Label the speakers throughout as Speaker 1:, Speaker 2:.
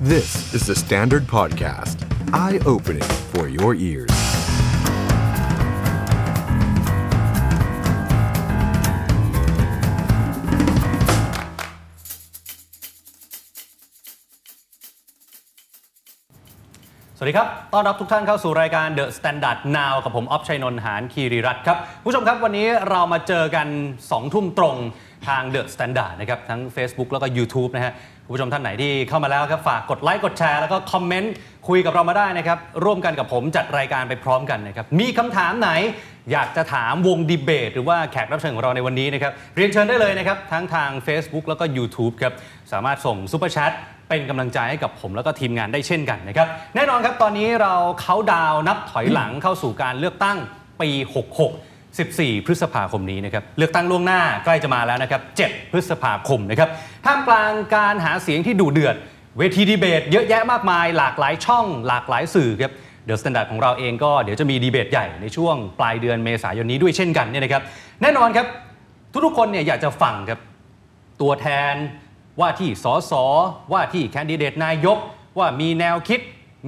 Speaker 1: This is the Standard Podcast. Eye opening for your ears.
Speaker 2: สวัสดีครับ ต้อนรับทุกท่านเข้าสู่รายการ The Standard Now กับผมออฟชัยนนท์หานคีรีรัตน์ครับคุณผู้ชมครับวันนี้เรามาเจอกัน 2 ทุ่มตรงทาง The Standard นะครับ ทั้ง Facebook แล้วก็ YouTube นะฮะคุณผู้ชมท่านไหนที่เข้ามาแล้วครับ ฝากกดไลค์กดแชร์แล้วก็คอมเมนต์คุยกับเรามาได้นะครับ ร่วมกันกับผมจัดรายการไปพร้อมกันนะครับ มีคำถามไหน อยากจะถามวงดีเบต หรือว่าแขกรับเชิญของเราในวันนี้นะครับ เรียนเชิญได้เลยนะครับ ทั้งทาง Facebook แล้วก็ YouTube ครับ สามารถส่งซุปเปอร์แชทเป็นกำลังใจให้กับผมแล้วก็ทีมงานได้เช่นกันนะครับ แน่นอนครับ ตอนนี้เราเขาน์ดาวน์นับถอยหลังเข้าสู่การเลือกตั้งปี 66 14 พฤษภาคมนี้นะครับ เลือกตั้งล่วงหน้าใกล้จะมาแล้วนะครับ 7 พฤษภาคมนะครับ ท่ามกลางการหาเสียงที่ดุเดือด เวทีดีเบต เยอะแยะมากมาย หลากหลายช่อง หลากหลายสื่อครับ เดอะสแตนดาร์ดของเราเองก็เดี๋ยวจะมีดีเบตใหญ่ในช่วงปลายเดือนเมษายนนี้ด้วยเช่นกันเนี่ยนะครับ แน่นอนครับ ทุกๆคนเนี่ยอยากจะฟังครับ ตัวแทนว่าที่สสว่าที่แคนดิเดตนายก ว่ามีแนวคิด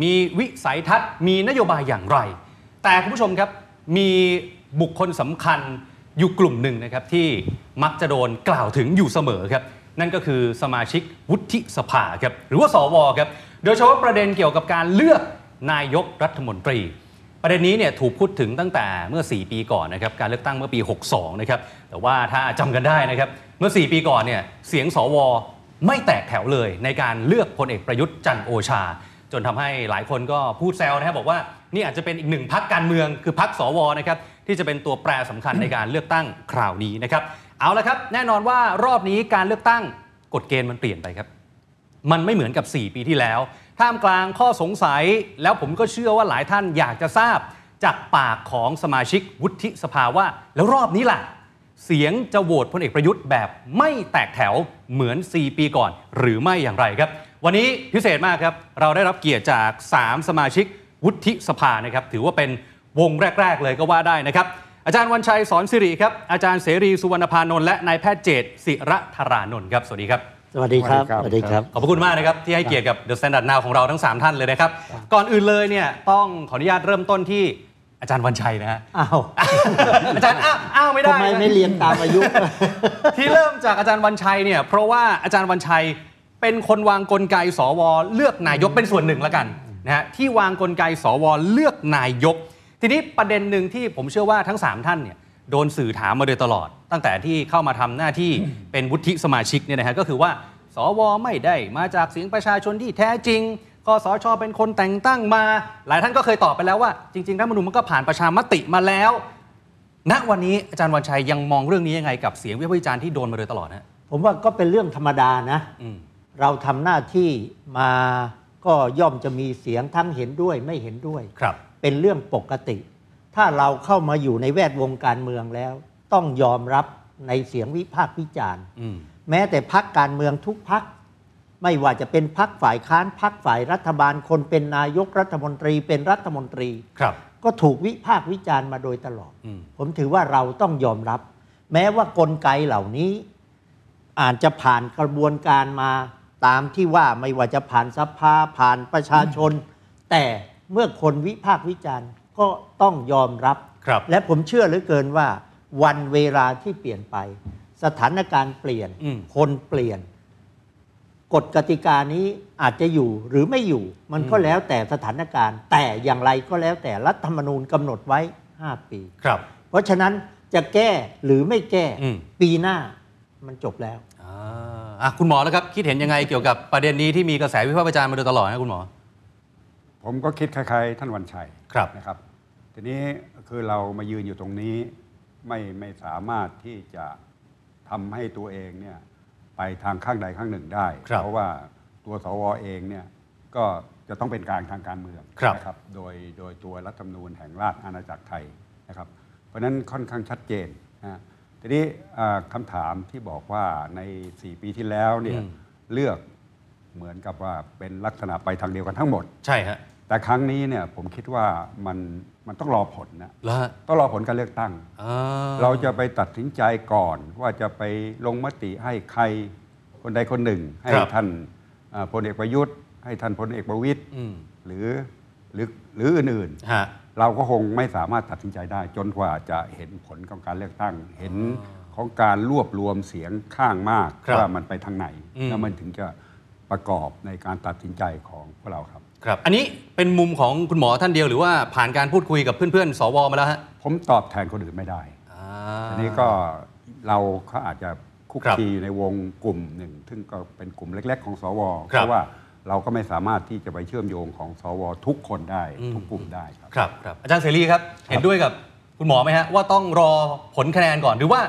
Speaker 2: มีวิสัยทัศน์ มีนโยบายอย่างไร แต่คุณผู้ชมครับมีบุคคลสำคัญอยู่กลุ่มหนึ่งนะครับที่มักจะโดนกล่าวถึงอยู่เสมอครับ นั่นก็คือสมาชิกวุฒิสภาครับหรือว่าสวครับโดยเฉพาะประเด็นเกี่ยวกับการเลือกนายกรัฐมนตรี ประเด็นนี้เนี่ยถูกพูดถึงตั้งแต่เมื่อ 4 ปีก่อนนะครับการเลือกตั้งเมื่อปี 62 นะครับแต่ว่าถ้าจำกันได้นะครับเมื่อ 4 ปีก่อนเนี่ยเสียงสวไม่แตกแถวเลยในการเลือกพลเอกประยุทธ์จันทร์โอชา จนทำให้หลายคนก็พูดแซวนะครับบอกว่านี่อาจจะเป็นอีกหนึ่งพักการเมืองคือพักสวนะครับที่จะเป็นตัวแปรสำคัญในการเลือกตั้งคราวนี้นะครับเอาละครับแน่นอนว่ารอบนี้การเลือกตั้งกฎเกณฑ์มันเปลี่ยนไปครับ มันไม่เหมือนกับ 4 ปีที่แล้ว ท่ามกลางข้อสงสัย แล้วผมก็เชื่อว่าหลายท่านอยากจะทราบ จากปากของสมาชิกวุฒิสภาว่า แล้วรอบนี้ล่ะ เสียงจะโหวตพลเอกประยุทธ์แบบไม่แตกแถวเหมือน 4 ปีก่อน หรือไม่อย่างไรครับ วันนี้พิเศษมากครับ เราได้รับเกียรติจาก 3 สมาชิกวุฒิสภานะครับ ถือว่าเป็นวงแรก ๆ เลยก็ว่าได้นะครับ อาจารย์วันชัยสอนสิริครับ อาจารย์เสรีสุวรรณพานนท์และนายแพทย์เจตศิระธารานนท์ครับ สวัสดีครับ
Speaker 3: สวัสดีครับ
Speaker 4: สวัสดีครับ
Speaker 2: ขอบพระคุณมากนะครับ ที่ให้เกียรติกับ The Standard Now ของเราทั้ง 3 ท่านเลยนะครับ ก่อนอื่นเลยเนี่ยต้องขออนุญาตเริ่มต้นที่อาจารย์วันชัยนะ ฮะ
Speaker 3: อ้าว
Speaker 2: อาจารย์อ้าวอ้าวไม่ได้
Speaker 3: ทำไม
Speaker 2: นะ
Speaker 3: ไม่เรียงตามอายุ
Speaker 2: ที่เริ่มจากอาจารย์วันชัยเนี่ยเพราะว่าอาจารย์วันชัยเป็นคนวางกลไกสวเลือกนายกเป็นส่วนหนึ่งละกันนะฮะที่วางกลไกสวเลือกนายก ทีนี้ประเด็นหนึ่งที่ผมเชื่อว่าทั้ง 3 ท่านเนี่ยโดนสื่อถามมาโดยตลอด ตั้งแต่ที่เข้ามาทำหน้าที่ เป็นวุฒิสมาชิกเนี่ยนะฮะก็คือว่า สวไม่ได้มาจากเสียงประชาชนที่แท้จริงกสชเป็นคนแต่งตั้งมา หลายท่านก็เคยตอบไปแล้วว่า จริงๆรัฐธรรมนูญมันก็ผ่านประชามติมาแล้ว ณวันนี้อาจารย์วันชัยยังมองเรื่องนี้ยังไงกับเสียงวิพากษ์วิจารณ์ที่โดนมาโดยตลอดฮะ
Speaker 3: ผมว่าก็เป็นเรื่องธรรมดานะ
Speaker 2: อืม
Speaker 3: เราทำหน้าที่มาก็ย่อมจะมีเสียงทั้งเห็นด้วยไม่เห็นด้วย
Speaker 2: ครับ
Speaker 3: เป็นเรื่องปกติ ถ้าเราเข้ามาอยู่ในแวดวงการเมืองแล้ว ต้องยอมรับในเสียงวิพากษ์วิจารณ์
Speaker 2: อืม
Speaker 3: แม้แต่พักการเมืองทุกพัก ไม่ว่าจะเป็นพักฝ่ายค้านพักฝ่ายรัฐบาลคนเป็นนายกรัฐมนตรีเป็นรัฐมนตรี
Speaker 2: ครับ
Speaker 3: ก็ถูกวิพากษ์วิจารณ์มาโดยตลอด
Speaker 2: อืม
Speaker 3: ผมถือว่าเราต้องยอมรับ แม้ว่ากลไกเหล่านี้ อาจจะผ่านกระบวนการมาตามที่ว่าไม่ว่าจะผ่านสภาผ่านประชาชน แต่เมื่อคนวิพากษ์วิจารณ์ก็ต้องยอมรับ
Speaker 2: ครับ
Speaker 3: และผมเชื่อเหลือเกินว่า วันเวลาที่เปลี่ยนไป สถานการณ์เปลี่ยน
Speaker 2: อืม
Speaker 3: คนเปลี่ยน กฎกติกานี้อาจจะอยู่หรือไม่อยู่ มันก็
Speaker 2: อืม
Speaker 3: แล้วแต่สถานการณ์ แต่อย่างไรก็แล้วแต่รัฐธรรมนูญกำหนดไว้ 5 ปี
Speaker 2: ครับ
Speaker 3: เพราะฉะนั้นจะแก้หรือไม่แก้
Speaker 2: อืม
Speaker 3: ปีหน้ามันจบแล้ว
Speaker 2: อ่าอ่ะคุณหมอแล้วครับ คิดเห็นยังไงเกี่ยวกับประเด็นนี้ที่มีกระแสวิพากษ์วิจารณ์มาโดยตลอดนะคุณหมอ
Speaker 4: ผมก็คิดคล้ายๆ ท่านวันชัย
Speaker 2: ครับ
Speaker 4: นะครับ ทีนี้คือเรามายืนอยู่ตรงนี้ไม่ไม่สามารถที่จะทำให้ตัวเองเนี่ยไปทางข้างใดข้างหนึ่งได้
Speaker 2: ครับ
Speaker 4: เพราะว่าตัวสวเองเนี่ยก็จะต้องเป็นกลางทางการเมือง
Speaker 2: ครับ
Speaker 4: นะครับ โดยโดยตัวรัฐธรรมนูญแห่งราชอาณาจักรไทยนะครับ เพราะฉะนั้นค่อนข้างชัดเจนนะทีนี้อ่าคำาถามที่บอกว่าใน 4 ปีที่แล้วเนี่ยเลือกเหมือนกับว่าเป็นลักษณะไปทางเดียวกันทั้งหมด
Speaker 2: ใช่ฮะ
Speaker 4: แต่ครั้งนี้เนี่ยผมคิดว่ามันมันต้องรอผลนะ
Speaker 2: แล้วฮะ
Speaker 4: ต้องรอผลการเลือกตั้ง
Speaker 2: อ่
Speaker 4: เราจะไปตัดสินใจก่อน ว่าจะไปลงมติให้ใครคนใดคนหนึ่ง ให้ท่านเอ่อพลเอกประยุทธ์ ให้ท่านพลเอกประวิตย
Speaker 2: อืม
Speaker 4: หรือหรือหรืออื่นๆ
Speaker 2: ฮะ
Speaker 4: เราก็คงไม่สามารถตัดสินใจได้ จนกว่าจะเห็นผลของการเลือกตั้ง เห็นของการรวบรวมเสียงข้างมาก
Speaker 2: ครับ
Speaker 4: ว่ามันไปทางไหน
Speaker 2: อืม
Speaker 4: แล้วมันถึงจะประกอบในการตัดสินใจของพวกเราครับ
Speaker 2: ครับ อันนี้เป็นมุมของคุณหมอท่านเดียวหรือว่าผ่านการพูดคุยกับเพื่อนๆ สวมาแล้วฮะ
Speaker 4: ผมตอบแทนคนอื่นไม่ได้
Speaker 2: อ่า
Speaker 4: อันนี้ก็เราเขาอาจจะคุก
Speaker 2: ครับ
Speaker 4: คีอยู่ในวงกลุ่มหนึ่ง ซึ่งก็เป็นกลุ่มเล็ก ๆ ของสว
Speaker 2: ค
Speaker 4: เพ
Speaker 2: รับ
Speaker 4: ราะว่าเราก็ไม่สามารถที่จะไปเชื่อมโยงของสวทุกคนได้
Speaker 2: อืม
Speaker 4: ทุกกลุ่มได้ครับ
Speaker 2: ครับครับอาจารย์เสรีครับ เห็นด้วยกับคุณหมอไหมฮะว่าต้องรอผลคะแนนก่อนหรือว่า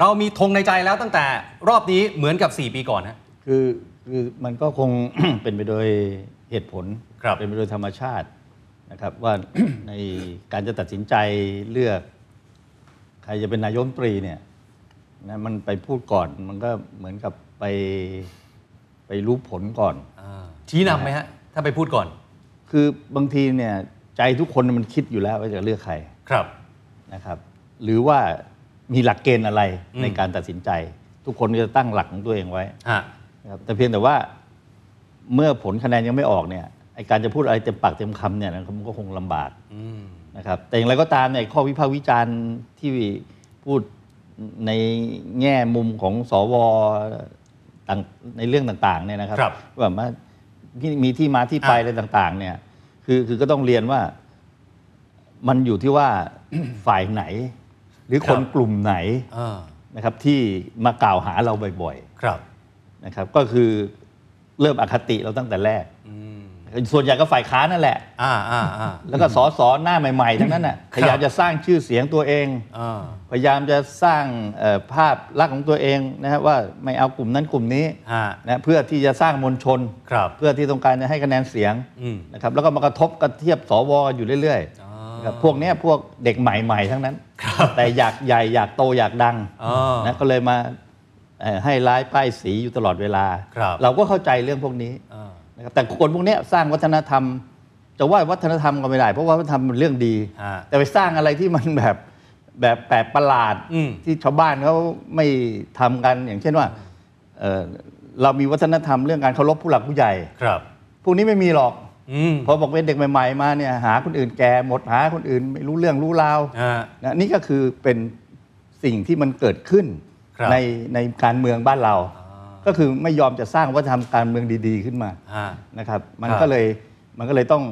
Speaker 2: เรามีธงในใจแล้วตั้งแต่รอบนี้เหมือนกับ 4 ปีก่อนฮะ
Speaker 5: คือคือมันก็คง เป็นไปโดยเหตุผล
Speaker 2: ครับ
Speaker 5: เป็นไปโดยธรรมชาตินะครับว่า ในการจะตัดสินใจเลือก ใครจะเป็นนายกรัฐมนตรีเนี่ยนะมันไปพูดก่อนมันก็เหมือนกับไปไปรู้ผลก่อน
Speaker 2: อ่าชี้นำไหมฮะ ถ้าไปพูดก่อน
Speaker 5: คือบางทีเนี่ยใจทุกคนมันคิดอยู่แล้วว่าจะเลือกใคร
Speaker 2: ครับ
Speaker 5: นะครับหรือว่ามีหลักเกณฑ์อะไร
Speaker 2: อืม
Speaker 5: ในการตัดสินใจ ทุกคนก็จะตั้งหลักของตัวเองไว้
Speaker 2: ฮะ
Speaker 5: นะครับแต่เพียงแต่ว่าเมื่อผลคะแนนยังไม่ออกเนี่ยไอการจะพูดอะไรเต็มปากเต็มคำเนี่ยนะครับมันก็คงลำบาก
Speaker 2: อืม
Speaker 5: นะครับแต่อย่างไรก็ตามเนี่ยข้อวิพากษ์วิจารณ์ที่พูดในแง่มุมของสวต่างในเรื่องต่างๆเนี่ยนะครับ
Speaker 2: ครับ
Speaker 5: ว่ามามีที่มาที่ไปอะไรต่างๆเนี่ยคือคือก็ต้องเรียนว่า มันอยู่ที่ว่า ฝ่ายไหน หรือ
Speaker 2: ค
Speaker 5: ค
Speaker 2: รั
Speaker 5: น
Speaker 2: บ
Speaker 5: กลุ่มไหน
Speaker 2: อ่า
Speaker 5: นะครับที่มากล่าวหาเราบ่อย
Speaker 2: ครับ
Speaker 5: ๆนะครับก็คือเริ่มอคติเราตั้งแต่แรก
Speaker 2: อืม
Speaker 5: ส่วนใหญ่ก็ฝ่ายค้านนั่นแหละ
Speaker 2: อ่าอ่าอ่า
Speaker 5: แล้วก็สอสอหน้าใหม่ๆทั้งนั้นน่ะ
Speaker 2: ค
Speaker 5: พ
Speaker 2: รับ
Speaker 5: ยายามจะสร้างชื่อเสียงตัวเอง
Speaker 2: อ่า
Speaker 5: พยายามจะสร้างเอ่อภาพลักษณ์ของตัวเองนะฮะว่าไม่เอากลุ่มนั้นกลุ่มนี้
Speaker 2: ฮะ
Speaker 5: นะเพื่อที่จะสร้างมวลชน
Speaker 2: ครับ
Speaker 5: เพื่อที่ต้องการจะให้คะแนนเสียง
Speaker 2: อืม
Speaker 5: นะครับแล้วก็มากระทบกระเทียบสวอยู่เรื่อย
Speaker 2: อ๋อ
Speaker 5: ๆนะครับพวกเนี้ยพวกเด็กใหม่ๆทั้งนั้น แต่อยากใหญ่อยากโตอยากดัง
Speaker 2: อ๋อ
Speaker 5: นะก็เลยมาเอ่อให้ร้ายป้ายสีอยู่ตลอดเวลา
Speaker 2: ครับ
Speaker 5: เราก็เข้าใจเรื่องพวกนี้
Speaker 2: อ่า
Speaker 5: นะครับแต่คนพวกเนี้ยสร้างวัฒนธรรม จะว่าวัฒนธรรมก็ไม่ได้เพราะว่าวัฒนธรรมมันเรื่องดี
Speaker 2: ฮะ
Speaker 5: แต่ไปสร้างอะไรที่มันแบบแบบแปลกประหลาด
Speaker 2: อืม
Speaker 5: ที่ชาวบ้านเขาไม่ทำกันอย่างเช่นว่าเอ่อเรามีวัฒนธรรมเรื่องการเคารพผู้หลักผู้ใหญ่
Speaker 2: ครับ
Speaker 5: พวกนี้ไม่มีหรอก
Speaker 2: อืม
Speaker 5: พอบอกเป็นเด็กใหม่ ๆ มาเนี่ยหาคนอื่นแก่หมดหาคนอื่นไม่รู้เรื่องรู้ราว
Speaker 2: ฮะ
Speaker 5: นะนี่ก็คือเป็นสิ่งที่มันเกิดขึ้น
Speaker 2: ครับ
Speaker 5: ในในการเมืองบ้านเรา ก็คือไม่ยอมจะสร้างวัฒนธรรมการเมืองดี ๆ ขึ้นมา
Speaker 2: ฮะ
Speaker 5: นะครับมัน
Speaker 2: ครับ
Speaker 5: ก็เลยมันก็เลยต้อง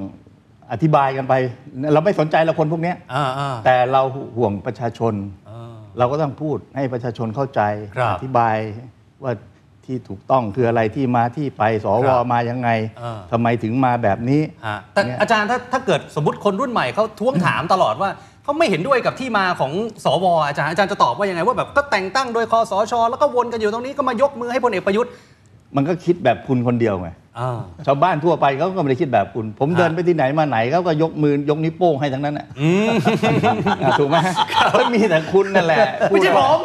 Speaker 5: อธิบายกันไป เราไม่สนใจละคนพวกเนี้ย
Speaker 2: อ่าอ่า
Speaker 5: แต่เราห่วงประชาชน
Speaker 2: อ่า
Speaker 5: เราก็ต้องพูดให้ประชาชนเข้าใจ
Speaker 2: ครับ
Speaker 5: อธิบายว่าที่ถูกต้องคืออะไรที่มาที่ไปส
Speaker 2: ควรับ
Speaker 5: มายังไง
Speaker 2: เออ
Speaker 5: ทำไมถึงมาแบบนี้
Speaker 2: ฮะแต่
Speaker 5: เนี่ย
Speaker 2: อาจารย์ถ้าถ้าเกิดสมมติคนรุ่นใหม่เขาท้วงถามตลอดว่าเขาไม่เห็นด้วยกับที่มาของสวอาจารย์อาจารย์จะตอบว่ายังไงว่าแบบก็แต่งตั้งโดยคอสช แล้วก็วนกันอยู่ตรงนี้ก็มายกมือให้พลเอกประยุทธ์
Speaker 5: มันก็คิดแบบคุณคนเดียวไง
Speaker 2: อ่า
Speaker 5: ชาวบ้านทั่วไปเขาก็ไม่ได้คิดแบบคุณ ผม
Speaker 2: ฮะ
Speaker 5: เดินไปที่ไหนมาไหนเขาก็ยกมือยกนิ้วโป้งให้ทั้งนั้นน่ะอ่ะถูกไหมก็มีแต่คุณนั่นแหละ
Speaker 2: ไม่ใช่ผม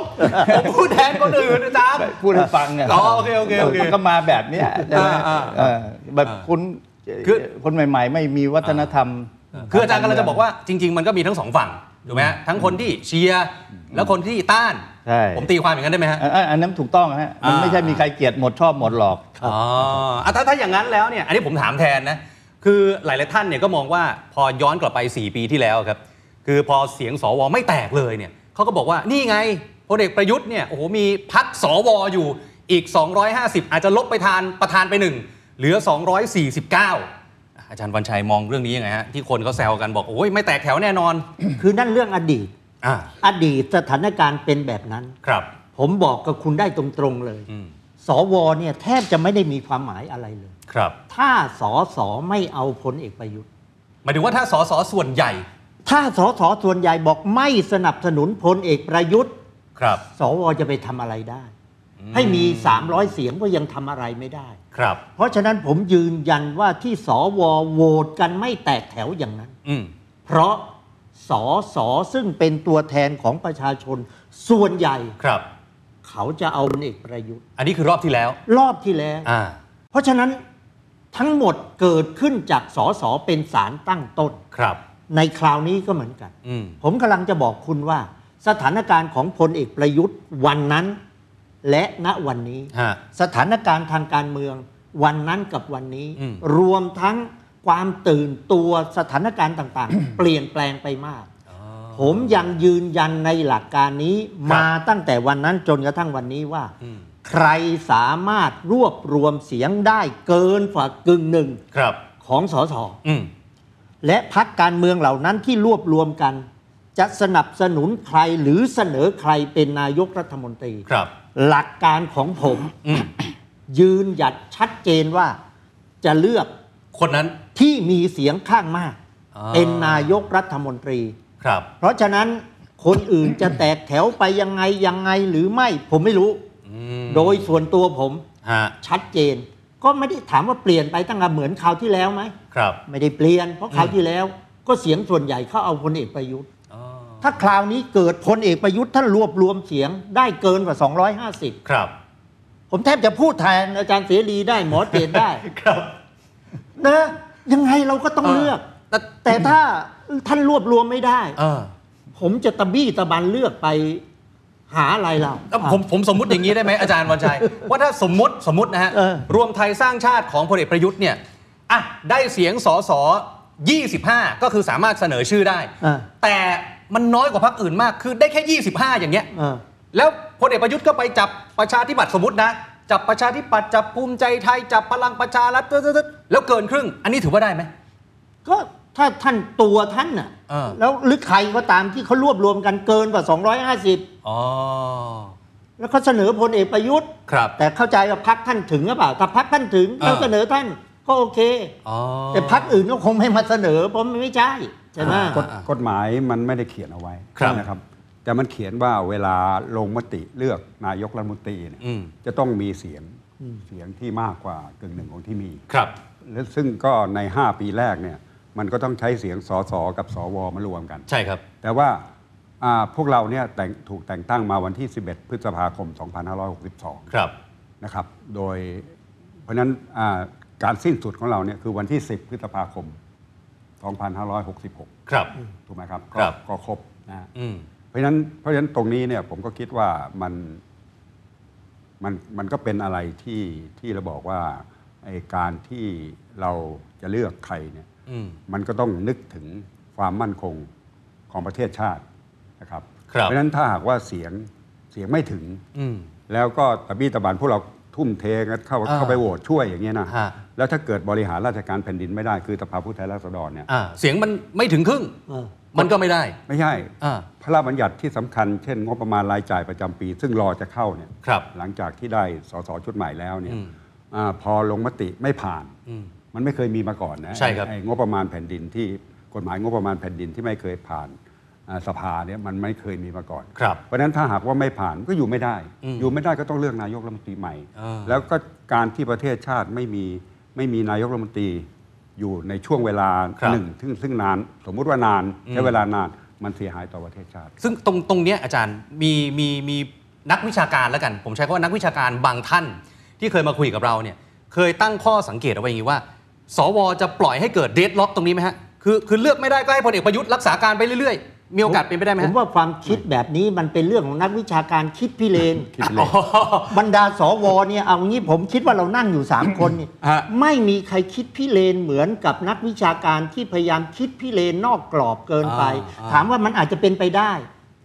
Speaker 2: ผมพูดแทนคนอื่นอาจารย์
Speaker 5: พูดให้ฟังไง
Speaker 2: อ๋อโอเคโอเคโอเค
Speaker 5: มันก็มาแบบเนี้ยใช่ไหม
Speaker 2: อ่าอ่า
Speaker 5: เออแบบคุณ
Speaker 2: คือ
Speaker 5: คนใหม่ๆ ไม่มีวัฒนธรรม
Speaker 2: คืออาจารย์กำลังจะบอกว่าจริง ๆ มันก็มีทั้งสองฝั่งถูกไหมฮะทั้งคนที่เชียร์และคนที่ต้าน
Speaker 5: ใช่
Speaker 2: ผมตีความอย่างนั้นได้ไหมฮะ
Speaker 5: เออเอออันนั้นถูกต้องฮะมัน
Speaker 2: อ่า
Speaker 5: ไม่ใช่มีใครเกลียดหมดชอบหมดหรอก
Speaker 2: อ๋ออ่ะถ้าถ้าอย่างนั้นแล้วเนี่ย อันนี้ผมถามแทนนะ คือหลาย ๆ ท่านเนี่ยก็มองว่าพอย้อนกลับไป 4 ปีที่แล้วครับ คือพอเสียงสวไม่แตกเลยเนี่ยเขาก็บอกว่านี่ไงพลเอกประยุทธ์เนี่ย โอ้โห มีพักสวอยู่อีก 250 อาจจะลบไปทานประธานไปหนึ่งเหลือ 249อ่ะอาจารย์วันชัยมองเรื่องนี้ยังไงฮะ ที่คนเขาแซวกันบอก โอ้ยไม่แตกแถวแน่นอน
Speaker 3: คือนั่นเรื่องอดีต
Speaker 2: อ่า
Speaker 3: อดีตสถานการณ์เป็นแบบนั้น
Speaker 2: ครับ
Speaker 3: ผมบอกกับคุณได้ตรงๆเลย
Speaker 2: อืม
Speaker 3: สวเนี่ยแทบจะไม่ได้มีความหมายอะไรเลย
Speaker 2: ครับ
Speaker 3: ถ้าสอสอไม่เอาพลเอกประยุทธ์
Speaker 2: หมายถึงว่าถ้าสสส่วนใหญ่
Speaker 3: ถ้าสอสอส่วนใหญ่บอกไม่สนับสนุนพลเอกประยุทธ์
Speaker 2: ครับ
Speaker 3: สวจะไปทำอะไรได้ ให้มี 300 เสียงก็ยังทำอะไรไม่ได้
Speaker 2: ครับ
Speaker 3: เพราะฉะนั้นผมยืนยันว่าที่สวโหวตกันไม่แตกแถวอย่างนั้น
Speaker 2: อืม
Speaker 3: เพราะสอสอซึ่งเป็นตัวแทนของประชาชน ส่วนใหญ่
Speaker 2: ครับ
Speaker 3: เขาจะเอาพลเอกประยุทธ์
Speaker 2: อันนี้คือรอบที่แล้ว
Speaker 3: รอบที่แล้ว
Speaker 2: อ่า
Speaker 3: เพราะฉะนั้นทั้งหมดเกิดขึ้นจากสอสอเป็นสารตั้งต้น
Speaker 2: ครับ
Speaker 3: ในคราวนี้ก็เหมือนกัน
Speaker 2: อืม
Speaker 3: ผมกำลังจะบอกคุณว่า สถานการณ์ของพลเอกประยุทธ์วันนั้น และณวันนี้
Speaker 2: ฮะ
Speaker 3: สถานการณ์ทางการเมือง วันนั้นกับวันนี้
Speaker 2: อืม
Speaker 3: รวมทั้งความตื่นตัวสถานการณ์ต่างๆ เปลี่ยนแปลงไปมาก
Speaker 2: อ๋อ
Speaker 3: ผมยังยืนยันในหลักการนี้
Speaker 2: ครับ
Speaker 3: มาตั้งแต่วันนั้นจนกระทั่งวันนี้ว่า
Speaker 2: อืม
Speaker 3: ใครสามารถรวบรวมเสียงได้เกินฝ่ากึ่งหนึ่ง
Speaker 2: ครับ
Speaker 3: ของสส
Speaker 2: อืม
Speaker 3: และพักการเมืองเหล่านั้นที่รวบรวมกัน จะสนับสนุนใครหรือเสนอใครเป็นนายกรัฐมนตรี
Speaker 2: ครับ
Speaker 3: หลักการของผม
Speaker 2: อืม
Speaker 3: ยืนหยัดชัดเจนว่าจะเลือก
Speaker 2: คนนั้น
Speaker 3: ที่มีเสียงข้างมาก
Speaker 2: อ่า
Speaker 3: เป็นนายกรัฐมนตรี
Speaker 2: ครับ
Speaker 3: เพราะฉะนั้นคนอื่นจะแตกแถวไปยังไงยังไงหรือไม่ ผมไม่รู้
Speaker 2: อืม
Speaker 3: โดยส่วนตัวผม
Speaker 2: ฮะ
Speaker 3: ชัดเจน ก็ไม่ได้ถามว่าเปลี่ยนไปตั้งแต่เหมือนคราวที่แล้วไหม
Speaker 2: ครับ
Speaker 3: ไม่ได้เปลี่ยน เพราะคราวที่แล้วก็เสียงส่วนใหญ่เขาเอาพลเอกประยุทธ์
Speaker 2: อ๋อ
Speaker 3: ถ้าคราวนี้เกิดพลเอกประยุทธ์ท่านรวบรวมเสียงได้เกินกว่า
Speaker 2: ครับ
Speaker 3: 250 ผมแทบจะพูดแทนอาจารย์เสรีได้หมอเจตได้
Speaker 2: ครับ
Speaker 3: นะยังไงเราก็ต้องเลือก
Speaker 2: แต่
Speaker 3: แต่ถ้าท่านรวบรวมไม่ได้
Speaker 2: เออ
Speaker 3: ผมจะตะบี้ตะบันเลือกไปหาอะไรเรา
Speaker 2: แล้วผมผมสมมติอย่างนี้ได้ไหมอาจารย์วัน ชัย ว่าถ้าสมมติสมมตินะฮะ
Speaker 3: เออ
Speaker 2: รวมไทยสร้างชาติของพลเอกประยุทธ์เนี่ยอ่ะได้เสียงสอสอ25 ก็คือสามารถเสนอชื่อได้
Speaker 3: อ่ะ
Speaker 2: แต่มันน้อยกว่าพรรคอื่นมากคือได้แค่ 25 อย่างเงี้ย
Speaker 3: อ่ะ
Speaker 2: แล้วพลเอกประยุทธ์ก็ไปจับประชาธิปัตย์สมมตินะ จับประชาธิปัตย์จับภูมิใจไทยจับพลังประชารัฐตึ๊ดตึ๊ดตึ๊ดแล้วเกินครึ่ง อันนี้ถือว่าได้ไหม
Speaker 3: ก็ถ้าท่านตัวท่านน่ะ
Speaker 2: เออ
Speaker 3: แล้วหรือใครก็ตามที่เขารวบรวมกันเกินกว่า 250
Speaker 2: อ๋อ
Speaker 3: แล้วเขาเสนอพลเอกประยุทธ์
Speaker 2: ครับ
Speaker 3: แต่เข้าใจว่าพักท่านถึงหรือเปล่าถ้าพักท่านถึง
Speaker 2: เออ
Speaker 3: เราเสนอท่านก็โอเค
Speaker 2: อ๋อ
Speaker 3: แต่พักอื่นก็คงไม่มาเสนอเพราะมันไม่ใช่ใช่ไหม
Speaker 2: อ่า
Speaker 4: กฎกฎหมายมันไม่ได้เขียนเอาไว้
Speaker 2: ครับ
Speaker 4: นะครับ แต่มันเขียนว่าเวลาลงมติเลือกนายกรัฐมนตรีเนี่ย
Speaker 2: อืม
Speaker 4: จะต้องมีเสียงเสียงที่มากกว่ากึ่งหนึ่งของที่มี
Speaker 2: ครับ
Speaker 4: และซึ่งก็ใน 5 ปีแรกเนี่ยมันก็ต้องใช้เสียงสสกับสวมารวมกัน
Speaker 2: ใช่ครับ
Speaker 4: แต่ว่าอ่าพวกเราเนี่ยแต่งถูกแต่งตั้งมาวันที่ 11 พฤษภาคม 2562
Speaker 2: ครับ
Speaker 4: นะครับ โดยเพราะฉะนั้นอ่าการสิ้นสุดของเราเนี่ยคือวันที่ 10 พฤษภาคม 2566
Speaker 2: ครับ
Speaker 4: ถูกไหมครับ
Speaker 2: ครับ
Speaker 4: ก็ก็ครบนะฮะ
Speaker 2: อืม
Speaker 4: เพราะฉะนั้นเพราะฉะนั้นตรงนี้เนี่ยผมก็คิดว่ามันมันมันก็เป็นอะไรที่ที่เราบอกว่าไอการที่เราจะเลือกใครเนี่ย
Speaker 2: อืม
Speaker 4: มันก็ต้องนึกถึงความมั่นคงของประเทศชาตินะครับ
Speaker 2: ครับ
Speaker 4: เพราะฉะนั้นถ้าหากว่าเสียงเสียงไม่ถึง
Speaker 2: อืม
Speaker 4: แล้วก็ตะบี้ตะบานพวกเราทุ่มเทกันเข้า
Speaker 2: อ่า
Speaker 4: เข้าไปโหวตช่วยอย่างเงี้ยนะ
Speaker 2: ฮะ
Speaker 4: แล้วถ้าเกิดบริหารราชการแผ่นดินไม่ได้คือสภาผู้แทนราษฎรเนี่ย
Speaker 2: อ่าเสียงมันไม่ถึงครึ่ง
Speaker 3: เออ
Speaker 2: มันก็ไม่ได้
Speaker 4: ไม่ใช่
Speaker 2: อ่า
Speaker 4: พระราชบัญญัติที่สำคัญเช่น งบประมาณรายจ่ายประจำปี ซึ่งรอจะเข้าเนี่ย
Speaker 2: ครับ
Speaker 4: หลังจากที่ได้สสชุดใหม่แล้วเนี่ย
Speaker 2: อืม
Speaker 4: อาพอลงมติไม่ผ่าน
Speaker 2: อืม
Speaker 4: มันไม่เคยมีมาก่อนนะ
Speaker 2: ใช่ครับ
Speaker 4: ไอ้งบประมาณแผ่นดินที่กฎหมายงบประมาณแผ่นดินที่ไม่เคยผ่านอ่าสภาเนี่ยมันไม่เคยมีมาก่อน
Speaker 2: ครับ
Speaker 4: เพราะฉะนั้นถ้าหากว่าไม่ผ่านก็อยู่ไม่ได้
Speaker 2: อืม
Speaker 4: อยู่ไม่ได้ก็ต้องเลือกนายกรัฐมนตรีใหม่
Speaker 2: อ่า
Speaker 4: แล้วก็การที่ประเทศชาติไม่มีไม่มีนายกรัฐมนตรีอยู่ในช่วงเวลา
Speaker 2: ครับ
Speaker 4: หนึ่งซึ่งซึ่งนาน สมมุติว่านาน
Speaker 2: อืม
Speaker 4: ใช้เวลานานมันเสียหายต่อประเทศชาติ
Speaker 2: ซึ่งตรงตรงเนี้ยอาจารย์มีมีมีนักวิชาการแล้วกัน ผมใช้คำว่านักวิชาการบางท่าน ที่เคยมาคุยกับเราเนี่ย เคยตั้งข้อสังเกตเอาไว้อย่างนี้ว่า สวจะปล่อยให้เกิดเดดล็อกตรงนี้ไหมฮะ คือคือเลือกไม่ได้ก็ให้พลเอกประยุทธ์รักษาการไปเรื่อยๆ มีโอกาสเป็นไปได้ไหม
Speaker 3: ผ
Speaker 2: ฮะ
Speaker 3: มว่าความคิดแบบนี้มันเป็นเรื่องของนักวิชาการคิดพิเรน
Speaker 4: คิดเลย
Speaker 2: อ๋อ
Speaker 3: บรรดาสวเนี่ยเอางี้ผมคิดว่าเรานั่งอยู่ 3 คนเนี่ย
Speaker 2: ฮะ
Speaker 3: ไม่มีใครคิดพิเรนเหมือนกับนักวิชาการที่พยายามคิดพิเรนนอกกรอบเกินไป
Speaker 2: อ่า
Speaker 3: ถามว่ามันอาจจะเป็นไปได้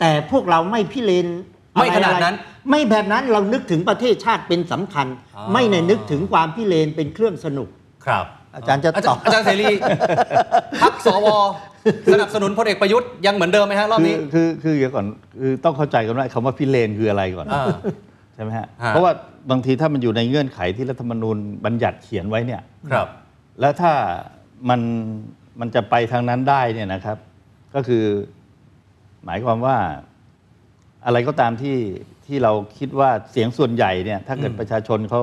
Speaker 3: แต่พวกเราไม่พิเรนอะ
Speaker 2: ไม่ขนาดนั้น
Speaker 3: อะไรไม่แบบนั้นเรานึกถึงประเทศชาติเป็นสำคัญ
Speaker 2: อ๋อ
Speaker 3: ไม่ในนึกถึงความพิเรนเป็นเครื่องสนุก
Speaker 2: ครับ
Speaker 3: อาจารย์จะตอบ
Speaker 2: อาจารย์เส รีพักสวสนับสนุนพลเอกประยุทธ์ยังเหมือนเดิมไหมฮะรอบ
Speaker 5: คือ
Speaker 2: นี้
Speaker 5: คือคือเดี๋ยวก่อนคือต้องเข้าใจกันว่าคำว่าพิเรนคืออะไรก่อน
Speaker 2: อ่า
Speaker 5: ใช่ไหมฮะ
Speaker 2: ฮะ
Speaker 5: เพราะว่าบางทีถ้ามันอยู่ในเงื่อนไขที่รัฐธรรมนูญบัญญัติเขียนไว้เนี่ย
Speaker 2: ครับ
Speaker 5: แล้วถ้ามันมันจะไปทางนั้นได้เนี่ยนะครับ ก็คือหมายความว่าอะไรก็ตามที่ที่เราคิดว่าเสียงส่วนใหญ่เนี่ย ถ้าเกิด
Speaker 2: อืม
Speaker 5: ประชาชนเขา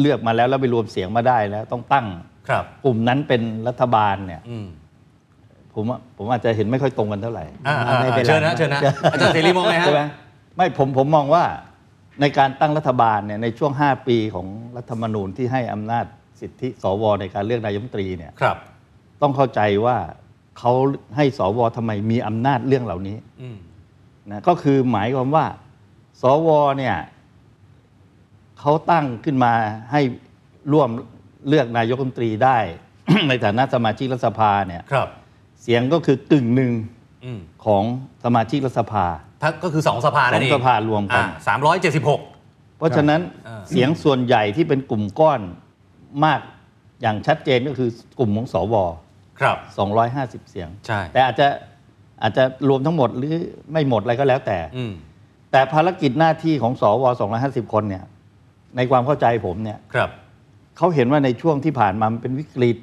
Speaker 5: เลือกมาแล้วแล้วไปรวมเสียงมาได้แล้ว ต้องตั้ง
Speaker 2: ครับ
Speaker 5: กลุ่มนั้นเป็นรัฐบาลเนี่ย
Speaker 2: อืม
Speaker 5: ผมว่าผมอาจจะเห็นไม่ค่อยตรงกันเท่าไหร่
Speaker 2: อ่าอ่า
Speaker 3: ไม่เป็นไร
Speaker 2: เชิญนะเชิญนะอาจารย์เสรีมองไงฮะ
Speaker 5: ใช่ไหมไม่ผมผมมองว่าในการตั้งรัฐบาลเนี่ยในช่วง 5 ปีของรัฐธรรมนูญที่ให้อำนาจสิทธิสวในการเลือกนายกรัฐมนตรีเนี่ย
Speaker 2: ครับ
Speaker 5: ต้องเข้าใจว่าเขาให้สวทำไมมีอำนาจเรื่องเหล่านี้
Speaker 2: อืม
Speaker 5: นะก็คือหมายความว่า สวเนี่ยเขาตั้งขึ้นมาให้ ร่วมเลือกนายกรัฐมนตรีได้ ในฐานะสมาชิกรัฐสภาเนี่ย
Speaker 2: ครับ
Speaker 5: เสียงก็คือกึ่งหนึ่ง
Speaker 2: อืม
Speaker 5: ของสมาชิกรัฐสภา
Speaker 2: ถ้าก็คือสองสภานั่นเอง
Speaker 5: สองสภารวมกัน
Speaker 2: สามร้อยเจ็ดสิบหก
Speaker 5: เพราะฉะนั้น
Speaker 2: เออ
Speaker 5: เสียงส่วนใหญ่ที่เป็นกลุ่มก้อนมากอย่างชัดเจนก็คือกลุ่มของสว
Speaker 2: ครับ
Speaker 5: 250 เสียง
Speaker 2: ใช่
Speaker 5: แต่อาจจะอาจจะรวมทั้งหมดหรือไม่หมดอะไรก็แล้วแต่
Speaker 2: อืม
Speaker 5: แต่ภารกิจหน้าที่ของสว 250 คนเนี่ยในความเข้าใจผมเนี่ย
Speaker 2: ครับ
Speaker 5: เขาเห็นว่าในช่วงที่ผ่านมามันเป็นวิกฤต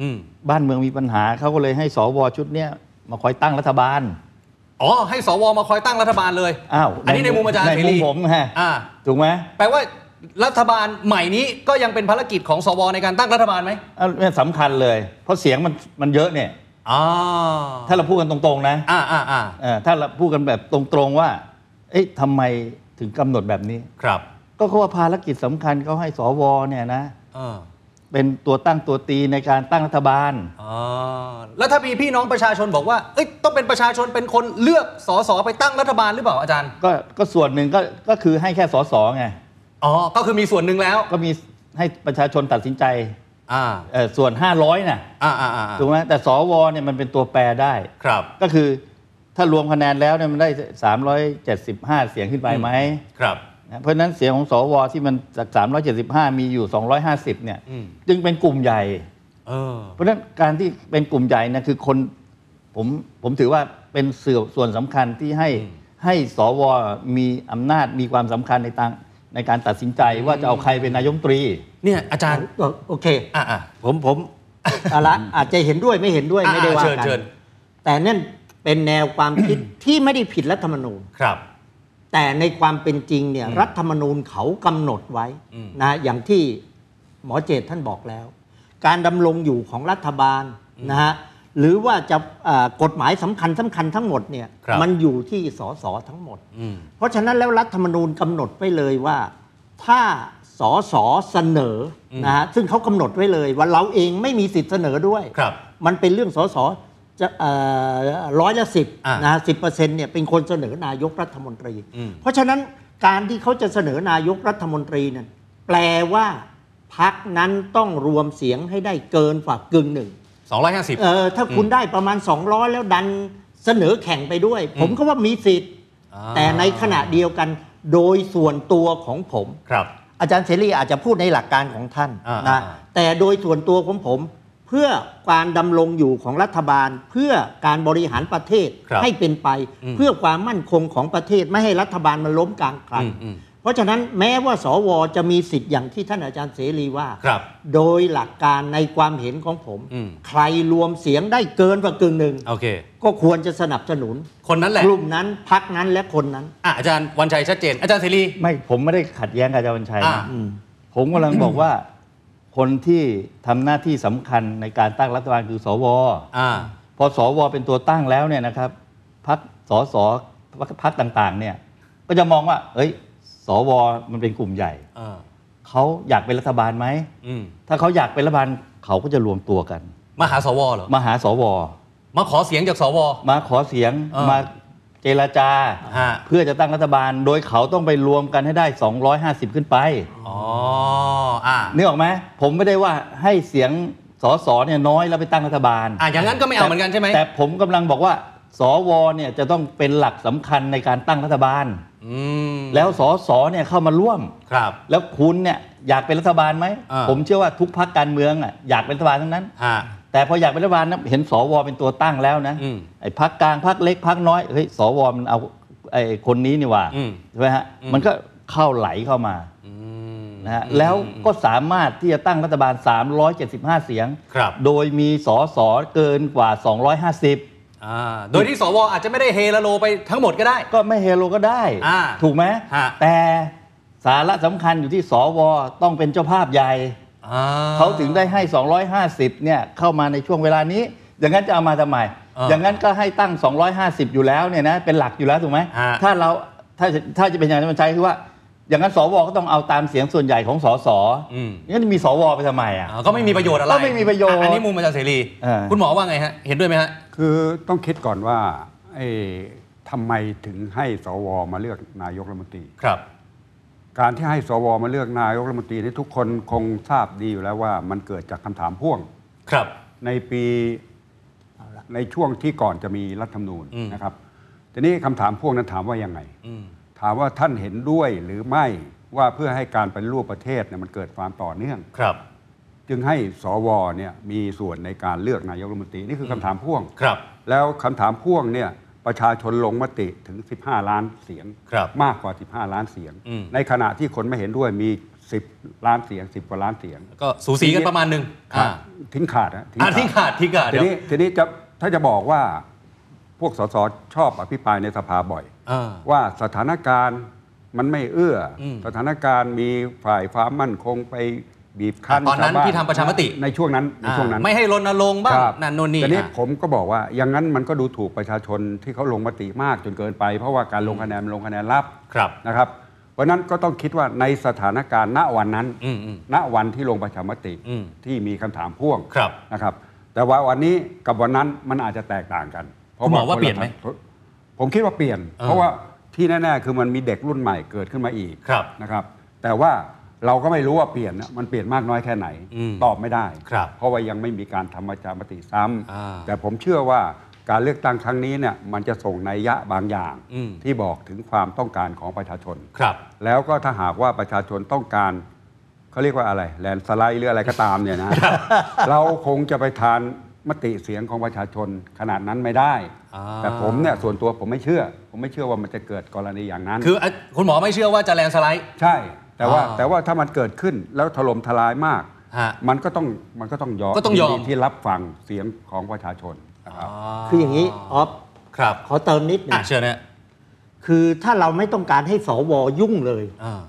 Speaker 2: อืม
Speaker 5: บ้านเมืองมีปัญหาเขาก็เลยให้สวชุดเนี้ยมาคอยตั้งรัฐบาล
Speaker 2: อ๋อ ให้สวมาคอยตั้งรัฐบาลเลย
Speaker 5: อ้าว
Speaker 2: อันนี้ในมุมอาจารย์
Speaker 5: ใน
Speaker 2: เส
Speaker 5: มุ
Speaker 2: รี
Speaker 5: มผมฮะ
Speaker 2: อ่า
Speaker 5: ถูกไหม
Speaker 2: แปลว่ารัฐบาลใหม่นี้ก็ยังเป็นภารกิจของสวในการตั้งรัฐบาลไหม
Speaker 5: อ้าวเนี่ยสำคัญเลย เพราะเสียงมันมันเยอะเนี่ย
Speaker 2: อ่า
Speaker 5: ถ้าเราพูดกันตรงๆนะ
Speaker 2: อ่าอ่าอ่า
Speaker 5: เออถ้าเราพูดกันแบบตรงๆว่า เอ๊ะทำไมถึงกำหนดแบบนี้
Speaker 2: ครับ
Speaker 5: ก็เขาว่าภารกิจสำคัญเขาให้สวเนี่ยนะ
Speaker 2: เออ
Speaker 5: เป็นตัวตั้งตัวตีในการตั้งรัฐบาล
Speaker 2: อ่าแล้วถ้ามีพี่น้องประชาชนบอกว่า เอ้ย ต้องเป็นประชาชนเป็นคนเลือกสสไปตั้งรัฐบาลหรือเปล่าอาจารย์
Speaker 5: ก็ก็ส่วนหนึ่งก็ก็คือให้แค่สสไง
Speaker 2: อ๋อ ก็คือมีส่วนหนึ่งแล้ว
Speaker 5: ก็มีให้ประชาชนตัดสินใจ
Speaker 2: อ่า
Speaker 5: เอ่อส่วน 500น่ะ
Speaker 2: อ่าอ่าอ่า
Speaker 5: ถูกไหมแต่สวเนี่ยมันเป็นตัวแปรได้
Speaker 2: ครับ
Speaker 5: ก็คือถ้ารวมคะแนนแล้วเนี่ยมันได้ 375 เสียงขึ้นไปไหม
Speaker 2: ครับ
Speaker 5: นะเพราะฉะนั้นเสียงของสวที่มันจาก 375 มีอยู่ 250เนี่ย
Speaker 2: อืม
Speaker 5: จึงเป็นกลุ่มใหญ่
Speaker 2: เออ
Speaker 5: เพราะฉะนั้นการที่เป็นกลุ่มใหญ่นะคือคนผมผมถือว่าเป็นเสือส่วนสำคัญที่ให้
Speaker 2: อืม
Speaker 5: ให้สวมีอำนาจมีความสำคัญในทางในการตัดสินใจว่าจะเอาใครเป็นนายกรัฐมนตรี
Speaker 2: เนี่ยอาจารย์
Speaker 3: ก็โอเค
Speaker 2: อ่าอ่า
Speaker 3: ผมผมเอาละอาจจะเห็นด้วยไม่เห็นด้วยไม่ได้ว่า
Speaker 2: เชิญ
Speaker 3: กั
Speaker 2: เชิญ
Speaker 3: นแต่นั่นเป็นแนวความคิด ที่ไม่ได้ผิดรัฐธรรมนูญ
Speaker 2: ครับ
Speaker 3: แต่ในความเป็นจริงเนี่ย
Speaker 2: อืม
Speaker 3: รัฐธรรมนูญเขากำหนดไว้
Speaker 2: อืม
Speaker 3: นะอย่างที่หมอเจตท่านบอกแล้ว การดำรงอยู่ของรัฐบาลนะฮะหรือว่าจะเอ่อกฎหมายสำคัญสำคัญทั้งหมดเนี่ย
Speaker 2: ครับ
Speaker 3: มันอยู่ที่สสทั้งหมด
Speaker 2: อืม
Speaker 3: เพราะฉะนั้นแล้วรัฐธรรมนูญกำหนดไว้เลยว่า ถ้าสสเสนออ
Speaker 2: ม
Speaker 3: นะฮะซึ่งเขากำหนดไว้เลยว่าเราเองไม่มีสิทธิ์เสนอด้วย
Speaker 2: ครับ
Speaker 3: มันเป็นเรื่องสสจะร้อยละสิบ
Speaker 2: อ่าน
Speaker 3: นะสิบเปอร์เซ็นต์เนี่ยเป็นคนเสนอนายกรัฐมนตรี
Speaker 2: อืม
Speaker 3: เพราะฉะนั้นการที่เขาจะเสนอนายกรัฐมนตรีนั้นแปลว่าพักนั้นต้องรวมเสียงให้ได้เกินฝ่ากึ่งหนึ่ง
Speaker 2: สองร้อยห้าสิบ
Speaker 3: เออถ้าคุณได้ประมาณ 200 แล้วดันเสนอแข่งไปด้วย ผมก็ว่ามีสิทธิ์
Speaker 2: อ่า
Speaker 3: แต่ในขณะเดียวกันโดยส่วนตัวของผม
Speaker 2: ครับ
Speaker 3: อาจารย์เสรีอาจจะพูดในหลักการของท่าน
Speaker 2: อ่า
Speaker 3: นะ
Speaker 2: อ่า
Speaker 3: แต่โดยส่วนตัวของผม เพื่อการดำรงอยู่ของรัฐบาล เพื่อการบริหารประเทศ
Speaker 2: ครับ
Speaker 3: ให้เป็นไป
Speaker 2: อืม
Speaker 3: เพื่อความมั่นคงของประเทศไม่ให้รัฐบาลมันล้มกลางคัน
Speaker 2: อืมอืม
Speaker 3: เพราะฉะนั้นแม้ว่าสวจะมีสิทธิ์อย่างที่ท่านอาจารย์เสรีว่า
Speaker 2: ครับ
Speaker 3: โดยหลักการในความเห็นของผม
Speaker 2: อืม
Speaker 3: ใครรวมเสียงได้เกินกว่ากึ่งหนึ่ง
Speaker 2: โอเค
Speaker 3: ก็ควรจะสนับสนุน
Speaker 2: คนนั้นแหละ
Speaker 3: กลุ่มนั้นพักนั้นและคนนั้น
Speaker 2: อ่ะอาจารย์วันชัยชัดเจน อาจารย์เสรี
Speaker 5: ไม่ผมไม่ได้ขัดแย้งกับอาจารย์วันชัย
Speaker 2: อ่า
Speaker 5: นะผมกำลังบอกว่า คนที่ทำหน้าที่สำคัญในการตั้งรัฐบาลคือสว
Speaker 2: อ่า
Speaker 5: พอสวเป็นตัวตั้งแล้วเนี่ยนะครับพักสสพักต่างๆเนี่ยก็จะมองว่า เอ้ย สวมันเป็นกลุ่มใหญ่
Speaker 2: เออ
Speaker 5: เขาอยากเป็นรัฐบาลไหม
Speaker 2: อืม
Speaker 5: ถ้าเขาอยากเป็นรัฐบาลเขาก็จะรวมตัวกัน
Speaker 2: มาหาสวเหรอ
Speaker 5: มาหาสว
Speaker 2: มาขอเสียงจากสว
Speaker 5: มาขอเสียง
Speaker 2: เออ
Speaker 5: มาเจรจา
Speaker 2: ฮะ
Speaker 5: เพื่อจะตั้งรัฐบาล โดยเขาต้องไปรวมกันให้ได้ 250 ขึ้นไป
Speaker 2: อ๋อ อ่า
Speaker 5: นึกออกไหมผมไม่ได้ว่าให้เสียงสสเนี่ยน้อยแล้วไปตั้งรัฐบาล
Speaker 2: อ่ะอย่างนั้นก็ไม่เอาเหมือนกันใช่ไหม
Speaker 5: แต่ผมกำลังบอกว่า สวเนี่ยจะต้องเป็นหลักสำคัญในการตั้งรัฐบาล
Speaker 2: อืม
Speaker 5: แล้วสสเนี่ยเข้ามาร่วม
Speaker 2: ครับ
Speaker 5: แล้วคุณเนี่ยอยากเป็นรัฐบาลไหม
Speaker 2: อ่า
Speaker 5: ผมเชื่อว่าทุกพักการเมืองอ่ะอยากเป็นรัฐบาลทั้งนั้น
Speaker 2: ฮะ
Speaker 5: แต่พออยากเป็นรัฐบาลนะเห็นสวเป็นตัวตั้งแล้วนะ
Speaker 2: อืม
Speaker 5: ไอ้พักกลางพักเล็กพักน้อยเฮ้ยสวมันเอาไอ้คนนี้นี่หว่า
Speaker 2: อืม
Speaker 5: ใช่ไหมฮะ
Speaker 2: อืม
Speaker 5: มันก็เข้าไหลเข้ามา
Speaker 2: อืม
Speaker 5: นะฮะ
Speaker 2: อืม
Speaker 5: แล้วก็สามารถที่จะตั้งรัฐบาล 375 เสียง
Speaker 2: ครับ
Speaker 5: โดยมีสสเกินกว่า 250
Speaker 2: อ่าโดยที่สวอาจจะไม่ได้เฮลาโลไปทั้งหมดก็ได้
Speaker 5: ก็ไม่เฮโลก็ได้
Speaker 2: อ่า
Speaker 5: ถูกไหม
Speaker 2: ฮะ
Speaker 5: แต่สาระสำคัญอยู่ที่สวต้องเป็นเจ้าภาพใหญ่
Speaker 2: อ่
Speaker 5: เขาถึงได้ให้ 250 เนี่ยเข้ามาในช่วงเวลานี้ อย่างนั้นจะเอามาทำไม
Speaker 2: า
Speaker 5: อย่างนั้นก็ให้ตั้ง 250 อยู่แล้วเนี่ยนะเป็นหลักอยู่แล้วถูกไหม
Speaker 2: ฮะ
Speaker 5: ถ้าเราถ้าถ้าจะเป็นอย่างนั้นมันใช้คือว่า อย่างนั้นสวก็ต้องเอาตามเสียงส่วนใหญ่ของสส
Speaker 2: อืม
Speaker 5: งั้นมีสวไปทำไมอ่ะ
Speaker 2: อ่าก็ไม่มีประโยชน์อะไร
Speaker 5: ก็ไม่มีประโยชน์
Speaker 2: อ่อันนี้มุมอาจารย์เสรี
Speaker 5: เออ
Speaker 2: คุณหมอว่าไงฮะ เห็นด้วยไหมฮะ
Speaker 4: คือต้องคิดก่อนว่าไอ้ทำไมถึงให้สวมาเลือกนายกรัฐมนตรี
Speaker 2: ครับ
Speaker 4: การที่ให้สวมาเลือกนายกรัฐมนตรีที่ทุกคนคงทราบดีอยู่แล้วว่า มันเกิดจากคำถามพ่วง
Speaker 2: ครับ
Speaker 4: ในปีในช่วงที่ก่อนจะมีรัฐธรรมนูญ
Speaker 2: อืม
Speaker 4: นะครับ ทีนี้คำถามพ่วงนั้นถามว่ายังไง
Speaker 2: อืม
Speaker 4: ถามว่าท่านเห็นด้วยหรือไม่ว่าเพื่อให้การเป็นรูปประเทศเนี่ยมันเกิดความต่อเนื่อง
Speaker 2: ครับ
Speaker 4: จึงให้สวเนี่ยมีส่วนในการเลือกนายกรัฐมนตรีนี่คือคำถามพ่วง
Speaker 2: ครับ
Speaker 4: แล้วคำถามพ่วงเนี่ยประชาชนลงมติถึง 15 ล้านเสียง
Speaker 2: ครับ
Speaker 4: มากกว่า 15 ล้านเสียง
Speaker 2: อืม
Speaker 4: ในขณะที่คนไม่เห็นด้วยมี 10 ล้านเสียง 10 กว่าล้านเสียง
Speaker 2: ก็สูสีกันประมาณหนึ่ง
Speaker 4: ขา
Speaker 2: อ่า
Speaker 4: ดทิ้งขาดนะ
Speaker 2: อ่าที่ขาดที่ขาด
Speaker 4: ที
Speaker 2: เดี๋ยว
Speaker 4: นี้ทีนี้จะถ้าจะบอกว่าพวกสสชอบอภิปรายในสภาบ่อย
Speaker 2: อ่า
Speaker 4: ว่าสถานการณ์มันไม่เอื้ออ
Speaker 2: ม
Speaker 4: สถานการณ์มีฝ่ายความมั่นคงไปบีบคั้น
Speaker 2: ตอนนั้น
Speaker 4: ชาวบ้า
Speaker 2: ที่ทำประชามติ
Speaker 4: ในช่วงนั้นในช่วงนั้น
Speaker 2: อ่าไม่ให้รณรงค์บ้าง
Speaker 4: ครับ
Speaker 2: นั่นโน่นนี่
Speaker 4: แต่นี่
Speaker 2: อ่ะ
Speaker 4: ผมก็บอกว่าอย่างนั้นมันก็ดูถูกประชาชนที่เขาลงมติมากจนเกินไป เพราะว่าการลงคะแนนมันลงคะแนนลับ
Speaker 2: ครับ
Speaker 4: นะครับ เพราะฉะนั้นก็ต้องคิดว่าในสถานการณ์ณวันนั้น
Speaker 2: อืมอืม
Speaker 4: ณวันที่ลงประชามติ
Speaker 2: อืม
Speaker 4: ที่มีคำถามพ่วง
Speaker 2: ครับ
Speaker 4: นะครับ แต่ว่าวันนี้กับวันนั้นมันอาจจะแตกต่างกัน
Speaker 2: คุณหมอว่าเปลี่ยนไหม
Speaker 4: ผมคิดว่าเปลี่ยน
Speaker 2: เออ
Speaker 4: เพราะว่าที่แน่ๆคือมันมีเด็กรุ่นใหม่เกิดขึ้นมาอีก
Speaker 2: ครับ
Speaker 4: นะครับ แต่ว่าเราก็ไม่รู้ว่าเปลี่ยนน่ะมันเปลี่ยนมากน้อยแค่ไหน
Speaker 2: อืม
Speaker 4: ตอบไม่ได้
Speaker 2: ครับ
Speaker 4: เพราะว่ายังไม่มีการทำประชามติซ้ำ
Speaker 2: อ่า
Speaker 4: แต่ผมเชื่อว่าการเลือกตั้งครั้งนี้เนี่ยมันจะส่งนัยยะบางอย่าง
Speaker 2: อืม
Speaker 4: ที่บอกถึงความต้องการของประชาชน
Speaker 2: ครับ
Speaker 4: แล้วก็ถ้าหากว่าประชาชนต้องการเขาเรียกว่าอะไรแลนสไลด์หรืออะไรก็ตามเนี่ยนะ เราคงจะไปทานมติเสียงของประชาชนขนาดนั้นไม่ได้
Speaker 2: อ่า
Speaker 4: แต่ผมเนี่ยส่วนตัวผมไม่เชื่อ ผมไม่เชื่อว่ามันจะเกิดกรณีอย่างนั้น
Speaker 2: คืออ่ะคุณหมอไม่เชื่อว่าจะแลนด์สไลด์
Speaker 4: ใช่ แต่ว่า
Speaker 2: อ่า
Speaker 4: แต่ว่าถ้ามันเกิดขึ้นแล้วถล่มทลายมาก
Speaker 2: ฮะ
Speaker 4: มันก็ต้องมันก็ต้องยอม
Speaker 2: ก็ต้องยอม
Speaker 4: นดีที่รับฟังเสียงของประชาชนนะครับ
Speaker 3: คืออย่างนี้ออฟ
Speaker 2: ครับ
Speaker 3: ขอเติมนิดหนึ
Speaker 2: อ่ะ
Speaker 3: ง
Speaker 2: เชิญนะ
Speaker 3: คือถ้าเราไม่ต้องการให้สวยุ่งเลย
Speaker 2: อ่า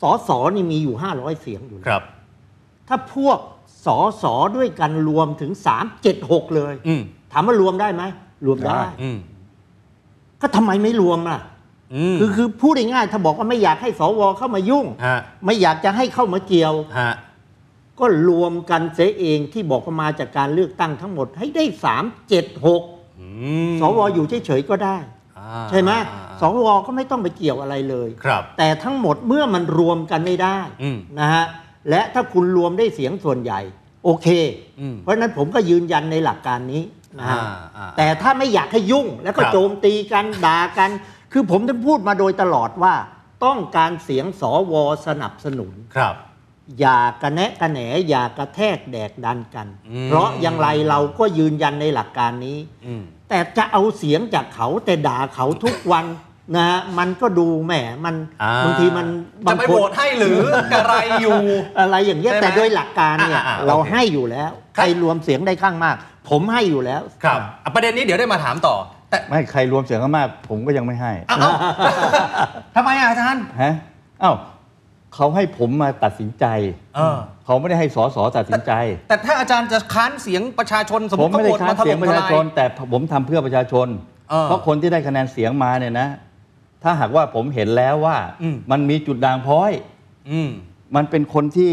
Speaker 3: สสนี่มีอยู่ 500 เสียงอยู่แล้ว
Speaker 2: ครับ
Speaker 3: ถ้าพวกสสด้วยกันรวมถึง 3 7 6 เลย
Speaker 2: อืม
Speaker 3: ถามว่ารวมได้ไหม รวมได้
Speaker 4: ได้
Speaker 2: อืม
Speaker 3: ก็ทำไมไม่รวมล่ะ
Speaker 2: อืม
Speaker 3: คือคือพูดง่ายๆถ้าบอกว่าไม่อยากให้สวเข้ามายุ่ง
Speaker 2: ฮะ
Speaker 3: ไม่อยากจะให้เข้ามาเกี่ยว
Speaker 2: ฮะ
Speaker 3: ก็รวมกันเสียเองที่บอกว่ามาจากการเลือกตั้งทั้งหมดให้ได้ 3 7 6
Speaker 2: อืม
Speaker 3: สวอยู่เฉยๆก็ได้
Speaker 2: อ่า
Speaker 3: ใช่ไหม
Speaker 2: อ่า
Speaker 3: สวก็ไม่ต้องไปเกี่ยวอะไรเลย
Speaker 2: ครับ
Speaker 3: แต่ทั้งหมดเมื่อมันรวมกันไม่ได้
Speaker 2: อืม
Speaker 3: นะฮะและถ้าคุณรวมได้เสียงส่วนใหญ่ โอเค
Speaker 2: อืม
Speaker 3: เพราะฉะนั้นผมก็ยืนยันในหลักการนี้นะฮะ
Speaker 2: อ่าอ่า
Speaker 3: แต่ถ้าไม่อยากให้ยุ่งแล้วก็
Speaker 2: ครับ
Speaker 3: โจมตีกันด่ากัน คือผมจะพูดมาโดยตลอดว่า ต้องการเสียงสวสนับสนุน
Speaker 2: ครับ
Speaker 3: อย่ากระแนะกระแหนอย่ากระแทกแดกดันกัน
Speaker 2: อืม
Speaker 3: เพราะอย่างไรเราก็ยืนยันในหลักการนี้
Speaker 2: อืม
Speaker 3: แต่จะเอาเสียงจากเขาแต่ด่าเขาทุกวันนะฮะมันก็ดูแหมมัน
Speaker 2: อ่
Speaker 3: บางทีมันบา
Speaker 2: จะ
Speaker 3: ง
Speaker 2: ไป
Speaker 3: ค
Speaker 2: โหวน ตให้หรืออะไรอยู่
Speaker 3: อะไรอย่างเงี้ย
Speaker 2: ใช่ไหม
Speaker 3: แต่โดยหลักการเนี่ย
Speaker 2: อ่าๆโอเค
Speaker 3: เราให้อยู่แล้ว
Speaker 2: ครั
Speaker 3: ใค
Speaker 2: บ
Speaker 3: รรวมเสียงได้ข้างมาก ผมให้อยู่แล้ว
Speaker 2: ครับอ่ะประเด็นนี้เดี๋ยวได้มาถามต่อ แต่
Speaker 5: ไม่ใครรวมเสียงข้างมาก ผมก็ยังไม่ให้
Speaker 2: เอ้าเอ้าทำไมอ่ะอาจารย์
Speaker 5: ฮะเอ้าเขาให้ผมมาตัดสินใจ
Speaker 2: เออ
Speaker 5: เขาไม่ได้ให้สสตัดสินใจ
Speaker 2: แต่ถ้าอาจารย์จะค้านเสียงประชาชนสมม
Speaker 5: ผม
Speaker 2: ติ
Speaker 5: ไม่
Speaker 2: เขาโหว
Speaker 5: ได้ค้าม
Speaker 2: ตาน ถ
Speaker 5: เสีย
Speaker 2: ล่
Speaker 5: ง
Speaker 2: ม
Speaker 5: ป
Speaker 2: ท
Speaker 5: ระชา
Speaker 2: ลาย
Speaker 5: ชน แต่ผมทำเพื่อประชาชน
Speaker 2: เออ
Speaker 5: เพราะคนที่ได้คะแนนเสียงมาเนี่ยนะ ถ้าหากว่าผมเห็นแล้วว่า
Speaker 2: อืม
Speaker 5: มันมีจุดด่างพร้อย
Speaker 2: อืม
Speaker 5: มันเป็นคนที่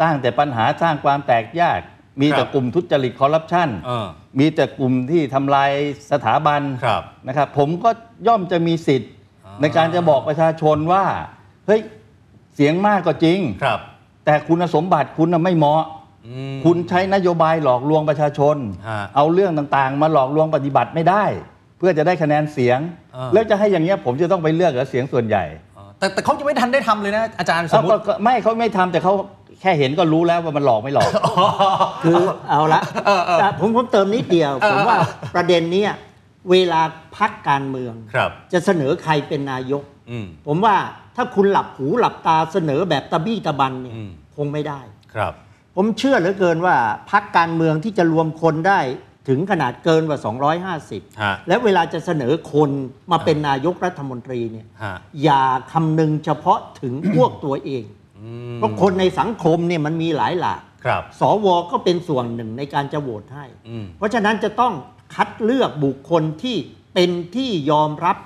Speaker 5: สร้างแต่ปัญหาสร้างความแตกแยกมีแต่
Speaker 2: ครับ
Speaker 5: กลุ่มทุจริตคอร์รัปชัน
Speaker 2: เออ
Speaker 5: มีแต่กลุ่มที่ทำลายสถาบัน
Speaker 2: ครับ
Speaker 5: นะครับ ผมก็ย่อมจะมีสิทธิ์
Speaker 2: อ่า
Speaker 5: ในการจะบอกประชาชนว่าเฮ้ยเสียงมากก็จริง
Speaker 2: ครับ
Speaker 5: แต่คุณสมบัติคุณน่ะไม่เหมาะ
Speaker 2: อืม
Speaker 5: คุณใช้นโยบายหลอกลวงประชาชน
Speaker 2: ฮะ
Speaker 5: เอาเรื่องต่างๆ มาหลอกลวงปฏิบัติไม่ได้ เพื่อจะได้คะแนนเสียง
Speaker 2: อ่า
Speaker 5: แล้วจะให้อย่างเงี้ยผมจะต้องไปเลือกเหรอเสียงส่วนใหญ่
Speaker 2: เออแต่แต่เขายังไม่ทันได้ทำเลยนะอาจารย์สมม
Speaker 5: เขาก็
Speaker 2: ติ
Speaker 5: ก็ไม่เขาไม่ทำแต่เขาแค่เห็นก็รู้แล้วว่ามันหลอกไม่หลอก
Speaker 3: คือเอาละแต่ผมผมเติมนิดเดียว ผมว่าประเด็นเนี้ยเวลาพักการเมือง
Speaker 2: ครับ
Speaker 3: จะเสนอใครเป็นนายก
Speaker 2: อืม
Speaker 3: ผมว่าถ้าคุณหลับหูหลับตาเสนอแบบตะบี้ตะบันเนี่ย
Speaker 2: อืม
Speaker 3: คงไม่ได้
Speaker 2: ครับ
Speaker 3: ผมเชื่อเหลือเกินว่าพักการเมืองที่จะรวมคนได้ถึงขนาดเกินกว่า
Speaker 2: ฮะ
Speaker 3: 250 และเวลาจะเสนอคนมาเป็นนายกรัฐมนตรีเนี่ย
Speaker 2: ฮะ
Speaker 3: อย่าคำนึงเฉพาะถึง พวกตัวเอง
Speaker 2: อืม
Speaker 3: เพราะคนในสังคมเนี่ยมันมีหลายหลาก
Speaker 2: ครับ
Speaker 3: สวก็เป็นส่วนหนึ่งในการจะโหวตให้
Speaker 2: อืม
Speaker 3: เพราะฉะนั้นจะต้องคัดเลือกบุคคลที่เป็นที่ยอมรับ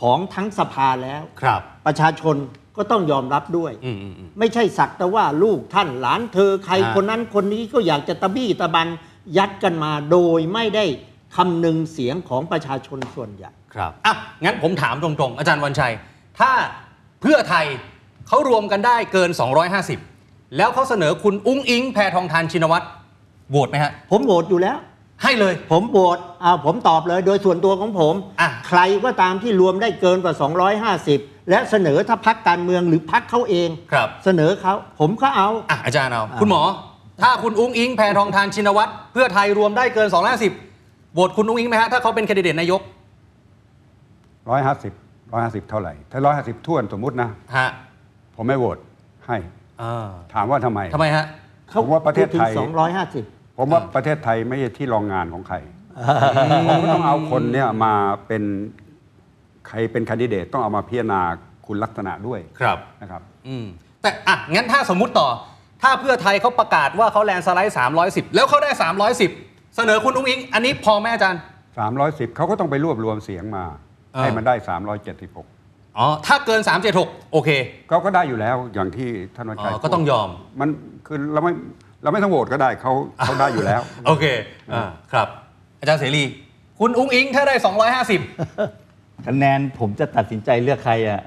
Speaker 3: ของทั้งสภาแล้ว
Speaker 2: ครับ
Speaker 3: ประชาชนก็ต้องยอมรับด้วย
Speaker 2: อืมอืมอืม
Speaker 3: ไม่ใช่สักแต่ว่าลูกท่านหลานเธอใคร
Speaker 2: ฮะ
Speaker 3: คนนั้นคนนี้ก็อยากจะตะบี้ตะบันยัดกันมาโดยไม่ได้คำนึงเสียงของประชาชนส่วนใหญ่
Speaker 2: ครับอ่ะงั้นผมถามตรงๆ อาจารย์วันชัย ถ้าเพื่อไทย เขารวมกันได้เกิน 250 แล้วเขาเสนอคุณอุ้งอิงแพทองทานชินวัตรโหวตไหมฮะ
Speaker 3: ผมโหวตอยู่แล้ว
Speaker 2: ให้เลย
Speaker 3: ผมโหวตอ่าผมตอบเลย โดยส่วนตัวของผม
Speaker 2: อ่ะ
Speaker 3: ใครก็ตามที่รวมได้เกินกว่า 250 และเสนอถ้าพักการเมืองหรือพักเขาเอง
Speaker 2: ครับ
Speaker 3: เสนอเขาผมก็เอา
Speaker 2: อ่ะอาจารย์เอา
Speaker 3: อ่า
Speaker 2: คุณหมอ ถ้าคุณอุ้งอิงแพทองทานชินวัตรเพื่อไทยรวมได้เกิน 250โหวตคุณอุ้งอิงไหมฮะถ้าเขาเป็นแคนดิเดตนายก
Speaker 4: ร้อยห้าสิบร้อยห้าสิบเท่าไหร่ ถ้าร้อยห้าสิบท่วนสมมุตินะ
Speaker 2: ฮะ
Speaker 4: ผมไม่โหวตให้
Speaker 2: อ่า
Speaker 4: ถามว่าทำไม
Speaker 2: ทำไมฮะ
Speaker 4: ผมว่าประเทศไทย
Speaker 3: พูดถึง250
Speaker 4: ผมว่าประเทศไทยไม่ใช่ที่รองงานของใครผมก็ต้องเอาคนเนี่ยมาเป็นใครเป็นแคนดิเดตต้องเอามาพิจารณาคุณลักษณะด้วย
Speaker 2: ครับ
Speaker 4: นะครับ
Speaker 2: อืมแต่อ่ะงั้นถ้าสมมุติต่อ ถ้าเพื่อไทยเขาประกาศว่าเขาแลนด์สไลด์ 310 แล้วเขาได้ 310 เสนอคุณอุ้งอิง อันนี้พอไหมอาจารย์
Speaker 4: 310 เขาก็ต้องไปรวบรวมเสียงมา
Speaker 2: เออ
Speaker 4: ให้มันได้ 376
Speaker 2: อ๋อ ถ้าเกิน 376 โอเค
Speaker 4: เขาก็ได้อยู่แล้วอย่างที่ท่านวัชชัย
Speaker 2: อ๋อ
Speaker 4: พูด
Speaker 2: ก็ต้องยอม
Speaker 4: มันคือเราไม่เราไม่ต้องโหวตก็ได้เขาเขาได้อยู่แล้ว
Speaker 2: โอเค อ่า ครับ อาจารย์เสรี คุณอุ้งอิงถ้าได้ 250
Speaker 5: คะแนนผมจะตัดสินใจเลือกใครอ่ะ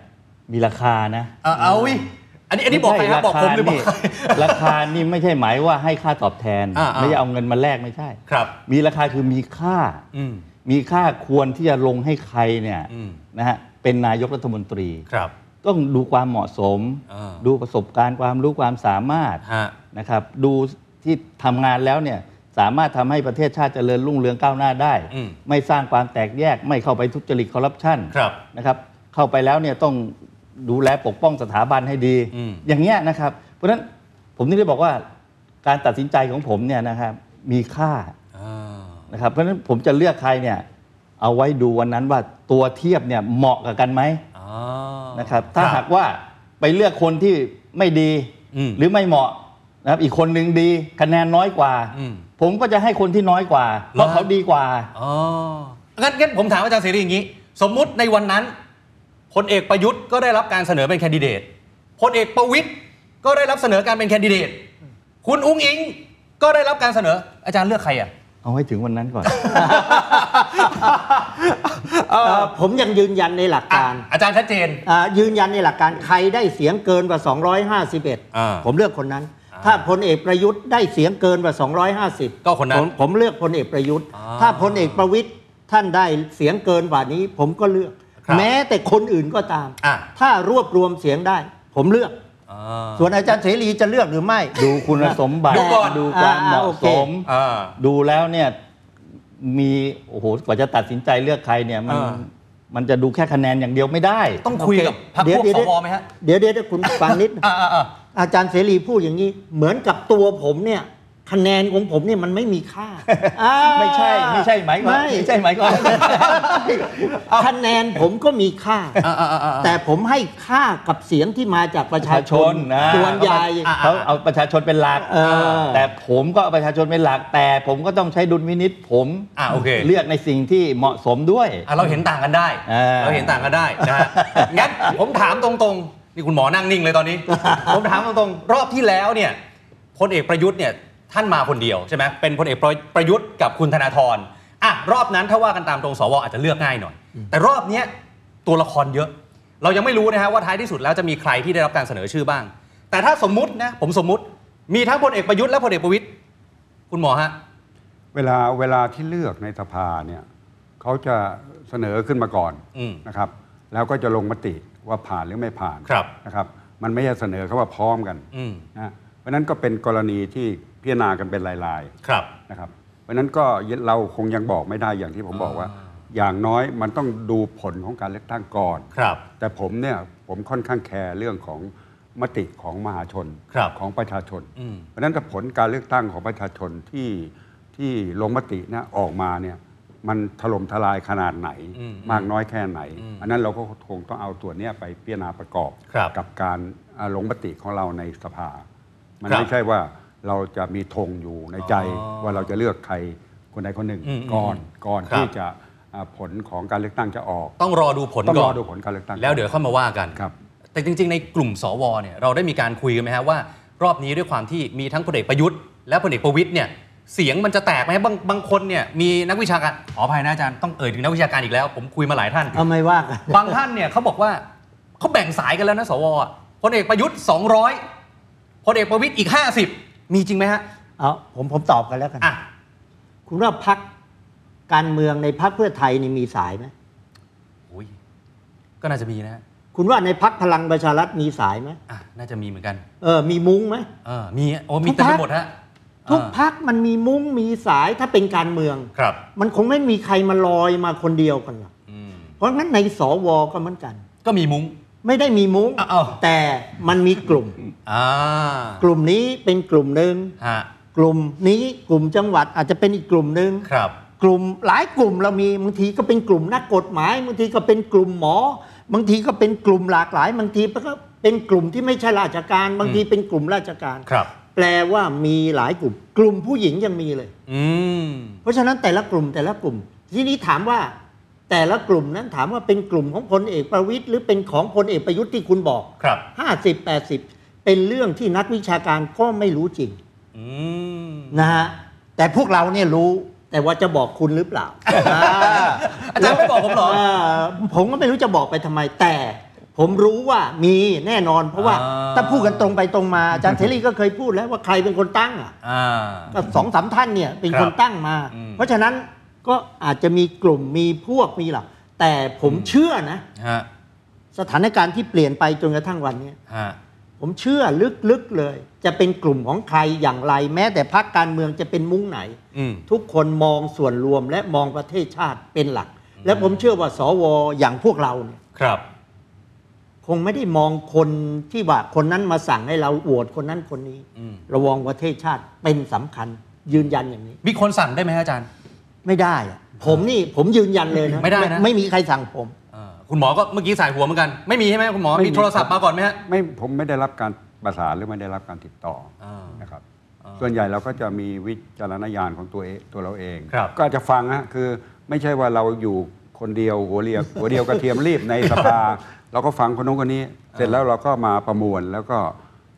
Speaker 5: มีราคานะ
Speaker 2: อ่ะเอาวิอันนี้อันนี้บอกใครครับบ
Speaker 5: ไใช่
Speaker 2: อกผมหรือบอก
Speaker 5: า
Speaker 2: ใคร
Speaker 5: คานี่ราคานี่ไม่ใช่หมายว่าให้ค่าตอบแทน
Speaker 2: อ่าๆ
Speaker 5: ไม่ใช่เอาเงินมาแลกไม่ใช่
Speaker 2: ครับ
Speaker 5: มีราคาคือมีค่า
Speaker 2: อืม
Speaker 5: มีค่าควรที่จะลงให้ใครเนี่ย
Speaker 2: อืม
Speaker 5: นะฮะเป็นนายกรัฐมนตรี
Speaker 2: ครับ
Speaker 5: ต้องดูความเหมาะสม
Speaker 2: อ่า
Speaker 5: ดูประสบการณ์ความรู้ความสามารถ
Speaker 2: ฮะ
Speaker 5: นะครับ ดูที่ทำงานแล้วเนี่ยสามารถทำให้ประเทศชาติเจริญรุ่งเรืองก้าวหน้าได้
Speaker 2: อืม
Speaker 5: ไม่สร้างความแตกแยก ไม่เข้าไปทุจริตคอร์รัปชัน
Speaker 2: ครับ
Speaker 5: นะครับเข้าไปแล้วเนี่ยต้องดูแลปกป้องสถาบันให้ดี
Speaker 2: อืม
Speaker 5: อย่างเงี้ยนะครับ เพราะฉะนั้นผมถึงได้บอกว่าการตัดสินใจของผมเนี่ยนะครับมีค่า
Speaker 2: อ่า
Speaker 5: นะครับเพราะฉะนั้นผมจะเลือกใครเนี่ยเอาไว้ดูวันนั้นว่าตัวเทียบเนี่ยเหมาะกับกันไหม
Speaker 2: อ๋อ
Speaker 5: นะครับถ้าหากว่าไปเลือกคนที่ไม่ดี
Speaker 2: อืม
Speaker 5: หรือไม่เหมาะนะครับอีกคนหนึ่งดีคะแนนน้อยกว่า
Speaker 2: อืม
Speaker 5: ผมก็จะให้คนที่น้อยกว่าเพราะ
Speaker 2: เหรอ
Speaker 5: เขาดีกว่า
Speaker 2: อ๋องั้นงั้นผมถามอาจารย์เสรีอย่างนี้ สมมุติในวันนั้นพลเอกประยุทธ์ก็ได้รับการเสนอเป็นแคนดิเดตพลเอกประวิตยก็ได้รับเสนอการเป็นแคนดิเดต คุณอุ้งอิงก็ได้รับการเสนออาจารย์เลือกใครอ่ะ
Speaker 5: เอาให้ถึงวันนั้น ก่อน
Speaker 3: เอ่อผมยังยืนยันในหลัก
Speaker 2: อ่ะ
Speaker 3: การ
Speaker 2: อาจารย์ชัดเจน
Speaker 3: อ่ายืนยันในหลักการใครได้เสียงเกินกว่า
Speaker 2: อ่า
Speaker 3: 251 ผมเลือกคนนั้น
Speaker 2: อ่า
Speaker 3: ถ้าพลเอกประยุทธ์ได้เสียงเกินกว่า 250
Speaker 2: ก็คนนั้น
Speaker 3: ผมผมเลือกพลเอกประยุทธ์
Speaker 2: อ่า
Speaker 3: ถ้าพลเอกประวิทย์ท่านได้เสียงเกินกว่านี้ ผมก็เลือก
Speaker 2: ครับ
Speaker 3: แม้แต่คนอื่นก็ตาม
Speaker 2: อ่ะ
Speaker 3: ถ้ารวบรวมเสียงได้ ผมเลือก
Speaker 2: อ่า
Speaker 3: ส่วนอาจารย์เสรีจะเลือกหรือไม่
Speaker 5: ดูคุณสมบัติ
Speaker 2: ดูก่อน
Speaker 5: ดูความเหมาะสม
Speaker 2: อ่า
Speaker 5: ดูแล้วเนี่ยมีโอ้โหกว่าจะตัดสินใจเลือกใครเนี่ยมัน
Speaker 2: อ่า
Speaker 5: มันจะดูแค่คะแนนอย่างเดียวไม่ได้
Speaker 2: ต้องคุยกับพรรค
Speaker 3: เดี๋ย
Speaker 2: พวก
Speaker 3: เดี๋ย
Speaker 2: ส
Speaker 3: เดี๋ยว
Speaker 2: ไหมฮะ
Speaker 3: เดี๋ยวเดี๋ยวเดี๋ยวคุณฟังนิด
Speaker 2: อ่าอ่าอ่า
Speaker 3: อาจารย์เสรีพูดอย่างนี้ เหมือนกับตัวผมเนี่ย คะแนนของผมเนี่ยมันไม่มีค่าอ่า
Speaker 5: ไม่ใช่ไม่ใช่ไหมก่อน
Speaker 3: ไม่
Speaker 5: ไม่ใช่ไหมก่อน
Speaker 3: คะแนนผมก็มีค่า
Speaker 2: อ่าอ่าอ่าอ่า
Speaker 3: แต่ผมให้ค่ากับเสียงที่มาจากประชาชน
Speaker 5: ประชาชนนะ
Speaker 3: ส่วนใหญ่
Speaker 2: อ่ะ
Speaker 5: เขาเอาประชาชนเป็นหลัก
Speaker 3: เออ
Speaker 5: แต่ผมก็เอาประชาชนเป็นหลักแต่ผมก็ต้องใช้ดุลวินิจผม
Speaker 2: อ่าโอเค
Speaker 5: เลือกในสิ่งที่เหมาะสมด้วย
Speaker 2: อ่ะเราเห็นต่างกันได้
Speaker 5: อ่า
Speaker 2: เราเห็นต่างกันได้นะฮ ะ งั้นผมถามตรงๆ นี่คุณหมอนั่งนิ่งเลยต อนนี้ ผมถามตรงๆ รอบที่แล้วเนี่ยพลเอกประยุทธ์เนี่ยท่านมาคนเดียวใช่ไหมเป็นพลเอกประยุทธ์กับคุณธนาธรอ่ะรอบนั้นถ้าว่ากันตามตรงสวอาจจะเลือกง่ายหน่อย แต่รอบเนี้ยตัวละครเยอะ เรายังไม่รู้นะฮะว่าท้ายที่สุดแล้วจะมีใครที่ได้รับการเสนอชื่อบ้าง แต่ถ้าสมมุตินะผมสมมุติมีทั้งพลเอกประยุทธ์และพลเอกประวิตยคุณหมอฮะ
Speaker 4: เวลาเวลาที่เลือกในสภาเนี่ยเขาจะเสนอขึ้นมาก่อน
Speaker 2: อืม
Speaker 4: นะครับ แล้วก็จะลงมติว่าผ่านหรือไม่ผ่าน
Speaker 2: ครับ
Speaker 4: นะครับ มันไม่ใช่เสนอเขาว่าพร้อมกัน
Speaker 2: อืม
Speaker 4: นะเพราะฉะนั้นก็เป็นกรณีที่พิจารณากันเป็นลายๆ
Speaker 2: ครับ
Speaker 4: นะครับเพราะฉะนั้นก็เราคงยังบอกไม่ได้อย่างที่ผมบอกว่า อย่างน้อยมันต้องดูผลของการเลือกตั้งก่อน
Speaker 2: ครับ
Speaker 4: แต่ผมเนี่ยผมค่อนข้างแคร์เรื่องของมติของมหาชน
Speaker 2: ครับ
Speaker 4: ของประชาชน
Speaker 2: อืม
Speaker 4: เพราะฉะนั้นถ้าผลการเลือกตั้งของประชาชนที่ที่ลงมติเนะออกมาเนี่ยมันถล่มทลายขนาดไหน มากน้อยแค่ไหน อันนั้นเราก็คงต้องเอาตัวเนี้ยไปพิจารณาประกอบ
Speaker 2: ครับ
Speaker 4: กับการอ่าลงมติของเราในสภา มัน
Speaker 2: ครับ
Speaker 4: ไม่ใช่ว่าเราจะมีธงอยู่ในใจ
Speaker 2: อ๋อ
Speaker 4: ว่าเราจะเลือกใครคนใดคนหนึ่ง
Speaker 2: อืม
Speaker 4: ก่อนก่อน
Speaker 2: ครับ
Speaker 4: ที่จะอ่าผลของการเลือกตั้งจะออก
Speaker 2: ต้องรอดูผล
Speaker 4: ต้อง
Speaker 2: ก่
Speaker 4: ร
Speaker 2: อ
Speaker 4: อน ดูผลการเลือกตั้ง
Speaker 2: แล้วเดี๋ยวค่อยมาว่ากัน
Speaker 4: ครับ
Speaker 2: แต่จริง ๆ ในกลุ่มสวเนี่ยเราได้มีการคุยกันไหมฮะว่า รอบนี้ด้วยความที่มีทั้งพลเอกประยุทธ์และพลเอกประวิตยเนี่ยเสียงมันจะแตกไหมบางบางคนเนี่ยมีนักวิชาการขออภัยนะอาจารย์ต้องเอ่ยถึงนักวิชาการอีกแล้ว ผมคุยมาหลายท่าน
Speaker 3: เอาไม่ว่ากัน
Speaker 2: บางท่านเนี่ยเขาบอกว่าเขาแบ่งสายกันแล้วนะสวอะ พลเอกประยุทธ์ 200พลเอกประวิตยอีก 50 มีจริงไหมฮะ
Speaker 3: เอาผมผมตอบกันแล้วกัน
Speaker 2: อ่ะ
Speaker 3: คุณว่าพักการเมืองในพักเพื่อไทยนี่มีสายไหม
Speaker 2: อุ้ยก็น่าจะมีนะฮะ
Speaker 3: คุณว่าในพักพลังประชารัฐมีสายไหม
Speaker 2: อ่ะน่าจะมีเหมือนกัน
Speaker 3: เออมีมุ้งไหม
Speaker 2: เออมีโอ้
Speaker 3: ทุ
Speaker 2: มี
Speaker 3: ก
Speaker 2: เต็ม
Speaker 3: พร
Speaker 2: ไป
Speaker 3: รค
Speaker 2: หมดฮะ
Speaker 3: ทุก
Speaker 2: อ่า
Speaker 3: พักมันมีมุ้งมีสายถ้าเป็นการเมือง
Speaker 2: ครับ
Speaker 3: มันคงไม่มีใครมาลอยมาคนเดียวกันหรอก
Speaker 2: อืม
Speaker 3: เพราะงั้นในสวก็เหมือนกัน
Speaker 2: ก็มีมุ้ง
Speaker 3: ไม่ได้มีมุ้ง
Speaker 2: อ้าว
Speaker 3: แต่มันมีกลุ่ม
Speaker 2: อ่าก
Speaker 3: ลุ่มนี้เป็นกลุ่มหนึ่ง
Speaker 2: ฮะ
Speaker 3: กลุ่มนี้กลุ่มจังหวัดอาจจะเป็นอีกกลุ่มหนึ่ง
Speaker 2: ครับ
Speaker 3: กลุ่มหลายกลุ่มเรามีบางทีก็เป็นกลุ่มนักกฎหมายบางทีก็เป็นกลุ่มหมอ บางทีก็เป็นกลุ่มหลากหลายบางทีก็เป็นกลุ่มที่ไม่ใช่ราชการ บางทีเป็นกลุ่มราชการ
Speaker 2: ครับ
Speaker 3: แปลว่ามีหลายกลุ่ม กลุ่มผู้หญิงยังมีเลย
Speaker 2: อืม
Speaker 3: เพราะฉะนั้นแต่ละกลุ่มแต่ละกลุ่ม ทีนี้ถามว่า แต่ละกลุ่มนั้นถามว่าเป็นกลุ่มของพลเอกประวิตยหรือเป็นของพลเอกประยุทธ์ที่คุณบอก
Speaker 2: ครับ
Speaker 3: 50 80 เป็นเรื่องที่นักวิชาการก็ไม่รู้จริง
Speaker 2: อืม
Speaker 3: นะฮะแต่พวกเราเนี่ยรู้แต่ว่าจะบอกคุณหรือเปล่า อ่า
Speaker 2: อาจารย์ไม่บอกผมเหรอ
Speaker 3: อ่าผมก็ไม่รู้จะบอกไปทำไมแต่ ผมรู้ว่ามีแน่นอน เพราะว่า
Speaker 2: อ่า
Speaker 3: ถ้าพูดกันตรงไปตรงมาอาจารย์เทลลี่ก็เคยพูดแล้วว่าใครเป็นคนตั้งอ่ะ
Speaker 2: อ่า
Speaker 3: ก็สองสามท่านเนี่ยเป็น
Speaker 2: ครับ
Speaker 3: คนตั้งมา
Speaker 2: อืม
Speaker 3: เพราะฉะนั้นก็อาจจะมีกลุ่มมีพวกมีเหล่าแต่ผมเชื่อนะ
Speaker 2: ฮะ
Speaker 3: สถานการณ์ที่เปลี่ยนไปจนกระทั่งวันเนี้ย
Speaker 2: ฮะ
Speaker 3: ผมเชื่อลึกๆเลย จะเป็นกลุ่มของใครอย่างไร แม้แต่พรรคการเมืองจะเป็นมุ้งไหน
Speaker 2: อืม
Speaker 3: ทุกคนมองส่วนรวมและมองประเทศชาติเป็นหลัก และผมเชื่อว่าสวอย่างพวกเราเนี่ย
Speaker 2: ครับ
Speaker 3: คงไม่ได้มองคนที่ว่าคนนั้นมาสั่งให้เราโหวตคนนั้นคนนี้
Speaker 2: อืม
Speaker 3: ระวังประเทศชาติเป็นสำคัญยืนยันอย่างนี้
Speaker 2: มีคนสั่งได้ไหมฮะอาจารย์
Speaker 3: ไม่ได้อะผมนี่ผมยืนยันเลยนะ
Speaker 2: ไม่ได้นะ
Speaker 3: ไม่มีใครสั่งผม
Speaker 2: อ่าคุณหมอก็เมื่อกี้สายหัวเหมือนกัน ไม่มีใช่ไหมคุณหมอ
Speaker 4: ไม่มี
Speaker 2: มีโทรศัพท์มาก่อนไหมฮะ
Speaker 4: ไม่ผมไม่ได้รับการประสานหรือไม่ได้รับการติดต่อ
Speaker 2: อ่าน
Speaker 4: นะครับ
Speaker 2: อ่า
Speaker 4: ส่วนใหญ่เราก็จะมีวิจารณญาณของตัวเองตัวเราเอง
Speaker 2: ครับ
Speaker 4: ก็อาจจะฟังนะคือไม่ใช่ว่าเราอยู่คนเดียวหัวเรียว หัวเดียวกระเทียมรีบในส ภาเราก็ฟังคนนู้นคนนี้ เสร็จแล้วเราก็มาประมวลแล้วก็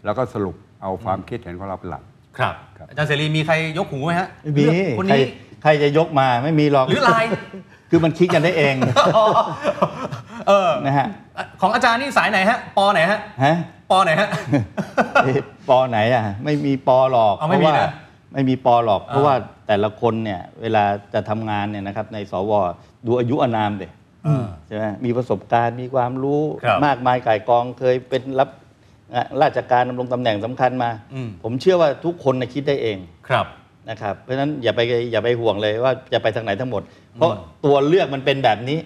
Speaker 4: แล้วก็สรุปเอาความคิดเห็นของเราเป็นหลัก
Speaker 2: ครับ
Speaker 4: ครับ
Speaker 2: อาจารย์เสรีมีใครยกหูไหมฮะ
Speaker 5: ไม่มี
Speaker 2: เลือกคน
Speaker 5: ใคร
Speaker 2: นี้
Speaker 5: ใครจะยกมาไม่มีหรอก
Speaker 2: หรือไลน์
Speaker 5: คือมันคิดกันได้เอง
Speaker 2: อ๋อเออ
Speaker 5: นะฮะ
Speaker 2: ของอาจารย์นี่สายไหนฮะ ปอไหนฮะ
Speaker 5: ฮะ
Speaker 2: ปอไหนฮะ
Speaker 5: เอ๊ะปอไหนอ่ะไม่มีปอหรอก
Speaker 2: เอาไม่มี
Speaker 5: ว่า
Speaker 2: นะ
Speaker 5: ไม่มีปอหรอก เพราะ
Speaker 2: อ่า
Speaker 5: ว่าแต่ละคนเนี่ยเวลาจะทำงานเนี่ยนะครับในสวดูอายุอานามเด็
Speaker 2: อ่า
Speaker 5: ใช่ไหมมีประสบการณ์มีความรู้
Speaker 2: ครับ
Speaker 5: มากมายก่ายกองเคยเป็นรับอ่ะราชการดำรงตำแหน่งสำคัญมา
Speaker 2: อืม
Speaker 5: ผมเชื่อว่าทุกคนนะคิดได้เอง
Speaker 2: ครับ
Speaker 5: นะครับเพราะฉะนั้นอย่าไปอย่าไปห่วงเลยว่าจะไปทางไหนทั้งหมด เพราะตัวเลือกมันเป็นแบบนี้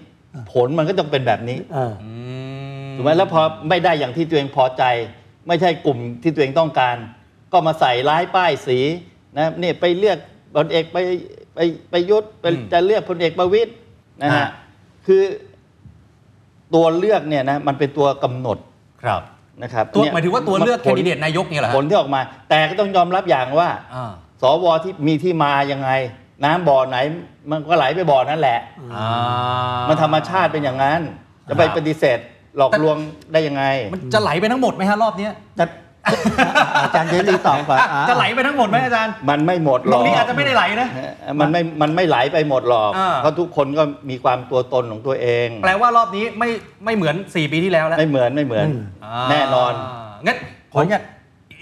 Speaker 5: ผลมันก็ต้องเป็นแบบนี้
Speaker 3: เออ
Speaker 2: อื
Speaker 5: ถูกไหมแล้วพอไม่ได้อย่างที่ตัวเองพอใจ ไม่ใช่กลุ่มที่ตัวเองต้องการ ก็มาใส่ร้ายป้ายสีนะเนี่ยไปเลือกพลเอกไปไปไปยุทธไปจะเลือกพลเอกประวิตยนะฮะคือตัวเลือกเนี่ยนะมันเป็นตัวกำหนด
Speaker 2: ครับ
Speaker 5: นะครับ
Speaker 2: ตัว
Speaker 5: เนี่
Speaker 2: หมายถึงว่าตัวเลือก
Speaker 5: ผ
Speaker 2: แคนดิเดตนายกเนี่ยเหรอฮะ
Speaker 5: ผลที่ออกมา แต่ก็ต้องยอมรับอย่างว่า
Speaker 2: อ่า
Speaker 5: สวที่มีที่มายังไง น้ำบ่อไหน มันก็ไหลไปบ่อนั่นแหละ
Speaker 2: อ่า
Speaker 5: มันธรรมชาติเป็นอย่างนั้น จะไป
Speaker 2: ครับ
Speaker 5: ปฏิเสธหลอกลวงได้ยังไง
Speaker 2: มันจะไหลไปทั้งหมดไหมฮะรอบเนี้ย
Speaker 3: แต่อาจารย์เดลี่ตอบก่อน
Speaker 2: อ่ะ
Speaker 3: อ่
Speaker 2: จะไหลไปทั้งหมดไหมอาจารย์
Speaker 5: มันไม่หมดห
Speaker 2: ต
Speaker 5: ร
Speaker 2: ร
Speaker 5: อก
Speaker 2: งนี้อาจจะไม่ได้ไหลนะ
Speaker 5: เออมันไม่ มันไม่ไหลไปหมดหรอก
Speaker 2: อ่า
Speaker 5: เพราะทุกคนก็มีความตัวตนของตัวเอง
Speaker 2: แปลว่ารอบนี้ไม่ไม่เหมือน 4 ปีที่แล้วแล้ว
Speaker 5: ไม่เหมือนไม่เหมือน
Speaker 2: อ่า
Speaker 5: แน่นอน
Speaker 2: งั้นขออนุญาต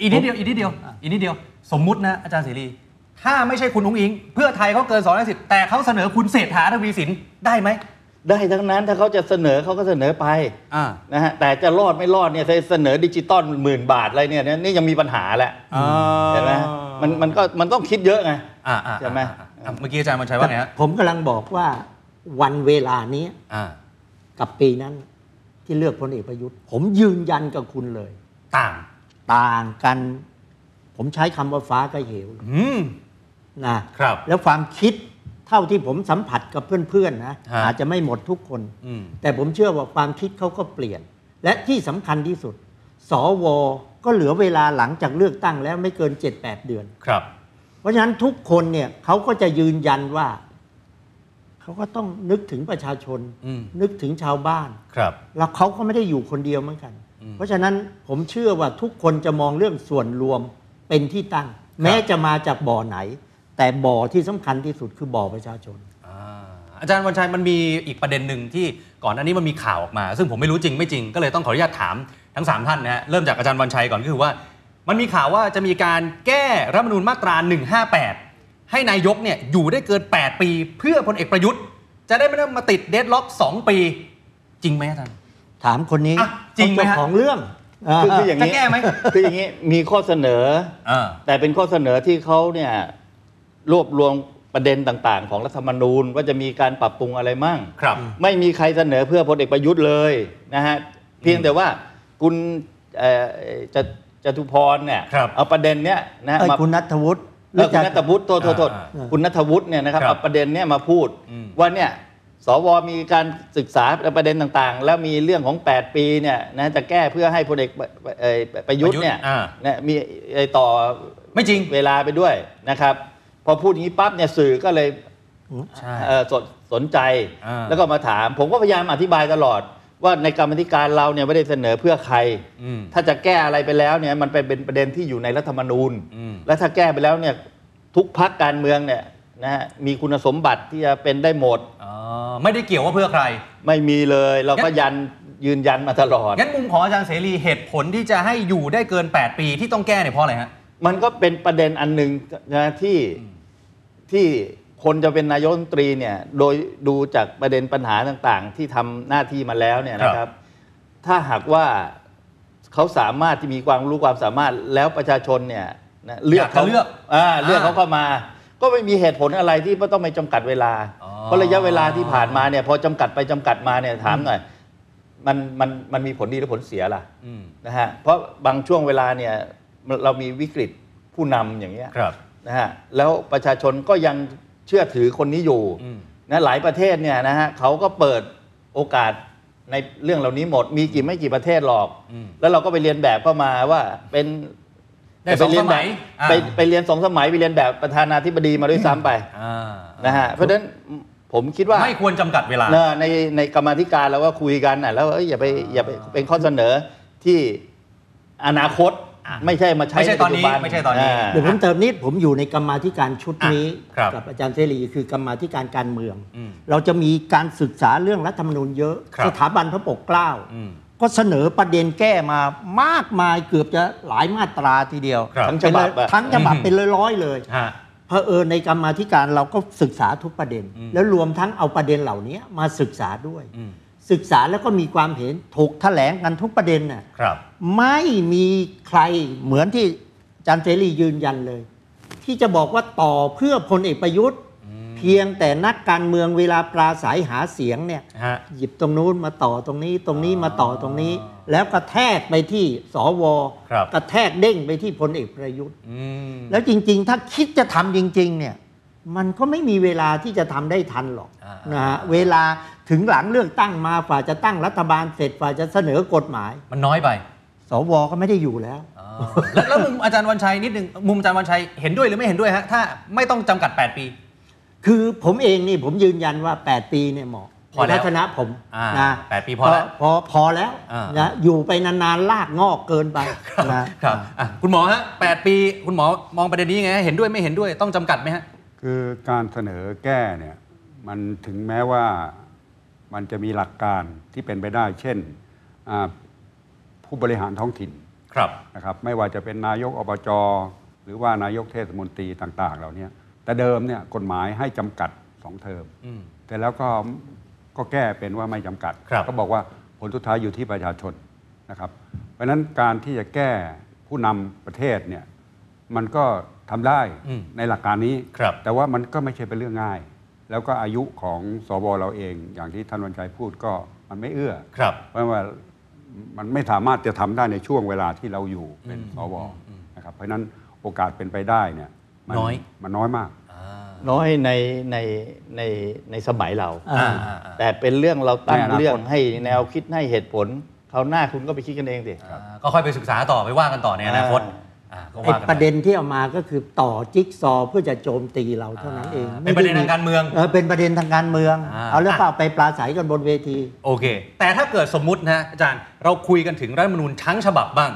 Speaker 2: อีกนิดเดียวอีกนิดเดียวอีกนิดเดียว สมมุตินะอาจารย์เสรี ถ้าไม่ใช่คุณอุ้งอิง เพื่อไทยเขาเกิน2 5 0แต่เขาเสนอคุณเศรษฐาทวีสินได้ไหม
Speaker 5: ได้ทั้งนั้นถ้าเขาจะเสนอเขาก็เสนอไป
Speaker 2: อ่า
Speaker 5: นะฮะ แต่จะรอดไม่รอดเนี่ยถ้าเสนอดิจิตอลหมื่นบาทอะไรเนี่ยเนี่ยนี่ยังมีปัญหาแหละ
Speaker 2: อ่า
Speaker 5: เห็นไหมมันมันก็มันต้องคิดเยอะไง
Speaker 2: อ่าอ่า
Speaker 5: ใช่ไหม
Speaker 2: อ่าอ่าเมื่อกี้อาจารย์มันชัยว่าไงฮะ
Speaker 3: ผมกำลังบอกว่าวันเวลานี้
Speaker 2: อ่า
Speaker 3: กับปีนั้น ที่เลือกพลเอกประยุทธ์ ผมยืนยันกับคุณเลย
Speaker 2: ต่าง
Speaker 3: ต่างกัน ผมใช้คำว่าฟ้ากับเหว
Speaker 2: อืม
Speaker 3: นะครับ แล้วความคิดเท่าที่ผมสัมผัสกับเพื่อนๆนะ
Speaker 2: ฮะ
Speaker 3: อาจจะไม่หมดทุกคน
Speaker 2: อืม
Speaker 3: แต่ผมเชื่อว่าความคิดเขาก็เปลี่ยน และที่สำคัญที่สุด สว ก็เหลือเวลาหลังจากเลือกตั้งแล้วไม่เกิน 7-8 เดือน
Speaker 2: ครับ
Speaker 3: เพราะฉะนั้นทุกคนเนี่ยเขาก็จะยืนยันว่า เขาก็ต้องนึกถึงประชาชน
Speaker 2: อืม
Speaker 3: นึกถึงชาวบ้าน
Speaker 2: ครับ
Speaker 3: แล้วเขาก็ไม่ได้อยู่คนเดียวเหมือนกัน
Speaker 2: อืม
Speaker 3: เพราะฉะนั้นผมเชื่อว่าทุกคนจะมองเรื่องส่วนรวมเป็นที่ตั้ง แม้จะมาจากบ่อไหน แต่บ่อที่สำคัญที่สุดคือบ่อประชาชน
Speaker 2: อ่า อาจารย์วันชัยมันมีอีกประเด็นหนึ่งที่ก่อนหน้านี้มันมีข่าวออกมา ซึ่งผมไม่รู้จริงไม่จริงก็เลยต้องขออนุญาตถามทั้ง 3 ท่านนะฮะเริ่มจากอาจารย์วันชัยก่อนก็คือว่า มันมีข่าวว่าจะมีการแก้รัฐธรรมนูญมาตรา 158 ให้นายกเนี่ยอยู่ได้เกิน 8 ปี เพื่อพลเอกประยุทธ์ จะได้ไม่ต้องมาติดเดดล็อก 2 ปี จริงไหมอาจารย์
Speaker 3: ถามคนนี้
Speaker 2: อ่ะจริงไหมฮะ
Speaker 3: เจ้าของเรื่องา
Speaker 5: คือคืออย่างนี้
Speaker 2: จะแก้ไหม
Speaker 5: คืออย่างนี้มีข้อเสนอ
Speaker 2: อ่า
Speaker 5: แต่เป็นข้อเสนอที่เขาเนี่ยรวบรวมประเด็นต่างๆ ของรัฐธรรมนูญว่าจะมีการปรับปรุงอะไรมั่ง
Speaker 2: ครับ
Speaker 5: ไม่มีใครเสนอเพื่อพลเอกประยุทธ์เลยนะฮะเพียงแต่ว่าคุณเอ่อจตจตุพรเนี่ย
Speaker 2: ครับ
Speaker 5: เอาประเด็นเนี้ยนะฮะ
Speaker 3: เอ้ย
Speaker 5: มา
Speaker 3: คุณนัทวุฒิ
Speaker 5: เอ่อคุณนั
Speaker 3: ก
Speaker 5: ทวุฒิโทษโทษโทษ
Speaker 2: อ่า
Speaker 5: คุณนัทวุฒิเนี่ยนะครับ
Speaker 2: ครับ
Speaker 5: เอาประเด็นเนี้ยมาพูด
Speaker 2: อืม
Speaker 5: ว่าเนี่ยสวมีการศึกษาประเด็นต่างๆ แล้วมีเรื่องของ 8 ปีเนี่ยนะจะแก้เพื่อให้พลเอกประเอ่อประยุทธ์เนี่ย
Speaker 2: อ่า
Speaker 5: เนี่ยมีไอ้ต่อ
Speaker 2: ไม่จริง
Speaker 5: เวลาไปด้วยนะครับ พอพูดอย่างนี้ปั๊บเนี่ยสื่อก็เลย
Speaker 2: ใช่
Speaker 5: เอ่อสนสนใจ
Speaker 2: อ่า
Speaker 5: แล้วก็มาถาม ผมก็พยายามอธิบายตลอด ว่าในกรรมธิการเราเนี่ยไม่ได้เสนอเพื่อใคร
Speaker 2: อืม
Speaker 5: ถ้าจะแก้อะไรไปแล้วเนี่ยมันเป็นเป็นประเด็นที่อยู่ในรัฐธรรมนูญ
Speaker 2: อืม
Speaker 5: และถ้าแก้ไปแล้วเนี่ยทุกพักการเมืองเนี่ยนะฮะมีคุณสมบัติที่จะเป็นได้หมด
Speaker 2: อ๋อไม่ได้เกี่ยวว่าเพื่อใคร
Speaker 5: ไม่มีเลยเราก็
Speaker 2: งั้น
Speaker 5: ยันยืนยันมาตลอด
Speaker 2: งั้นมุมของอาจารย์เสรีเหตุผลที่จะให้อยู่ได้เกิน 8 ปีที่ต้องแก้เนี่ยเพราะอะไรฮะ
Speaker 5: มันก็เป็นประเด็นอันหนึ่งนะที่ที่คนจะเป็นนายกรัฐมนตรีเนี่ยโดยดูจากประเด็นปัญหาต่างๆ ที่ทำหน้าที่มาแล้วเนี่ยนะค
Speaker 2: ครั
Speaker 5: รับ
Speaker 2: บ
Speaker 5: ถ้าหากว่าเขาสามารถที่มีความรู้ความสามารถแล้วประชาชนเนี่ยนะเลือกเขา
Speaker 2: อยากจะเลือก
Speaker 5: อ่าเลือก
Speaker 2: อ่า
Speaker 5: เขาเข้ามา ก็ไม่มีเหตุผลอะไรที่ไม่ต้องไปจำกัดเวลา
Speaker 2: อ๋อ
Speaker 5: เพราะระยะเวลาที่ผ่านมาเนี่ยพอจำกัดไปจำกัดมาเนี่ยถามหน่อยมันมันมันมีผลดีหรือผลเสียล่ะ
Speaker 2: อืม
Speaker 5: นะฮะเพราะบางช่วงเวลาเนี่ยเรามีวิกฤตผู้นำอย่างเงี้ย
Speaker 2: ครับ
Speaker 5: นะฮะแล้วประชาชนก็ยังเชื่อถือคนนี้อยู่
Speaker 2: อืม
Speaker 5: นะหลายประเทศเนี่ยนะฮะเขาก็เปิดโอกาสในเรื่องเหล่านี้หมด มีกี่ไม่กี่ประเทศหรอก
Speaker 2: อืม
Speaker 5: แล้วเราก็ไปเรียนแบบเข้ามาว่าเป็น
Speaker 2: ได้สองสมัยอ่า
Speaker 5: ไปไปเรียนสองสมัยไปเรียนแบบประธานาธิบดีมาด้วยซ้ำไป
Speaker 2: อ่า
Speaker 5: นะฮะเพราะฉะนั้นผมคิดว่า
Speaker 2: ไม่ควรจำกัดเวลา
Speaker 5: เนอะในในกรรมาธิการเราก็คุยกันนะแล้วเอ้ยอย่าไปอย่าไปเป็นข้อเสนอที่อนาคต
Speaker 2: อ่ะ
Speaker 5: ไม่ใช่มาใช้
Speaker 2: ไม่ใช่ตอนนี้
Speaker 5: ปัจจุบั
Speaker 2: ไม่ใช่ตอนนี้
Speaker 5: า
Speaker 3: เดี๋ยวผมเติมนิดผมอยู่ในกรรมาธิการชุดนี้
Speaker 2: อ่ะครับ
Speaker 3: กับอาจารย์เสรีคือกรรมาธิการการเมือง
Speaker 2: อืม
Speaker 3: เราจะมีการศึกษาเรื่องรัฐธรรมนูญเยอะ
Speaker 2: ครับ
Speaker 3: สถาบันพระปกเกล้า
Speaker 2: อืม
Speaker 3: ก็เสนอประเด็นแก้มามากมายเกือบจะหลายมาตราทีเดียว
Speaker 2: ครับ
Speaker 5: ทั้งฉบับ
Speaker 3: เป็นเลย
Speaker 5: อะ
Speaker 3: ทั้งฉบับเป็นร้อยๆเลย
Speaker 2: ฮะ
Speaker 3: เพอเอิญในกรรมาธิการเราก็ศึกษาทุกประเด็น
Speaker 2: อืม
Speaker 3: แล้วรวมทั้งเอาประเด็นเหล่านี้มาศึกษาด้วย
Speaker 2: อืม
Speaker 3: ศึกษาแล้วก็มีความเห็นถกแถลงกันทุกประเด็นน่ะ
Speaker 2: ครับ
Speaker 3: ไม่มีใครเหมือนที่อาจารย์เสรียืนยันเลย ที่จะบอกว่าต่อเพื่อพลเอกประยุทธ์ เพียงแต่นักการเมืองเวลาปราศัยหาเสียงเนี่ย
Speaker 2: ฮะ
Speaker 3: หยิบตรงนู้นมาต่อตรงนี้ตรงนี้มาต่อตรงนี้ แล้วกระแทกไปที่สว
Speaker 2: ครับ
Speaker 3: กระแทกเด้งไปที่พลเอกประยุทธ์
Speaker 2: อืม
Speaker 3: แล้วจริง ๆ ถ้าคิดจะทำจริง ๆ เนี่ย มันก็ไม่มีเวลาที่จะทำได้ทันหรอก
Speaker 2: อ่าน
Speaker 3: นะฮะเวลาถึงหลังเลือกตั้งมาฝ่าจะตั้งรัฐบาลเสร็จฝ่าจะเสนอกฎหมาย
Speaker 2: มันน้อยไป
Speaker 3: สวก็ไม่ได้อยู่แล้ว
Speaker 2: อ๋อแล้วแล้วมุมอาจารย์วันชัยนิดนึงมุมอาจารย์วันชัยเห็นด้วยหรือไม่เห็นด้วยฮะถ้าไม่ต้องจำกัด 8 ปี
Speaker 3: คือผมเองนี่ผมยืนยันว่า 8 ปีเนี่ยเหมาะ
Speaker 2: พอแล้ว
Speaker 3: ในทัศนะผม
Speaker 2: อ่า
Speaker 3: นะ
Speaker 2: แปดปีพอแล้ว
Speaker 3: พอพอแล้ว
Speaker 2: อ่าน
Speaker 3: นะอยู่ไปนานๆลากงอกเกินไปนะครับ
Speaker 2: อ่ะคุณหมอฮะ 8 ปี คุณหมอมองประเด็นนี้ยังไงฮะเห็นด้วยไม่เห็นด้วยต้องจำกัดไหมฮะ
Speaker 4: คือการเสนอแก้เนี่ยมันถึงแม้ว่ามันจะมีหลักการที่เป็นไปได้ เช่นอ่าผู้บริหารท้องถิ่น
Speaker 2: ครับ
Speaker 4: นะครับไม่ว่าจะเป็นนายกอบจหรือว่านายกเทศมนตรีต่าง ๆ เหล่าเนี้ยแต่เดิมเนี่ยกฎหมายให้จำกัดสองเทอม
Speaker 2: อืม
Speaker 4: แต่แล้วก็ก็แก้เป็นว่าไม่จำกัด
Speaker 2: ครับ
Speaker 4: ก็บอกว่าผลสุดท้ายอยู่ที่ประชาชนนะครับ เพราะฉะนั้นการที่จะแก้ผู้นำประเทศเนี่ยมันก็ทำได้
Speaker 2: อืม
Speaker 4: ในหลักการนี้
Speaker 2: ครับ
Speaker 4: แต่ว่ามันก็ไม่ใช่เป็นเรื่องง่าย แล้วก็อายุของสวเราเอง อย่างที่ท่านวันชัยพูดก็มันไม่เอื้อ
Speaker 2: ครับ
Speaker 4: เพราะว่ามันไม่สามารถจะทำได้ในช่วงเวลาที่เราอยู่เป็นสวนะครับ เพราะฉะนั้นโอกาสเป็นไปได้เนี่ยมั
Speaker 2: น้อย
Speaker 4: มันน้อยมาก
Speaker 2: อ่า
Speaker 5: น้อยในในในในสมัยเรา
Speaker 2: อ่า
Speaker 3: อ่า
Speaker 2: อ่าอ่า
Speaker 5: แต่เป็นเรื่องเราตั้ง
Speaker 4: ในอนาคต
Speaker 5: เรื่องให้แนวคิดให้เหตุผลคราวหน้าคุณก็ไปคิดกันเองสิ
Speaker 2: ก็ค่อยไปศึกษาต่อไปว่ากันต่อในอนาคตอ่าก็
Speaker 3: ไอ้
Speaker 2: ว่ากัน
Speaker 3: ป
Speaker 2: ไประ
Speaker 3: เด็นที่เอามาก็คือต่อจิ๊กซอว์เพื่อจะโจมตีเราเท่านั้นเอง
Speaker 2: าเป็
Speaker 3: ไม่
Speaker 2: น
Speaker 3: ไ
Speaker 2: ประเด็นทางการเมือง
Speaker 3: เออเป็นประเด็นทางการเมือง
Speaker 2: อ่า
Speaker 3: เอาแล้วเปล่าไปปราศัยกันบนเวที
Speaker 2: โอเค แต่ถ้าเกิดสมมุตินะอาจารย์ เราคุยกันถึงรัฐธรรมนูญทั้งฉบับบ้าง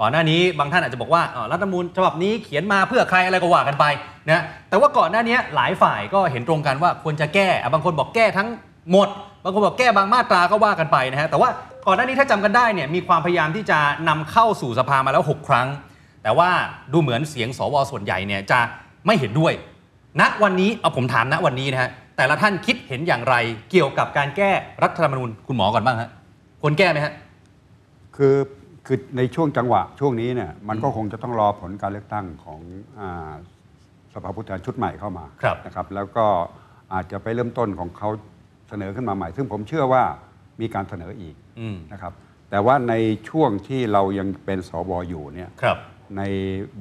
Speaker 2: ก่อนหน้านี้บางท่านอาจจะบอกว่าเอ่อรัฐธรรมนูญฉบับนี้เขียนมาเพื่อใครอะไรก็ว่ากันไปนะแต่ว่าก่อนหน้านี้หลายฝ่ายก็เห็นตรงกันว่าควรจะแก้อ่ะบางคนบอกแก้ทั้งหมด บางคนบอกแก้บางมาตราก็ว่ากันไปนะฮะแต่ว่าก่อนหน้านี้ถ้าจำกันได้เนี่ยมีความพยายามที่จะนำเข้าสู่สภามาแล้ว 6 ครั้ง แต่ว่าดูเหมือนเสียงสวส่วนใหญ่เนี่ยจะไม่เห็นด้วย ณวันนี้เอาผมถามณวันนี้นะฮะแต่ละท่านคิดเห็นอย่างไรเกี่ยวกับการแก้รัฐธรรมนูญคุณหมอก่อนบ้างฮะควรแก้ไหมฮะ
Speaker 4: คือคือในช่วงจังหวะช่วงนี้เนี่ยมันก็คงจะต้องรอผลการเลือกตั้งของอาสภาผู้แทนชุดใหม่เข้ามา
Speaker 2: ครับ
Speaker 4: นะครับ แล้วก็อาจจะไปเริ่มต้นของเขาเสนอขึ้นมาใหม่ ซึ่งผมเชื่อว่ามีการเสนออีก
Speaker 2: อืม
Speaker 4: นะครับ แต่ว่าในช่วงที่เรายังเป็นสวอยู่เนี่ย
Speaker 2: ครับ
Speaker 4: ใน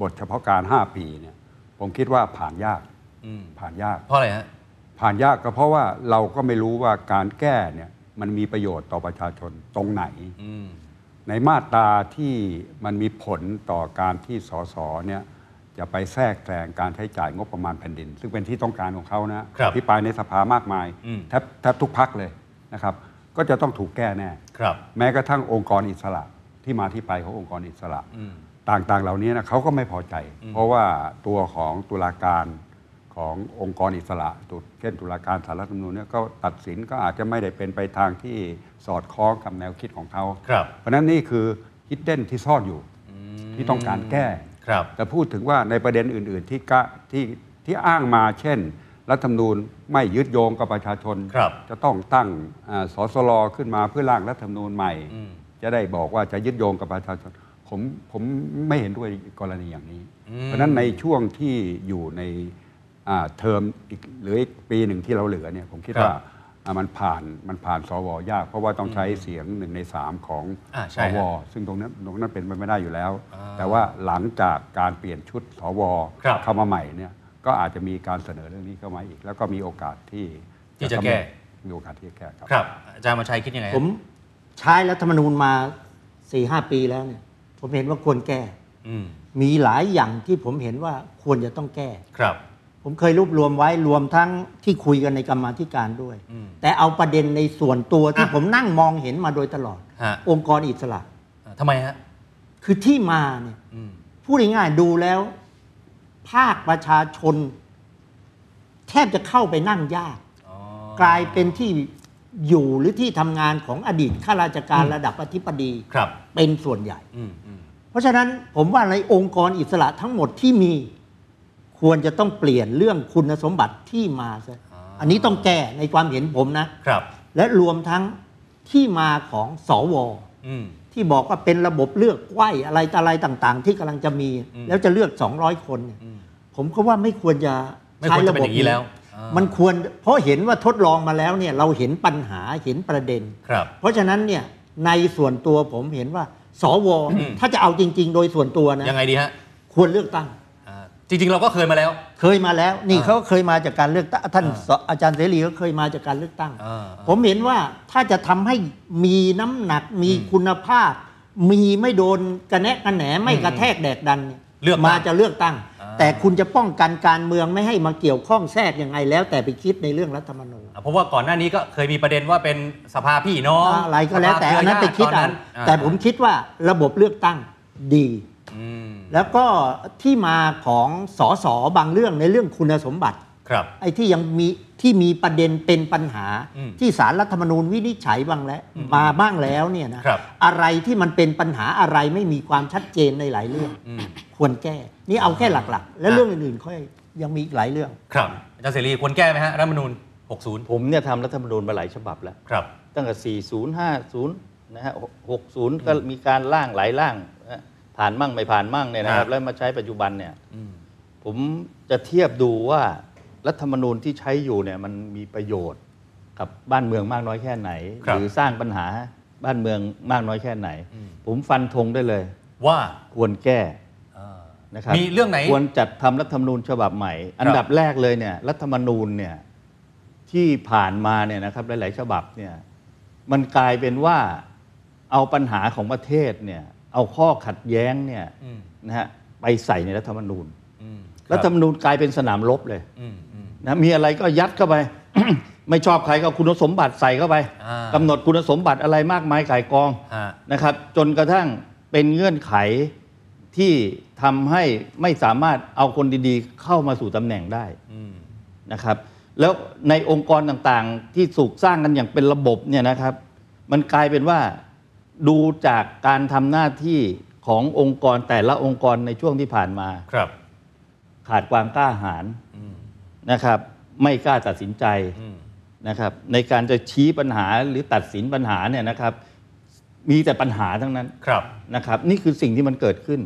Speaker 4: บทเฉพาะการ 5 ปีเนี่ยผมคิดว่าผ่านยาก
Speaker 2: อืม
Speaker 4: ผ่านยาก
Speaker 2: เพราะอะไรฮะ
Speaker 4: ผ่านยากก็เพราะว่าเราก็ไม่รู้ว่าการแก้เนี่ยมันมีประโยชน์ต่อประชาชนตรงไหน
Speaker 2: อืม
Speaker 4: ในมาตราที่มันมีผลต่อการที่สสเนี่ยจะไปแทรกแซงการใช้จ่ายงบประมาณแผ่นดิน ซึ่งเป็นที่ต้องการของเขานะครับ พิปรายในสภามากมาย
Speaker 2: อืม
Speaker 4: แทบแทบทุกพักเลยนะครับ ก็จะต้องถูกแก้แน่
Speaker 2: ครับ
Speaker 4: แม้กระทั่งองค์กรอิสระที่มาที่ไปขององค์กรอิสระ
Speaker 2: อืม
Speaker 4: ต่างๆ เหล่านี้นะเขาก็ไม่พอใจ เพราะว่าตัวของตุลาการขององค์กรอิสระตุเช่นตุลาการสารรัฐธรรมนูญเนี่ยก็ตัดสินก็อาจจะไม่ได้เป็นไปทางที่สอดคล้องกับแนวคิดของเขา
Speaker 2: ครับ
Speaker 4: เพราะฉะนั้นนี่คือฮิดเด้นที่ซ่อนอยู่ที่ต้องการแก้
Speaker 2: ครับ
Speaker 4: แต่พูดถึงว่าในประเด็นอื่น ๆ ที่กะที่ที่อ้างมาเช่น รัฐธรรมนูญไม่ยึดโยงกับประชาชน
Speaker 2: ครับ
Speaker 4: จะต้องตั้งอ่าสสลขึ้นมาเพื่อร่างรัฐธรรมนูญใหม่
Speaker 2: อืม
Speaker 4: จะได้บอกว่าจะยึดโยงกับประชาชนผมผมไม่เห็นด้วยกรณีอย่างนี้
Speaker 2: อืม
Speaker 4: เพราะฉะนั้นในช่วงที่อยู่ในอ่าเทอมอีกหรืออีกปีหนึ่งที่เราเหลือเนี่ยผมคิดว่าอ่ามันผ่านมันผ่านสวยาก เพราะว่าต้องใช้เสียงหนึ่งในสามของ
Speaker 2: อ่าใช่
Speaker 4: สวซึ่งตรงนั้นตรงนั้นเป็นไปไม่ได้อยู่แล้ว
Speaker 2: อ่า
Speaker 4: แต่ว่าหลังจากการเปลี่ยนชุดสว
Speaker 2: ครับ
Speaker 4: เข้ามาใหม่เนี่ยก็อาจจะมีการเสนอเรื่องนี้เข้ามาอีก แล้วก็มีโอกาสที่
Speaker 2: ที่จะแก้
Speaker 4: มีโอกาสที่จะแก้ครับ
Speaker 2: ครับ อาจารย์มาชัยคิดยังไงฮะ
Speaker 3: ผมใช้รัฐธรรมนูญมาสี่ห้าปีแล้วเนี่ย ผมเห็นว่าควรแก้
Speaker 2: อืม
Speaker 3: มีหลายอย่างที่ผมเห็นว่าควรจะต้องแก้
Speaker 2: ครับ
Speaker 3: ผมเคยรวบรวมไว้รวมทั้งที่คุยกันในกรรมาธิการด้วย
Speaker 2: อืม
Speaker 3: แต่เอาประเด็นในส่วนตัวที่
Speaker 2: อ่ะ
Speaker 3: ผมนั่งมองเห็นมาโดยตลอด
Speaker 2: ฮะ
Speaker 3: องค์กรอิสระ
Speaker 2: อ่าทำไมฮะ
Speaker 3: คือที่มาเนี่ย
Speaker 2: อืม
Speaker 3: พูดง่ายๆดูแล้ว ภาคประชาชน แทบจะเข้าไปนั่งยาก
Speaker 2: อ๋อก
Speaker 3: ลายเป็นที่อยู่หรือที่ทำงานของอดีตข้าราชการระดับอธิบดี
Speaker 2: ครับ
Speaker 3: เป็นส่วนใหญ่
Speaker 2: อืมอืม
Speaker 3: เพราะฉะนั้นผมว่าในองค์กรอิสระทั้งหมดที่มี ควรจะต้องเปลี่ยนเรื่องคุณสมบัติที่มาซะ
Speaker 2: อ่า
Speaker 3: อันนี้ต้องแก้ในความเห็นผมนะ
Speaker 2: ครับ
Speaker 3: และรวมทั้งที่มาของสว
Speaker 2: อืม
Speaker 3: ที่บอกว่าเป็นระบบเลือกไกว้อะไรต่ออะไรต่าง ๆ ที่กำลังจะมี
Speaker 2: อืม
Speaker 3: แล้วจะเลือก 200 คนเนี่ย
Speaker 2: อืม
Speaker 3: ผมก็ว่าไม่ควรจะ
Speaker 2: ไม่ควรจะเป็นอย่างนี้แล้วอ่ามั
Speaker 3: มันควรเพราะเห็นว่าทดลองมาแล้วเนี่ยเราเห็นปัญหาเห็นประเด็น
Speaker 2: ครับ
Speaker 3: เพราะฉะนั้นเนี่ยในส่วนตัวผมเห็นว่า สว
Speaker 2: อืม
Speaker 3: ถ้าจะเอาจริง ๆ โดยส่วนตัวนะ
Speaker 2: ยังไงดีฮะ
Speaker 3: ควรเลือกตั้ง
Speaker 2: อ่าจริง ๆ เราก็เคยมาแล้ว
Speaker 3: เคยมาแล้ว นี่
Speaker 2: อ่า
Speaker 3: เขาก็เคยมาจากการเลือกตั้งท่าน
Speaker 2: อ่า
Speaker 3: สอาจารย์เสรีก็เคยมาจากการเลือกตั้ง
Speaker 2: อ่า
Speaker 3: ผมเห็นว่าถ้าจะทำให้มีน้ำหนักมี
Speaker 2: อืม
Speaker 3: คุณภาพ มีไม่โดนกระแนะกระแหนไม่กระแทกแดกดันนี่ย
Speaker 2: เลือกตั้ง
Speaker 3: มาจะเลือกตั้ง
Speaker 2: อ่า
Speaker 3: แต่คุณจะป้องกันการเมืองไม่ให้มาเกี่ยวข้องแทรกยังไงแล้ว แต่ไปคิดในเรื่องรัฐธรรมนูญ
Speaker 2: อ่าเพราะว่าก่อนหน้านี้ก็เคยมีประเด็นว่าเป็นสภาพี่น้อง
Speaker 3: อะไรก็แล้วแต่
Speaker 2: สภา
Speaker 3: อันนั้น
Speaker 2: เค
Speaker 3: ไป
Speaker 2: รือญา
Speaker 3: คิด
Speaker 2: ตอ
Speaker 3: เอา
Speaker 2: นอ่า
Speaker 3: แต่ผมคิดว่าระบบเลือกตั้งดี
Speaker 2: อืม
Speaker 3: แล้วก็ที่มาของสสบางเรื่องในเรื่องคุณสมบัติ
Speaker 2: ครับ
Speaker 3: ไอ้ที่ยังมีที่มีประเด็นเป็นปัญหา
Speaker 2: อืม
Speaker 3: ที่สารรัฐธรรมนูญวินิจฉัยบ้างแล้วมาบ้างแล้วเนี่ยนะครับ อะไรที่มันเป็นปัญหาอะไรไม่มีความชัดเจนในหลายเรื่อง
Speaker 2: อืม
Speaker 3: ควรแก้ นี่เอาแค่หลักๆ และ
Speaker 2: อ่ะ
Speaker 3: เรื่องอื่นๆค่อยยังมีอีกหลายเรื่อง
Speaker 2: ครับอาจารย์เสรีควรแก้ไหมฮะรัฐธรรมนูญ 60
Speaker 5: ผมเนี่ยทำรัฐธรรมนูญมาหลายฉบับแล้ว
Speaker 2: ครับ
Speaker 5: ตั้งแต่40 50 นะฮะ 60 ก็มีการร่างหลายร่างนะฮะผ่านมั่งไม่ผ่านมั่งเนี่ยนะค
Speaker 2: ค
Speaker 5: รั
Speaker 2: รับ บ
Speaker 5: แล้วมาใช้ปัจจุบันเนี่ย
Speaker 2: อืม
Speaker 5: ผมจะเทียบดูว่ารัฐธรรมนูญที่ใช้อยู่เนี่ยมันมีประโยชน์กับบ้านเมืองมากน้อยแค่ไหน
Speaker 2: ครับ
Speaker 5: หรือสร้างปัญหาบ้านเมืองมากน้อยแค่ไหน
Speaker 2: อืม
Speaker 5: ผมฟันธงได้เลย
Speaker 2: ว่า
Speaker 5: ควรแก้
Speaker 2: อ่า
Speaker 5: นะครับ
Speaker 2: มีเรื่องไหน
Speaker 5: ควรจัดทำรัฐธรรมนูญฉบับใหม่ อันดับแรกเลยเนี่ยรัฐธรรมนูญเนี่ยที่ผ่านมาเนี่ยนะครับหลาย ๆ ฉบับเนี่ยมันกลายเป็นว่าเอาปัญหาของประเทศเนี่ยเอาข้อขัดแย้งเนี่ย
Speaker 2: อืม
Speaker 5: นะฮะไปใส่ในรัฐธรรมนูญ
Speaker 2: อืมคบ
Speaker 5: รัฐธรรมนูญกลายเป็นสนามรบเลย
Speaker 2: อืมอืม
Speaker 5: นะมีอะไรก็ยัดเข้าไป ไม่ชอบใครก็คุณสมบัติใส่เข้าไป
Speaker 2: อ่าก
Speaker 5: ำหนดคุณสมบัติอะไรมากมายก่ายกอง
Speaker 2: ฮะ
Speaker 5: นะครับ จนกระทั่งเป็นเงื่อนไข ที่ทำให้ไม่สามารถเอาคนดีๆ เข้ามาสู่ตำแหน่งได้นะครับ แล้วในองค์กรต่างๆ ที่สูกสร้างกันอย่างเป็นระบบเนี่ยนะครับ มันกลายเป็นว่าดูจากการทำหน้าที่ขององค์กรแต่ละองค์กรในช่วงที่ผ่านมา
Speaker 2: ครับ
Speaker 5: ขาดความกล้าหาญนะครับ ไม่กล้าตัดสินใจนะครับ ในการจะชี้ปัญหาหรือตัดสินปัญหาเนี่ยนะครับ มีแต่ปัญหาทั้งนั้น
Speaker 2: ครับ
Speaker 5: นะครับนี่คือสิ่งที่มันเกิดขึ้น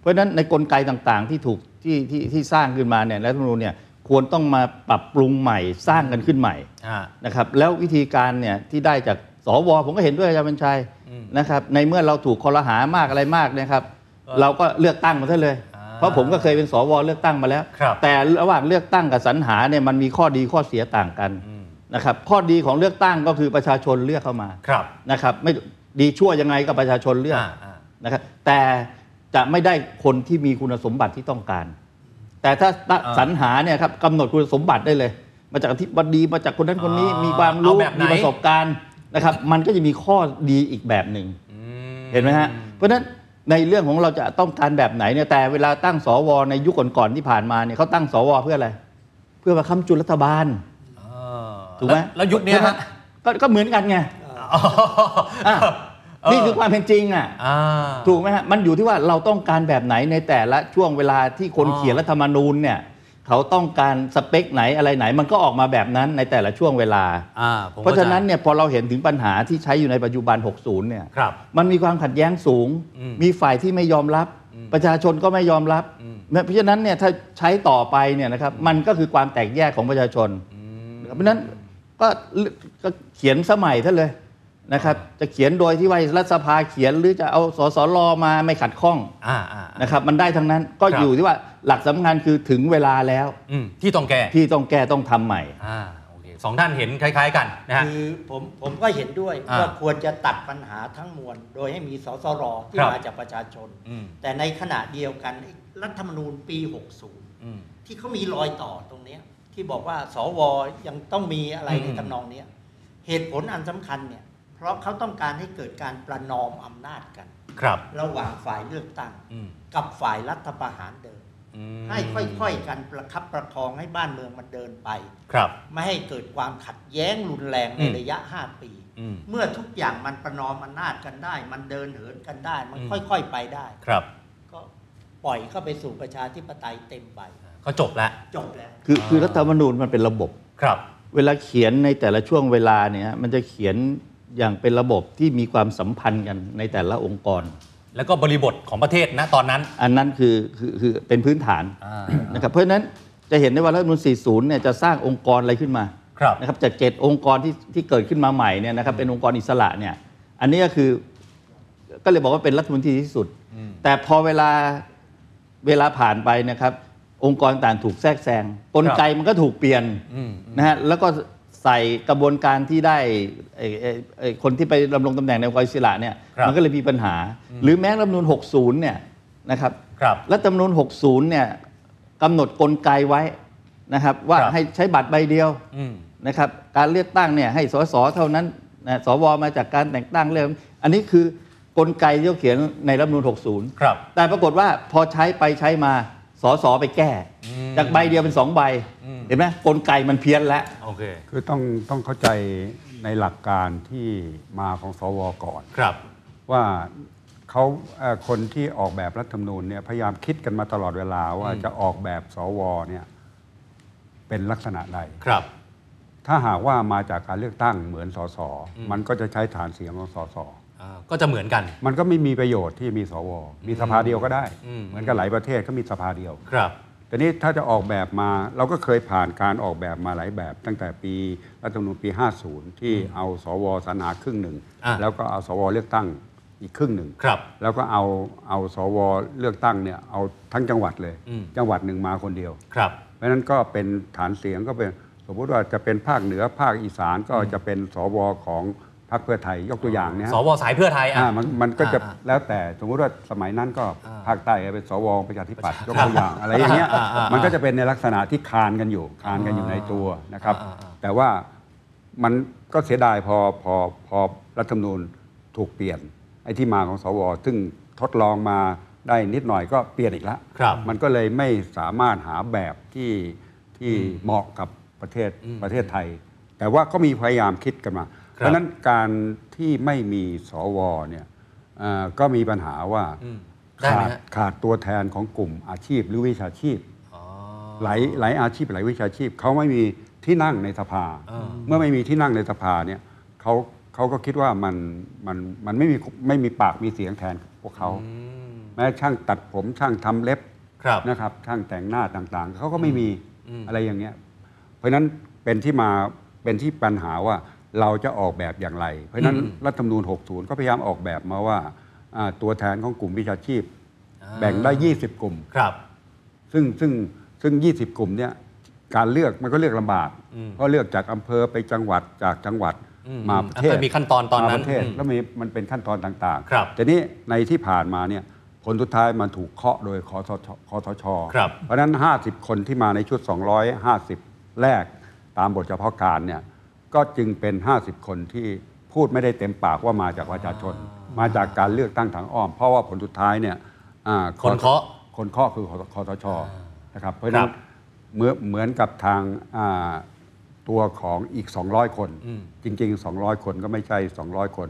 Speaker 5: เพราะฉะนั้นในกลไกต่างๆที่ถูกที่ที่ที่สร้างขึ้นมาเนี่ยรัฐธรรมนูญเนี่ยควรต้องมาปรับปรุงใหม่สร้างกันขึ้นใหม่
Speaker 2: อ่า
Speaker 5: นะครับแล้ววิธีการเนี่ยที่ได้จากสวผมก็เห็นด้วยอาจารย์บัญชัยนะครับในเมื่อเราถูกคอรหามากอะไรมากนะครับ เราก็เลือกตั้งมาซะเลย
Speaker 2: อ่า
Speaker 5: เพราะผมก็เคยเป็นสวเลือกตั้งมาแล้ว
Speaker 2: ครับ
Speaker 5: แต่ระหว่างเลือกตั้งกับสรรหาเนี่ยมันมีข้อดีข้อเสียต่างกันนะครับข้อดีของเลือกตั้งก็คือประชาชนเลือกเข้ามา
Speaker 2: ครับ
Speaker 5: นะครับไม่ดีชั่วยังไงกับประชาชนเลือก
Speaker 2: อ่าอ่า
Speaker 5: นะครับแต่จะไม่ได้คนที่มีคุณสมบัติที่ต้องการ แต่ถ้าสรรหาเนี่ยครับกำหนดคุณสมบัติได้เลย มาจากที่บดีมาจากคนนั้นคนนี้
Speaker 2: อ่ามี
Speaker 5: มีความรู้
Speaker 2: เอาแบบไหน
Speaker 5: มีประสบการณ์นะครับ มันก็จะมีข้อดีอีกแบบหนึ่งเห็นไหมฮะเพราะฉะนั้นในเรื่องของเราจะต้องการแบบไหนเนี่ยแต่เวลาตั้งสวในยุคก่อนๆที่ผ่านมาเนี่ยเขาตั้งสวเพื่ออะไร เพื่อมาค้ำจุนรัฐบาล
Speaker 2: เออ
Speaker 5: ถูกไหม
Speaker 2: แล้วแล้วยุคเนี้ยฮะ
Speaker 5: ก็ก็เหมือนกันไง
Speaker 2: อ๋อ
Speaker 5: อ่ะนี่คือความเป็นจริงอ่ะ
Speaker 2: อ่า
Speaker 5: ถูกไหมฮะ มันอยู่ที่ว่าเราต้องการแบบไหนในแต่ละช่วงเวลาที่คน
Speaker 2: อ๋อ
Speaker 5: เขียนรัฐธรรมนูญเนี่ยเขาต้องการสเปคไหนอะไรไหน มันก็ออกมาแบบนั้นในแต่ละช่วงเวลา
Speaker 2: อ่าผม
Speaker 5: เพราะฉะนั้น
Speaker 2: ข้ใจ
Speaker 5: เนี่ยพอเราเห็นถึงปัญหาที่ใช้อยู่ในปัจจุบัน 60 เนี่ย
Speaker 2: ครับ
Speaker 5: มันมีความขัดแย้งสูง
Speaker 2: อืม
Speaker 5: มีฝ่ายที่ไม่ยอมรับ ประชาชนก็ไม่ยอมรับ เพราะฉะนั้นเนี่ยถ้าใช้ต่อไปเนี่ยนะครับ มันก็คือความแตกแยกของประชาชน เพราะฉะนั้นก็ก็เขียนสมัยท่านเลยนะครับ จะเขียนโดยที่ว่ารัฐสภาเขียนหรือจะเอาสสรมาไม่ขัดข้อง
Speaker 2: อ่าอ่าอ่า
Speaker 5: นะครับ มันได้ทั้งนั้น ก็
Speaker 2: ครับ
Speaker 5: อยู่ที่ว่าหลักสำคัญคือถึงเวลาแล้ว
Speaker 2: อืมที่ต้องแก้
Speaker 5: ที่ต้องแก้ต้องทำใหม่
Speaker 2: อ่าโอเคสองท่านเห็นคล้าย ๆ กันนะฮะ
Speaker 3: คือผมผมก็เห็นด้วย
Speaker 2: อ่า
Speaker 3: ว่าควรจะตัดปัญหาทั้งมวล โดยให้มีสสรที่
Speaker 2: ครับ
Speaker 3: มาจากประชาชน
Speaker 2: อืม
Speaker 3: แต่ในขณะเดียวกันรัฐธรรมนูญปี
Speaker 2: อืม
Speaker 3: 60 ที่เขามีรอยต่อตรงเนี้ยที่บอกว่าสวยังต้องมีอะไรใน
Speaker 2: อืม
Speaker 3: ทำนองเนี้ยเหตุผลอันสำคัญเนี่ยเพราะเขาต้องการให้เกิดการประนอมอำนาจกัน
Speaker 2: ครับ
Speaker 3: ระหว่างฝ่ายเลือกตั้ง
Speaker 2: อืม
Speaker 3: กับฝ่ายรัฐประหารเดิม
Speaker 2: อืม
Speaker 3: ให้ค่อยๆกันประคับประคองให้บ้านเมืองมันเดินไป
Speaker 2: ครับ
Speaker 3: ไม่ให้เกิดความขัดแย้งรุนแรงใน
Speaker 2: อืม
Speaker 3: ระยะ 5 ปี
Speaker 2: อืม
Speaker 3: เมื่อทุกอย่างมันประนอมอำนาจกันได้ มันเดินเหินกันได้ มัน
Speaker 2: อืม
Speaker 3: ค่อยๆไปได้
Speaker 2: ครับ
Speaker 3: ก็ปล่อยเข้าไปสู่ประชาธิปไตยเต็มใบ
Speaker 2: ก็จบแล้ว
Speaker 3: จบแล้ว
Speaker 5: คือคือรัฐธรรมนูญมันเป็นระบบ
Speaker 2: ครับ
Speaker 5: เวลาเขียนในแต่ละช่วงเวลาเนี่ยมันจะเขียนอย่างเป็นระบบที่มีความสัมพันธ์กันในแต่ละองค์กร
Speaker 2: แล้วก็บริบทของประเทศนะตอนนั้น
Speaker 5: อันนั้นคือคือคือเป็นพื้นฐาน
Speaker 2: อ่า
Speaker 5: นะครับเพราะฉะนั้นจะเห็นได้ว่ารัฐธรรมนูญ40 เนี่ยจะสร้างองค์กรอะไรขึ้นมา
Speaker 2: ครับ
Speaker 5: นะครับจากเจ็ดองค์กรที่ที่เกิดขึ้นมาใหม่เนี่ยนะครับเป็นองค์กรอิสระเนี่ยอันนี้ก็คือก็เลยบอกว่าเป็นรัฐธรรมนูญที่ดีที่สุด แต่พอเวลาเวลาผ่านไปนะครับ องค์กรต่างถูกแทรกแซงกลไกมันก็ถูกเปลี่ยน
Speaker 2: อืม
Speaker 5: นะฮะแล้วก็ใส่กระบวนการที่ได้ไอ้ไอ้ไอ้คนที่ไปดำรงตำแหน่งในองค์กรอิสระเนี่ย
Speaker 2: ครับ
Speaker 5: มันก็เลยมีปัญหา หรือแม้รัฐธรรมนูญ60 เนี่ยนะครับ
Speaker 2: ครับ
Speaker 5: รัฐธรรมนูญ 60 เนี่ยกำหนดกลไกไว้นะครับ ว่า
Speaker 2: ครับ
Speaker 5: ให้ใช้บัตรใบเดียว
Speaker 2: อืม
Speaker 5: นะครับ การเลือกตั้งเนี่ยให้สสเท่านั้นนะสวมาจากการแต่งตั้งเรื่องอันนี้คือกลไกที่เขาเขียนในรัฐธรรมนูญ 60
Speaker 2: ครับ
Speaker 5: แต่ปรากฏว่าพอใช้ไปใช้มาสสไปแก้ จากใบเดียวเป็นสองใบ เห็นไหมกลไกมันเพี้ยนแล้ว
Speaker 2: โอเค
Speaker 4: คือต้องต้องเข้าใจในหลักการที่มาของสวก่อน
Speaker 2: ครับ
Speaker 4: ว่าเขาเอ่อคนที่ออกแบบรัฐธรรมนูญเนี่ยพยายามคิดกันมาตลอดเวลาว่าจะออกแบบสวเนี่ยเป็นลักษณะใด
Speaker 2: ครับ
Speaker 4: ถ้าหากว่ามาจากการเลือกตั้งเหมือนสสมันก็จะใช้ฐานเสียงของสส
Speaker 2: อ่าก็จะเหมือนกัน
Speaker 4: มันก็ไม่มีประโยชน์ที่มีสว มีสภาเดียวก็ได้
Speaker 2: อืม
Speaker 4: เหมือนกับหลายประเทศก็มีสภาเดียว
Speaker 2: ครับ
Speaker 4: แต่นี้ถ้าจะออกแบบมาเราก็เคยผ่านการออกแบบมาหลายแบบ ตั้งแต่ปีรัฐธรรมนูญปี 50 ที่เอาสวสรรหาครึ่งหนึ่ง
Speaker 2: อ่ะ
Speaker 4: แล้วก็เอาสวเลือกตั้งอีกครึ่งหนึ่ง
Speaker 2: ครับ
Speaker 4: แล้วก็เอาเอาสวเลือกตั้งเนี่ยเอาทั้งจังหวัดเลย
Speaker 2: อืม
Speaker 4: จังหวัดหนึ่งมาคนเดียว
Speaker 2: ครับ
Speaker 4: เพราะฉะนั้นก็เป็นฐานเสียงก็เป็นสมมติว่าจะเป็นภาคเหนือภาคอีสานก็จะเป็นสวของพรรคเพื่อไทยยกตัวอย่างเนี่ย
Speaker 2: สวสายเพื่อไทยอ่ะ
Speaker 4: อ่ามันมันก็จะ
Speaker 2: อ่า
Speaker 4: แล้วแต่สมมติว่าสมัยนั้นก็
Speaker 2: อ่า
Speaker 4: ภาคใต้ก็เป็นสวประชาธิปัตย์ยกตัวอย่างอะไรอย่างเงี้ย
Speaker 2: อ่าอ่าอ่ามั
Speaker 4: มันก็จะเป็นในลักษณะที่คานกันอยู่คานกันอยู่ในตัวนะครับ
Speaker 2: อ่าอ่าอ่า
Speaker 4: แต่ว่ามันก็เสียดายพอพอพอรัฐธรรมนูญถูกเปลี่ยนไอ้ที่มาของสว ซึ่งทดลองมา ได้นิดหน่อยก็เปลี่ยนอีกละ
Speaker 2: ครับ
Speaker 4: มันก็เลยไม่สามารถหาแบบที่ที่เหมาะกับประเทศประเทศไทย แต่ว่าก็มีพยายามคิดกันมา เพ
Speaker 2: ครับ
Speaker 4: ราะฉะนั้นการที่ไม่มีสวเนี่ยเอ่อก็มีปัญหาว่า
Speaker 2: อืมได้ไหม
Speaker 4: ขาด
Speaker 2: ฮะ
Speaker 4: ขาดตัวแทนของกลุ่มอาชีพหรือวิชาชีพ
Speaker 2: อ๋อ
Speaker 4: หลายหลายอาชีพหลายวิชาชีพเขาไม่มีที่นั่งในสภา
Speaker 2: อ่า
Speaker 4: เมื่อไม่มีที่นั่งในสภาเนี่ยเขาเขาก็คิดว่ามันมันมันไม่มีไม่มีปากมีเสียงแทนพวกเขา
Speaker 2: อืม
Speaker 4: แม้ช่างตัดผมช่างทำเล็บ
Speaker 2: ครับ
Speaker 4: นะครับช่างแต่งหน้าต่างๆเขาก็ไม่มี
Speaker 2: อืม
Speaker 4: อะไรอย่างเงี้ยเพราะฉะนั้นเป็นที่มาเป็นที่ปัญหาว่าเราจะออกแบบอย่างไร เพราะฉะนั้นรัฐธรรมนูญ 60 ก็พยายามออกแบบมาว่าอ่าตัวแทนของกลุ่มวิชาชีพ แบ่งได้ 20 กลุ่ม
Speaker 2: ครับ
Speaker 4: ซึ่งซึ่งซึ่ง 20 กลุ่มเนี่ยการเลือกมันก็เลือกลำบาก
Speaker 2: อืม
Speaker 4: เพราะเลือกจากอำเภอไปจังหวัดจากจังหวัด
Speaker 2: อืม
Speaker 4: มาประเทศ
Speaker 2: มันมีขั้นตอนตอนนั้น
Speaker 4: มาประเทศ
Speaker 2: อืม
Speaker 4: แล้วมีมันเป็นขั้นตอนต่าง
Speaker 2: ครับ
Speaker 4: แต่นี่ในที่ผ่านมาเนี่ยผลสุดท้ายมันถูกเคาะโดยคอสชคอสช
Speaker 2: ครับ
Speaker 4: เพราะฉะนั้น 50 คนที่มาในชุด 250 แรกตามบทเฉพาะการเนี่ยก็จึงเป็น 50 คนที่พูดไม่ได้เต็มปากว่ามาจากประชาชน มาจากการเลือกตั้งทางอ้อม เพราะว่าผลสุดท้ายเนี่ยอ่า
Speaker 2: คนเคาะ
Speaker 4: คนข้อคือคอสชนะครับเพราะฉะนั้น
Speaker 2: ครับ
Speaker 4: เหมือนเหมือนกับทางอ่าตัวของอีก 200 คน
Speaker 2: อืม
Speaker 4: จริง ๆ 200 คนก็ไม่ใช่ 200 คน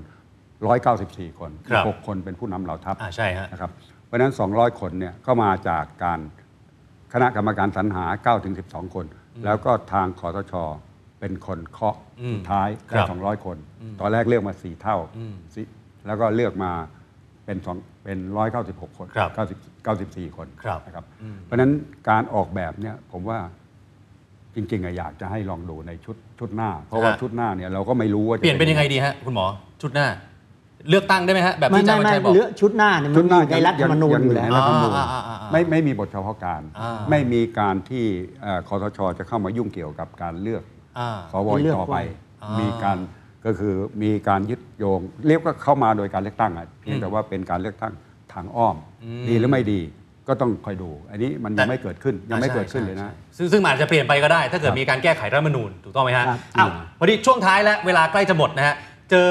Speaker 4: 194 คน
Speaker 2: ครับ
Speaker 4: หกคนเป็นผู้นำเหล่าทัพ
Speaker 2: อ่าใช่ฮะ
Speaker 4: นะครับเพราะฉะนั้น 200 คนเนี่ยก็มาจากการคณะกรรมการสรรหา9ถึง12 คน แล้วก็ทางคอสชเป็นคนเคาะสุดท้าย
Speaker 2: ครั
Speaker 4: ได้
Speaker 2: บ
Speaker 4: 200 คน ตอนแรกเลือกมา 4 เท่าสิแล้วก็เลือกมาเป็นสองเป็น196 คน
Speaker 2: ครับ
Speaker 4: 90 94 คน
Speaker 2: ครับ
Speaker 4: นะครับ
Speaker 2: อืม
Speaker 4: เพราะฉะนั้นการออกแบบเนี่ยผมว่าจริงๆอะอยากจะให้ลองดูในชุดชุดหน้า เพราะว่าชุดหน้าเนี่ยเราก็ไม่รู้ว่าจะ
Speaker 2: เปลี่ยนเป็นยังไงดีฮะคุณหมอชุดหน้า เลือกตั้งได้ไหมฮะแบบ
Speaker 3: ไม่
Speaker 2: ที่อาจา
Speaker 3: ไม่
Speaker 2: รย์วัญชัย
Speaker 3: ไม่
Speaker 2: บอก
Speaker 3: เลือกชุดหน้าเนี่ยมั
Speaker 4: ชุ
Speaker 3: น
Speaker 4: ดห
Speaker 3: อ
Speaker 4: น้า
Speaker 3: ยู่ใน
Speaker 4: ยั
Speaker 3: รัฐธรรมนูญอยู่แล้ว
Speaker 4: รัฐธรรมนูญ
Speaker 2: อ่าอ่าอ่าอ่า
Speaker 4: ไม่ไม่มีบทเฉพาะการ
Speaker 2: อ่า
Speaker 4: ไม่มีการที่เอ่อคอสชจะเข้ามายุ่งเกี่ยวกับการเลือก
Speaker 2: อ่า
Speaker 4: สว
Speaker 3: เลือก
Speaker 4: ต่อไป
Speaker 2: อ่ามี
Speaker 4: มีการก็คือมีการยึดโยง เรียกว่าเข้ามาโดยการเลือกตั้งอะเพียง
Speaker 2: อืม
Speaker 4: แต่ว่าเป็นการเลือกตั้งทางอ้อม
Speaker 2: อืม
Speaker 4: ดีหรือไม่ดีก็ต้องคอยดู อันนี้มัน
Speaker 2: แต่
Speaker 4: ยังไม่เกิดขึ้นยังไม่เกิดขึ้นเลยนะ
Speaker 2: ใช่ใช่ซึ่งซึ่งมันอาจจะเปลี่ยนไปก็ได้ ถ้าเกิดมีการแก้ไขรัฐธรรมนูญถูกต้องไหมฮะ
Speaker 3: ครับ
Speaker 2: อ้าวพอดีช่วงท้ายแล้วเวลาใกล้จะหมดนะฮะเจอ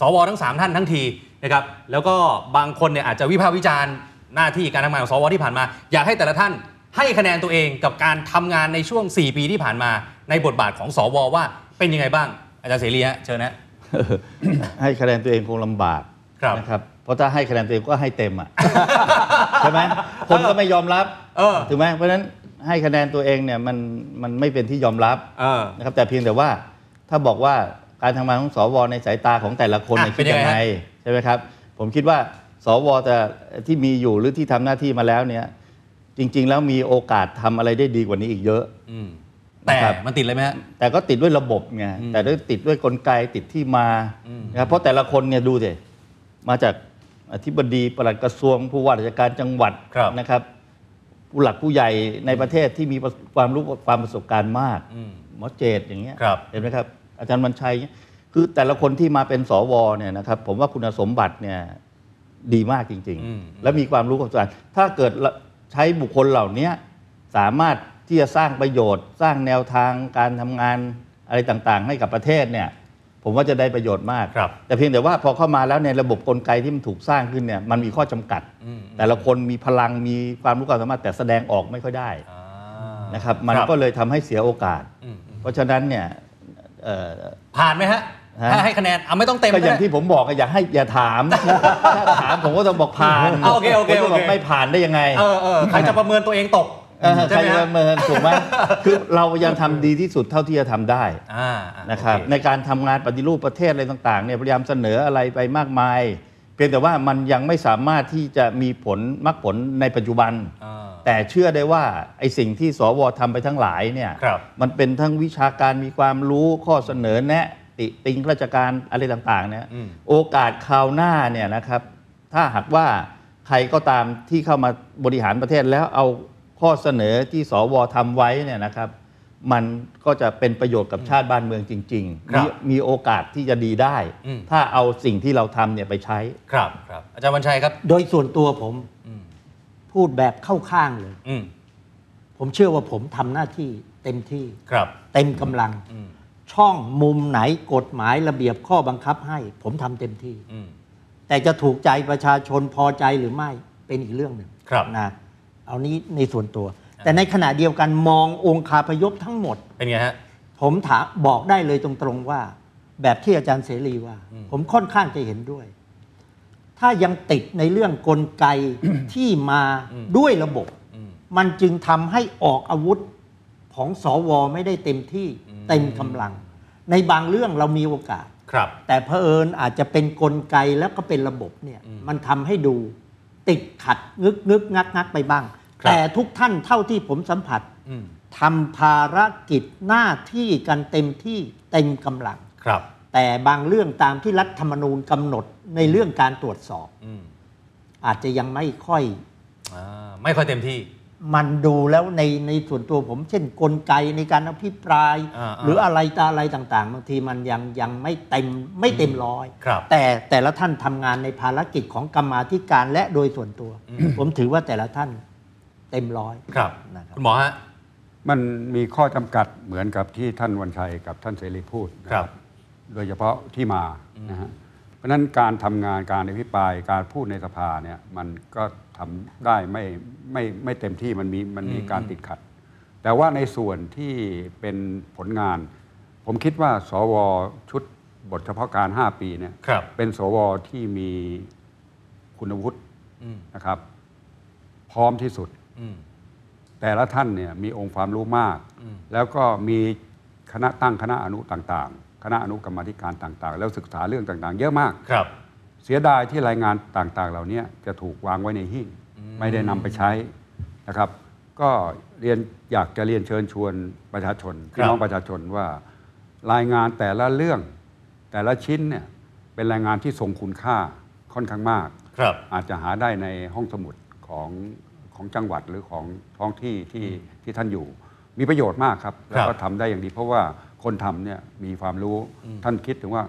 Speaker 2: สวทั้ง 3 ท่านทั้งทีนะครับแล้วก็บางคนเนี่ยอาจจะวิพากษ์วิจารณ์หน้าที่การทำงานของสวที่ผ่านมา อยากให้แต่ละท่านให้คะแนนตัวเองกับการทำงานในช่วง 4 ปีที่ผ่านมา ในบทบาทของสวว่าเป็นยังไงบ้าง อาจารย์เสรีฮะเชิญนะ
Speaker 5: ให้คะแนนตัวเองคงลำบาก
Speaker 2: ครับ
Speaker 5: นะครับ เพราะถ้าให้คะแนนตัวเองก็ให้เต็ มอ่ะ ใช่ไหมคนก็ไม่ยอมรับ
Speaker 2: เออ
Speaker 5: ถูกไหมเพราะฉะนั้นให้คะแนนตัวเองเนี่ยมันมันไม่เป็นที่ยอมรับ
Speaker 2: เออ
Speaker 5: นะครับ แต่เพียงแต่ว่าถ้าบอกว่าการทำงานของสวในสายตาของแต่ละคน
Speaker 2: อ่ะ
Speaker 5: เนี่ย
Speaker 2: เป็
Speaker 5: คิ
Speaker 2: น
Speaker 5: ด
Speaker 2: ยั
Speaker 5: ยังง
Speaker 2: ไงฮ
Speaker 5: ไง
Speaker 2: ะ
Speaker 5: ใช่ไหมครับ ผมคิดว่าสวแต่ที่มีอยู่หรือที่ทำหน้าที่มาแล้วเนี่ยจริง ๆ แล้วมีโอกาสทำอะไรได้ดีกว่านี้อีกเยอะ
Speaker 2: อืมแต่
Speaker 5: นะครับ
Speaker 2: มันติดเลยไหมฮะ
Speaker 5: แต่ก็ติดด้วยระบบไง
Speaker 2: อืม
Speaker 5: แต่ด้วยติดด้วยกลไกติดที่มา
Speaker 2: อืม
Speaker 5: นะครับเพราะแต่ละคนเนี่ยดูสิมาจากอธิบดีปลัดกระทรวงผู้ว่าราชการจังหวัด
Speaker 2: ครับ
Speaker 5: นะครับ ผู้หลักผู้ใหญ่ในประเทศที่มีประสความรู้ความประสบการณ์มาก
Speaker 2: อืม
Speaker 5: หมอเจตอย่างเงี้ย
Speaker 2: ครับ
Speaker 5: เห็นไหมครับอาจารย์วันชัยเงี้ยคือแต่ละคนที่มาเป็นสวเนี่ยนะครับผมว่าคุณสมบัติเนี่ยดีมากจริง
Speaker 2: อืม
Speaker 5: ๆ และมีความรู้ความสามารถถ้าเกิดละใช้บุคคลเหล่าเนี้ยสามารถที่จะสร้างประโยชน์ สร้างแนวทางการทำงานอะไรต่างๆ ให้กับประเทศเนี่ยผมว่าจะได้ประโยชน์มาก
Speaker 2: ครับ
Speaker 5: แต่เพียงแต่ว่าพอเข้ามาแล้วในยระบบกลไกที่มันถูกสร้างขึ้นเนี่ยมันมีข้อจำกัด
Speaker 2: อืม
Speaker 5: แต่ละคนมีพลังมีความรู้ความสามารถแต่แสดงออกไม่ค่อยได้
Speaker 2: อ่า
Speaker 5: นะครับมันก็เลยทำให้เสียโอกาส
Speaker 2: อืมอืม
Speaker 5: เพราะฉะนั้นเนี่ยเอ่อ
Speaker 2: ผ่านไหมฮะ
Speaker 5: ฮะ
Speaker 2: ถ้าให้คะแนนเอาไม่ต้องเต็ม
Speaker 5: ก็อย่าง
Speaker 2: ได้
Speaker 5: ที่ผมบอกอะอย่าให้อย่าถาม ถ้าถามผมก็ต้องบอกผ่าน
Speaker 2: อ่ะโอเคโอเค
Speaker 5: ผมจะบอ
Speaker 2: โอก เค
Speaker 5: ไม่ผ่านได้ยังไง
Speaker 2: เออเออใครจะประเมินตัวเองตก
Speaker 5: เออใคร
Speaker 2: ใช่ไหม
Speaker 5: จะ
Speaker 2: ฮะ
Speaker 5: เมินถูกไหมคือเรายังทำดีที่สุดเท่าที่จะทำได้
Speaker 2: อ่าอ่า
Speaker 5: นะครับ
Speaker 2: โอเ
Speaker 5: ในการทำงานปฏิรูปประเทศอะไรต่างๆเนี่ยพยายามเสนออะไรไปมากมาย เพียงแต่ว่ามันยังไม่สามารถที่จะมีผลมรรคผลในปัจจุบัน
Speaker 2: อ่า
Speaker 5: แต่เชื่อได้ว่าไอ้สิ่งที่สวทำไปทั้งหลายเนี่ย
Speaker 2: ครับ
Speaker 5: มันเป็นทั้งวิชาการมีความรู้ข้อเสนอแนะ ติติงราชการอะไรต่างๆเนี่ย
Speaker 2: อืม
Speaker 5: โอกาสคราวหน้าเนี่ยนะครับ ถ้าหากว่าใครก็ตามที่เข้ามาบริหารประเทศแล้วเอาข้อเสนอที่สวทำไว้เนี่ยนะครับ มันก็จะเป็นประโยชน์กับชาติบ้านเมืองจริง
Speaker 2: ครับ
Speaker 5: มีมีโอกาสที่จะดีได้
Speaker 2: อืม
Speaker 5: ถ้าเอาสิ่งที่เราทำเนี่ยไปใช้
Speaker 2: ครับครับอาจารย์วันชัยครับ
Speaker 3: โดยส่วนตัวผม
Speaker 2: อืม
Speaker 3: พูดแบบเข้าข้างเลย
Speaker 2: อืม
Speaker 3: ผมเชื่อว่าผมทำหน้าที่เต็มที่
Speaker 2: ครับ
Speaker 3: เต็มกำลัง
Speaker 2: อืม
Speaker 3: ช่องมุมไหนกฎหมายระเบียบข้อบังคับให้ ผมทำเต็มที่
Speaker 2: อืม
Speaker 3: แต่จะถูกใจประชาชนพอใจหรือไม่ เป็นอีกเรื่องหนึ่ง
Speaker 2: ครับ
Speaker 3: นะเอานี้ในส่วนตัว แต่ในขณะเดียวกันมององค์คาพยพทั้งหมด
Speaker 2: เป็นไงฮะ
Speaker 3: ผมถามบอกได้เลยตรงๆว่า แบบที่อาจารย์เสรีว่า
Speaker 2: อืม
Speaker 3: ผมค่อนข้างจะเห็นด้วย ถ้ายังติดในเรื่องกลไก ที่มาด้วยระบบ
Speaker 2: อืม
Speaker 3: มันจึงทำให้ออกอาวุธของสวไม่ได้เต็มที่
Speaker 2: อืม
Speaker 3: เต็มกำลัง ในบางเรื่องเรามีโอกาส
Speaker 2: ครับ
Speaker 3: แต่เผอิญอาจจะเป็นกลไกแล้วก็เป็นระบบเนี่ย
Speaker 2: อืม
Speaker 3: มันทำให้ดูติดขัดงึกงึกงักงักไปบ้าง
Speaker 2: ครับ
Speaker 3: แต่ทุกท่านเท่าที่ผมสัมผัส
Speaker 2: อืม
Speaker 3: ทำภารกิจหน้าที่กันเต็มที่เต็มกำลัง
Speaker 2: ครับ
Speaker 3: แต่บางเรื่องตามที่รัฐธรรมนูญกำหนดในเรื่องการตรวจสอบ
Speaker 2: อืม
Speaker 3: อาจจะยังไม่ค่อย
Speaker 2: อ่าไม่ค่อยเต็มที่
Speaker 3: มันดูแล้วในในส่วนตัวผม เช่นกลไกในการอภิปราย
Speaker 2: อ่าๆ
Speaker 3: หรืออะไรตาอะไรต่างๆ บางทีมันยังยังไม่เต็มไม่เต็มร้อย
Speaker 2: ครับ
Speaker 3: แต่แต่ละท่านทำงานในภารกิจของกรรมาธิการและโดยส่วนตัว
Speaker 2: อืม
Speaker 3: ผมถือว่าแต่ละท่านเต็มร้อย
Speaker 2: ครับ
Speaker 3: นะครับ
Speaker 2: คุณหมอฮะ
Speaker 4: มันมีข้อจำกัดเหมือนกับที่ท่านวันชัยกับท่านเสรีพูดนะครับ โดยเฉพาะที่มานะฮะเพราะฉะนั้นการทำงานการอภิปรายการพูดในสภาเนี่ยมันก็ทำได้ไม่ไม่ไม่เต็มที่มันมีมันมีการติดขัด แต่ว่าในส่วนที่เป็นผลงาน ผมคิดว่าสวชุดบทเฉพาะการ 5 ปีเนี่ย
Speaker 2: ครับ
Speaker 4: เป็นสวที่มีคุณวุฒิ
Speaker 2: อืม
Speaker 4: นะครับ พร้อมที่สุด
Speaker 2: อืม
Speaker 4: แต่ละท่านเนี่ยมีองค์ความรู้มาก
Speaker 2: อืม
Speaker 4: แล้วก็มีคณะตั้งคณะอนุต่างๆ คณะอนุกรรมาธิการต่างๆ แล้วศึกษาเรื่องต่างๆ เยอะมาก
Speaker 2: ครับ
Speaker 4: เสียดายที่รายงานต่างๆ เหล่านี้จะถูกวางไว้ในหิ้งไม่ได้นำไปใช้นะครับ ก็เรียนอยากจะเรียนเชิญชวนประชาชนพี่น้องประชาชนว่า รายงานแต่ละเรื่องแต่ละชิ้นเนี่ยเป็นรายงานที่ทรงคุณค่าค่อนข้างมาก
Speaker 2: ครับ
Speaker 4: อาจจะหาได้ในห้องสมุดของของจังหวัดหรือของท้องที่ที่ที่ท่านอยู่ มีประโยชน์มากครับ แล้วก็ทำได้อย่างดี เพราะว่าคนทำเนี่ยมีความรู้ท่านคิดถึงว่า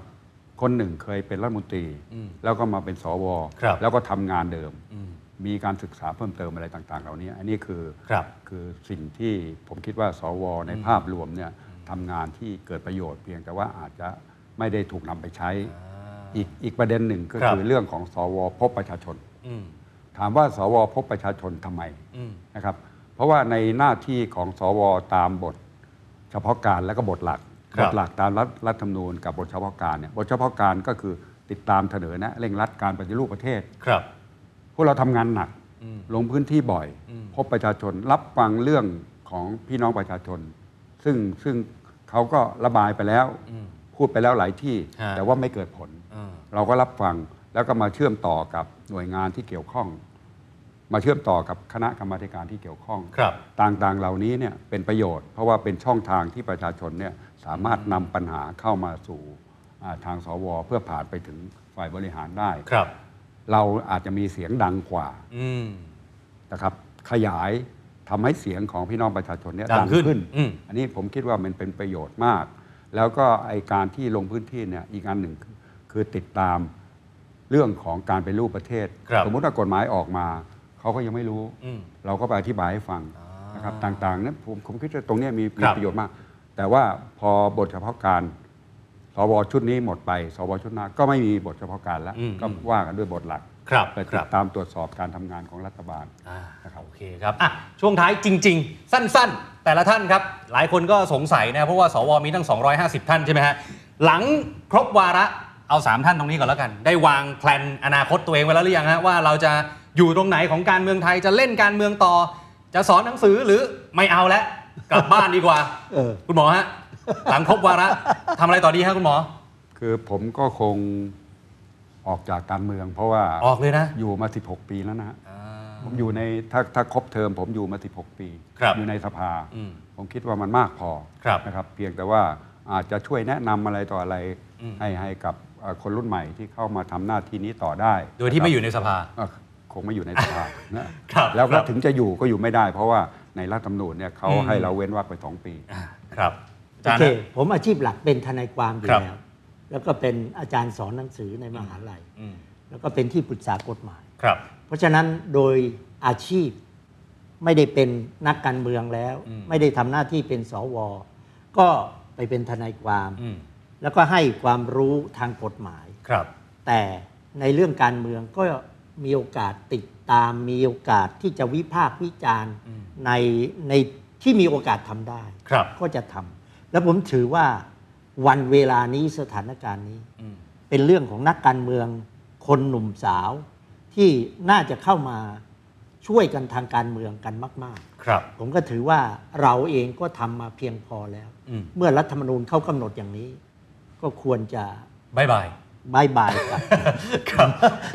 Speaker 4: คนหนึ่งเคยเป็นรัฐมนตรี
Speaker 2: อืม
Speaker 4: แล้วก็มาเป็นสว
Speaker 2: ครับ
Speaker 4: แล้วก็ทำงานเดิม
Speaker 2: อืม
Speaker 4: มีการศึกษาเพิ่มเติมอะไรต่าง ๆ เหล่านี้ อันนี้คือ
Speaker 2: ครับ
Speaker 4: คือสิ่งที่ผมคิดว่า สว ในภาพรวมเนี่ยทำงานที่เกิดประโยชน์เพียงแต่ว่าอาจจะไม่ได้ถูกนำไปใช้ อีกอีกประเด็นหนึ่งก็
Speaker 2: ครับ
Speaker 4: คือเรื่องของสว พบประชาชน
Speaker 2: อืม
Speaker 4: ถามว่าสว พบประชาชนทำไม
Speaker 2: อืม
Speaker 4: นะครับ เพราะว่าในหน้าที่ของสว ตามบท เฉพาะการและก็บทหลัก
Speaker 2: ครับ บ
Speaker 4: ทหลักตามรัฐรัฐธรรมนูญกับบทเฉพาะการเนี่ยบทเฉพาะการก็คือติดตามเสนอแนะเร่งรัดการปฏิรูปประเทศ
Speaker 2: ครับ
Speaker 4: พวกเราทำงานหนัก
Speaker 2: อืม
Speaker 4: ลงพื้นที่บ่อย
Speaker 2: อืม
Speaker 4: พบประชาชนรับฟังเรื่องของพี่น้องประชาชน ซึ่งซึ่งเขาก็ระบายไปแล้ว
Speaker 2: อืม
Speaker 4: พูดไปแล้วหลายที่
Speaker 2: ฮะ
Speaker 4: แต่ว่าไม่เกิดผล
Speaker 2: อ่า
Speaker 4: เราก็รับฟังแล้วก็มาเชื่อมต่อกับหน่วยงานที่เกี่ยวข้อง มาเชื่อมต่อกับคณะกรรมาธิการที่เกี่ยวข้อง
Speaker 2: ครับ
Speaker 4: ต่างๆเหล่านี้เนี่ยเป็นประโยชน์ เพราะว่าเป็นช่องทางที่ประชาชนเนี่ยสามารถนำปัญหาเข้ามาสู่อ่าทางสว เพื่อผ่านไปถึงฝ่ายบริหารได้
Speaker 2: ครับ
Speaker 4: เราอาจจะมีเสียงดังกว่า
Speaker 2: อืม
Speaker 4: นะครับ ขยายทำให้เสียงของพี่น้องประชาชนเนี่ย
Speaker 2: ดังขึ้นอืม
Speaker 4: อันนี้ผมคิดว่ามันเป็นประโยชน์มาก แล้วก็ไอการที่ลงพื้นที่เนี่ยอีกอันหนึ่งคือคือติดตามเรื่องของการไปนรูปประเทศ
Speaker 2: ครับ
Speaker 4: สมมติว่ากฎหมายออกมาเขาก็ยังไม่รู้
Speaker 2: อืม
Speaker 4: เราก็ไปอธิบายให้ฟัง
Speaker 2: อ่าน
Speaker 4: นะครับต่างๆนั้นผมผมคิดว่าตรงเนี้ยมี
Speaker 2: ค
Speaker 4: มี
Speaker 2: รับ
Speaker 4: ประโยชน์มาก แต่ว่าพอบทเฉพาะการสวชุดนี้หมดไปสวชุดหน้าก็ไม่มีบทเฉพาะการแล้วก็ว่ากันด้วยบทหลัก
Speaker 2: ครับ
Speaker 4: ไป
Speaker 2: ค
Speaker 4: ติ
Speaker 2: รั
Speaker 4: ด
Speaker 2: บ
Speaker 4: ตามตรวจสอบการทำงานของรัฐบาล
Speaker 2: อ่า
Speaker 4: นะครับ
Speaker 2: โอเคครับอ่ะช่วงท้ายจริง ๆ สั้นๆ แต่ละท่านครับ หลายคนก็สงสัยนะเพราะว่าสวมีทั้ง 250 ท่านใช่ไหมฮะหลังครบวาระเอา 3 ท่านตรงนี้ก่อนแล้วกัน ได้วางแผนอนาคตตัวเองไว้แล้วหรือยังฮะว่าเราจะอยู่ตรงไหนของการเมืองไทยจะเล่นการเมืองต่อ จะสอนหนังสือหรือไม่เอาแล้วกลับบ้านดีกว่า
Speaker 3: เออ
Speaker 2: คุณหมอฮะหลังครบวาระทำอะไรต่อดีฮะคุณหมอ
Speaker 4: คือผมก็คงออกจากการเมือง เพราะว่า
Speaker 2: ออกเลยนะ
Speaker 4: อยู่มา 16 ปีแล้วนะฮะ
Speaker 2: อ่า
Speaker 4: ผมอยู่ในถ้าถ้าครบเทอม ผมอยู่มา 16 ปี
Speaker 2: ครับ
Speaker 4: อยู่ในสภา
Speaker 2: อืม
Speaker 4: ผมคิดว่ามันมากพอ
Speaker 2: ครับ
Speaker 4: นะครับเพียงแต่ว่าอาจจะช่วยแนะนำอะไรต่ออะไร
Speaker 2: อืม
Speaker 4: ให้ให้กับเอ่อคนรุ่นใหม่ที่เข้ามาทำหน้าที่นี้ต่อได้
Speaker 2: โดยที่
Speaker 4: นะครับ
Speaker 2: ไม่อยู่ในสภา
Speaker 4: เอ่อคงไม่อยู่ในสภานะครับ แล้
Speaker 2: ค
Speaker 4: วก็
Speaker 2: รับ
Speaker 4: ถึงจะอยู่ก็อยู่ไม่ได้ เพราะว่าในรัฐธรรมนูญเนี่ยเขา
Speaker 2: อืม
Speaker 4: ให้เราเว้นวรรคไปสองปี
Speaker 2: อ่าครับอา
Speaker 3: โอ
Speaker 2: จารย์
Speaker 3: เค
Speaker 2: นะ
Speaker 3: ผมอาชีพหลักเป็นทนายความอยู่
Speaker 2: ครับ
Speaker 3: แล้วแล้วก็เป็นอาจารย์สอนหนังสือในมหาลัย
Speaker 2: อืม
Speaker 3: แล้วก็เป็นที่ปรึกษากฎหมาย
Speaker 2: ครับ
Speaker 3: เพราะฉะนั้นโดยอาชีพไม่ได้เป็นนักการเมืองแล้ว
Speaker 2: อืม
Speaker 3: ไม่ได้ทำหน้าที่เป็นสว ก็ไปเป็นทนายความ
Speaker 2: อืม
Speaker 3: แล้วก็ให้ความรู้ทางกฎหมาย
Speaker 2: ครับ
Speaker 3: แต่ในเรื่องการเมืองก็ มีโอกาสติดตามมีโอกาสที่จะวิพากษ์วิจารณ์
Speaker 2: อืม
Speaker 3: ในในที่มีโอกาสทำได้
Speaker 2: ครับ
Speaker 3: ก็จะทำแล้วผมถือว่าวันเวลานี้สถานการณ์นี้
Speaker 2: อืม
Speaker 3: เป็นเรื่องของนักการเมืองคนหนุ่มสาว ที่น่าจะเข้ามาช่วยกันทางการเมืองกันมาก
Speaker 2: ครับ
Speaker 3: ๆ ผมก็ถือว่าเราเองก็ทำมาเพียงพอแล้ว
Speaker 2: อืม
Speaker 3: เมื่อรัฐธรรมนูญเขากำหนดอย่างนี้ ก็ควรจะ
Speaker 2: บายบาย
Speaker 3: บายบายกัน
Speaker 2: ครับ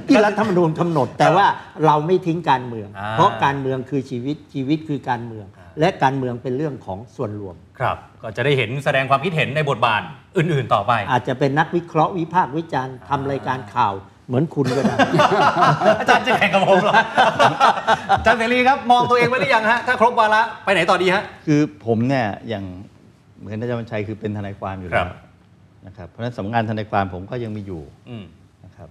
Speaker 3: ที่รัฐธรรมนูญกำหนด แต่ว่าเราไม่ทิ้งการเมือง
Speaker 2: อ่า
Speaker 3: เพราะการเมืองคือชีวิตชีวิตคือการเมือง
Speaker 2: อ่า
Speaker 3: และการเมืองเป็นเรื่องของส่วนรวม
Speaker 2: ครับ ก็จะได้เห็นแสดงความคิดเห็นในบทบาทอื่น ๆ ต่อ ไป
Speaker 3: อาจจะเป็นนักวิเคราะห์วิพากษ์วิจารณ์ทำรายการข่าวเหมือนคุณก็ได้
Speaker 2: อาจารย์จะแข่งกับผมเหรอ อาจารย์เสรีครับ มองตัวเองไว้หรือยังฮะ ถ้าครบวาระไปไหนต่อดีฮะ
Speaker 5: คือผมเนี่ยอย่างเหมือนอาจารย์วันชัยคือเป็นทนายความอยู่
Speaker 2: ครั
Speaker 5: แล้
Speaker 2: บ
Speaker 5: วนะครับเพราะฉะนั้นสำนักงานทนายความผมก็ยังมีอยู่
Speaker 2: อืม
Speaker 5: นะครับ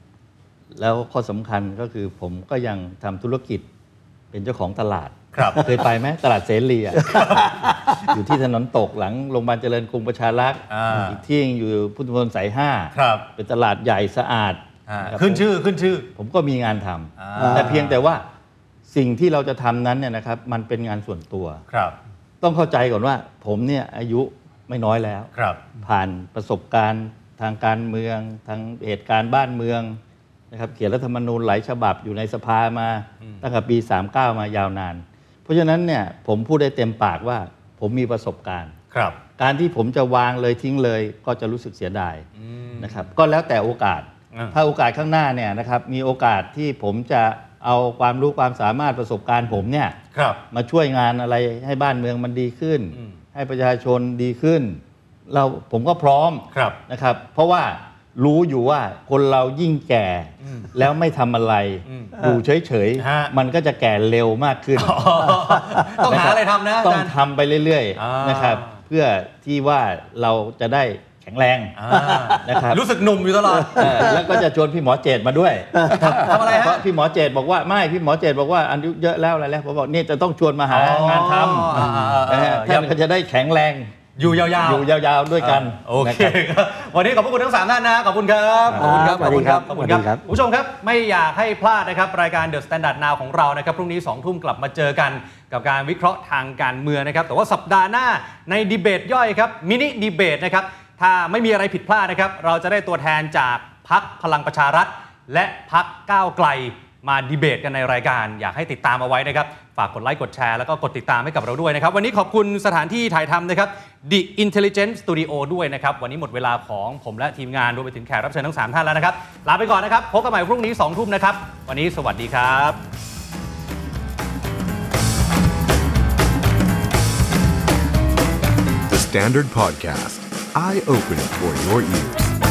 Speaker 5: แล้วข้อสำคัญก็คือผมก็ยังทำธุรกิจเป็นเจ้าของตลาด
Speaker 2: ครับ
Speaker 5: เคยไปไหมตลาดเสรีอะอยู่ที่ถนนตกหลังโรงพยาบาลเจริญกรุงประชารักษ์
Speaker 2: อ่า
Speaker 5: อีกที่หนึ่งอยู่พุทธมณฑลสายห้า
Speaker 2: ครับ
Speaker 5: เป็นตลาดใหญ่สะอาด
Speaker 2: อ่า
Speaker 5: ครับ
Speaker 2: ขึ้นชื่อ ขึ้นชื่อ
Speaker 5: ผมก็มีงานทำ
Speaker 2: อ่า
Speaker 5: แต่เพียงแต่ว่าสิ่งที่เราจะทำนั้นเนี่ยนะครับมันเป็นงานส่วนตัว
Speaker 2: ครับ
Speaker 5: ต้องเข้าใจก่อนว่าผมเนี่ยอายุไม่น้อยแล้ว
Speaker 2: ครับ
Speaker 5: ผ่านประสบการณ์ทางการเมือง ทางเหตุการณ์บ้านเมืองนะครับเขียนรัฐธรรมนูญหลายฉบับอยู่ในสภามา
Speaker 2: อืม
Speaker 5: ตั้งแต่ปี 39 มายาวนาน เพราะฉะนั้นเนี่ยผมพูดได้เต็มปากว่าผมมีประสบการณ์
Speaker 2: ครับ
Speaker 5: การที่ผมจะวางเลยทิ้งเลยก็จะรู้สึกเสียดาย
Speaker 2: อืม
Speaker 5: นะครับก็แล้วแต่โอกาส
Speaker 2: อ่า
Speaker 5: ถ้าโอกาสข้างหน้าเนี่ยนะครับมีโอกาสที่ผมจะเอาความรู้ความสามารถประสบการณ์ผมเนี่ย
Speaker 2: ครับ
Speaker 5: มาช่วยงานอะไรให้บ้านเมืองมันดีขึ้น
Speaker 2: อืม
Speaker 5: ให้ประชาชนดีขึ้น เราผมก็พร้อม
Speaker 2: ครับ
Speaker 5: นะครับ เพราะว่ารู้อยู่ว่าคนเรายิ่งแก่
Speaker 2: อืม
Speaker 5: แล้วไม่ทำอะไร
Speaker 2: อืม
Speaker 5: อยู่เฉย
Speaker 2: ฮะ
Speaker 5: มันก็จะแก่เร็วมากขึ้น
Speaker 2: อ๋อต้องหาอะไรทำนะอา
Speaker 5: ต้อ
Speaker 2: จาง รย์
Speaker 5: ทำไปเรื่อย
Speaker 2: อ่า
Speaker 5: ๆ
Speaker 2: น
Speaker 5: นะครับ เพื่อที่ว่าเราจะได้แข็งแรง
Speaker 2: อ่า
Speaker 5: นะครับ
Speaker 2: รู้สึกหนุ่มอยู่ตลอด
Speaker 5: เออแล้วก็จะชวนพี่หมอเจตมาด้วย
Speaker 2: ทำอะไรฮะ
Speaker 5: เพราะพี่หมอเจตบอกว่าไม่พี่หมอเจตบอกว่าอายุเยอะแล้วอะไรแล้วผมบอกนี่จะต้องชวนมาหา
Speaker 2: อ๋อง
Speaker 5: านท
Speaker 2: อ่า
Speaker 5: ำ
Speaker 2: อ่าอ่า
Speaker 5: นะฮะท่านก็จะได้แข็งแรง
Speaker 2: อยู่ยาวๆ
Speaker 5: อยู่ยาวๆด้วยกัน
Speaker 2: โอเค
Speaker 5: นะค
Speaker 2: ครั
Speaker 5: รับ
Speaker 2: บ วันนี้ขอบพระคุณทั้งสามท่านนะ ขอบคุณครับ ขอบคุณครับ
Speaker 3: ค
Speaker 2: ขอ
Speaker 3: รับบ
Speaker 2: คุณครับข
Speaker 3: สวั
Speaker 2: อบ
Speaker 3: ส
Speaker 2: คุ
Speaker 3: ดี
Speaker 2: ณ
Speaker 3: ค
Speaker 2: ค
Speaker 3: รั
Speaker 2: รับบ คุณผู้ชมครับ ไม่อยากให้พลาดนะครับ รายการ The Standard Now ของเรานะครับ พรุ่งนี้ 2 ทุ่มกลับมาเจอกันกับการวิเคราะห์ทางการเมืองนะครับ แต่ว่าสัปดาห์หน้าในดีเบตย่อยครับ มินิดีเบตนะครับ ถ้าไม่มีอะไรผิดพลาดนะครับ เราจะได้ตัวแทนจากพักพลังประชารัฐ และพักก้าวไกล มาดีเบตกันในรายการ อยากให้ติดตามเอาไว้นะครับ ฝากกดไลค์ กดแชร์ แล้วก็กดติดตามให้กับเราด้วยนะครับ วันนี้ขอบคุณสถานที่ถ่ายทำนะครับ The Intelligent Studio ด้วยนะครับ วันนี้หมดเวลาของผมและทีมงานรวมไปถึงแขกรับเชิญทั้ง 3 ท่านแล้วนะครับ ลาไปก่อนนะครับ พบกันใหม่พรุ่งนี้ 2 ทุ่มนะครับ วันนี้สวัสดีค
Speaker 1: The
Speaker 2: รับ
Speaker 1: Standard Podcast, eye opening for your ears.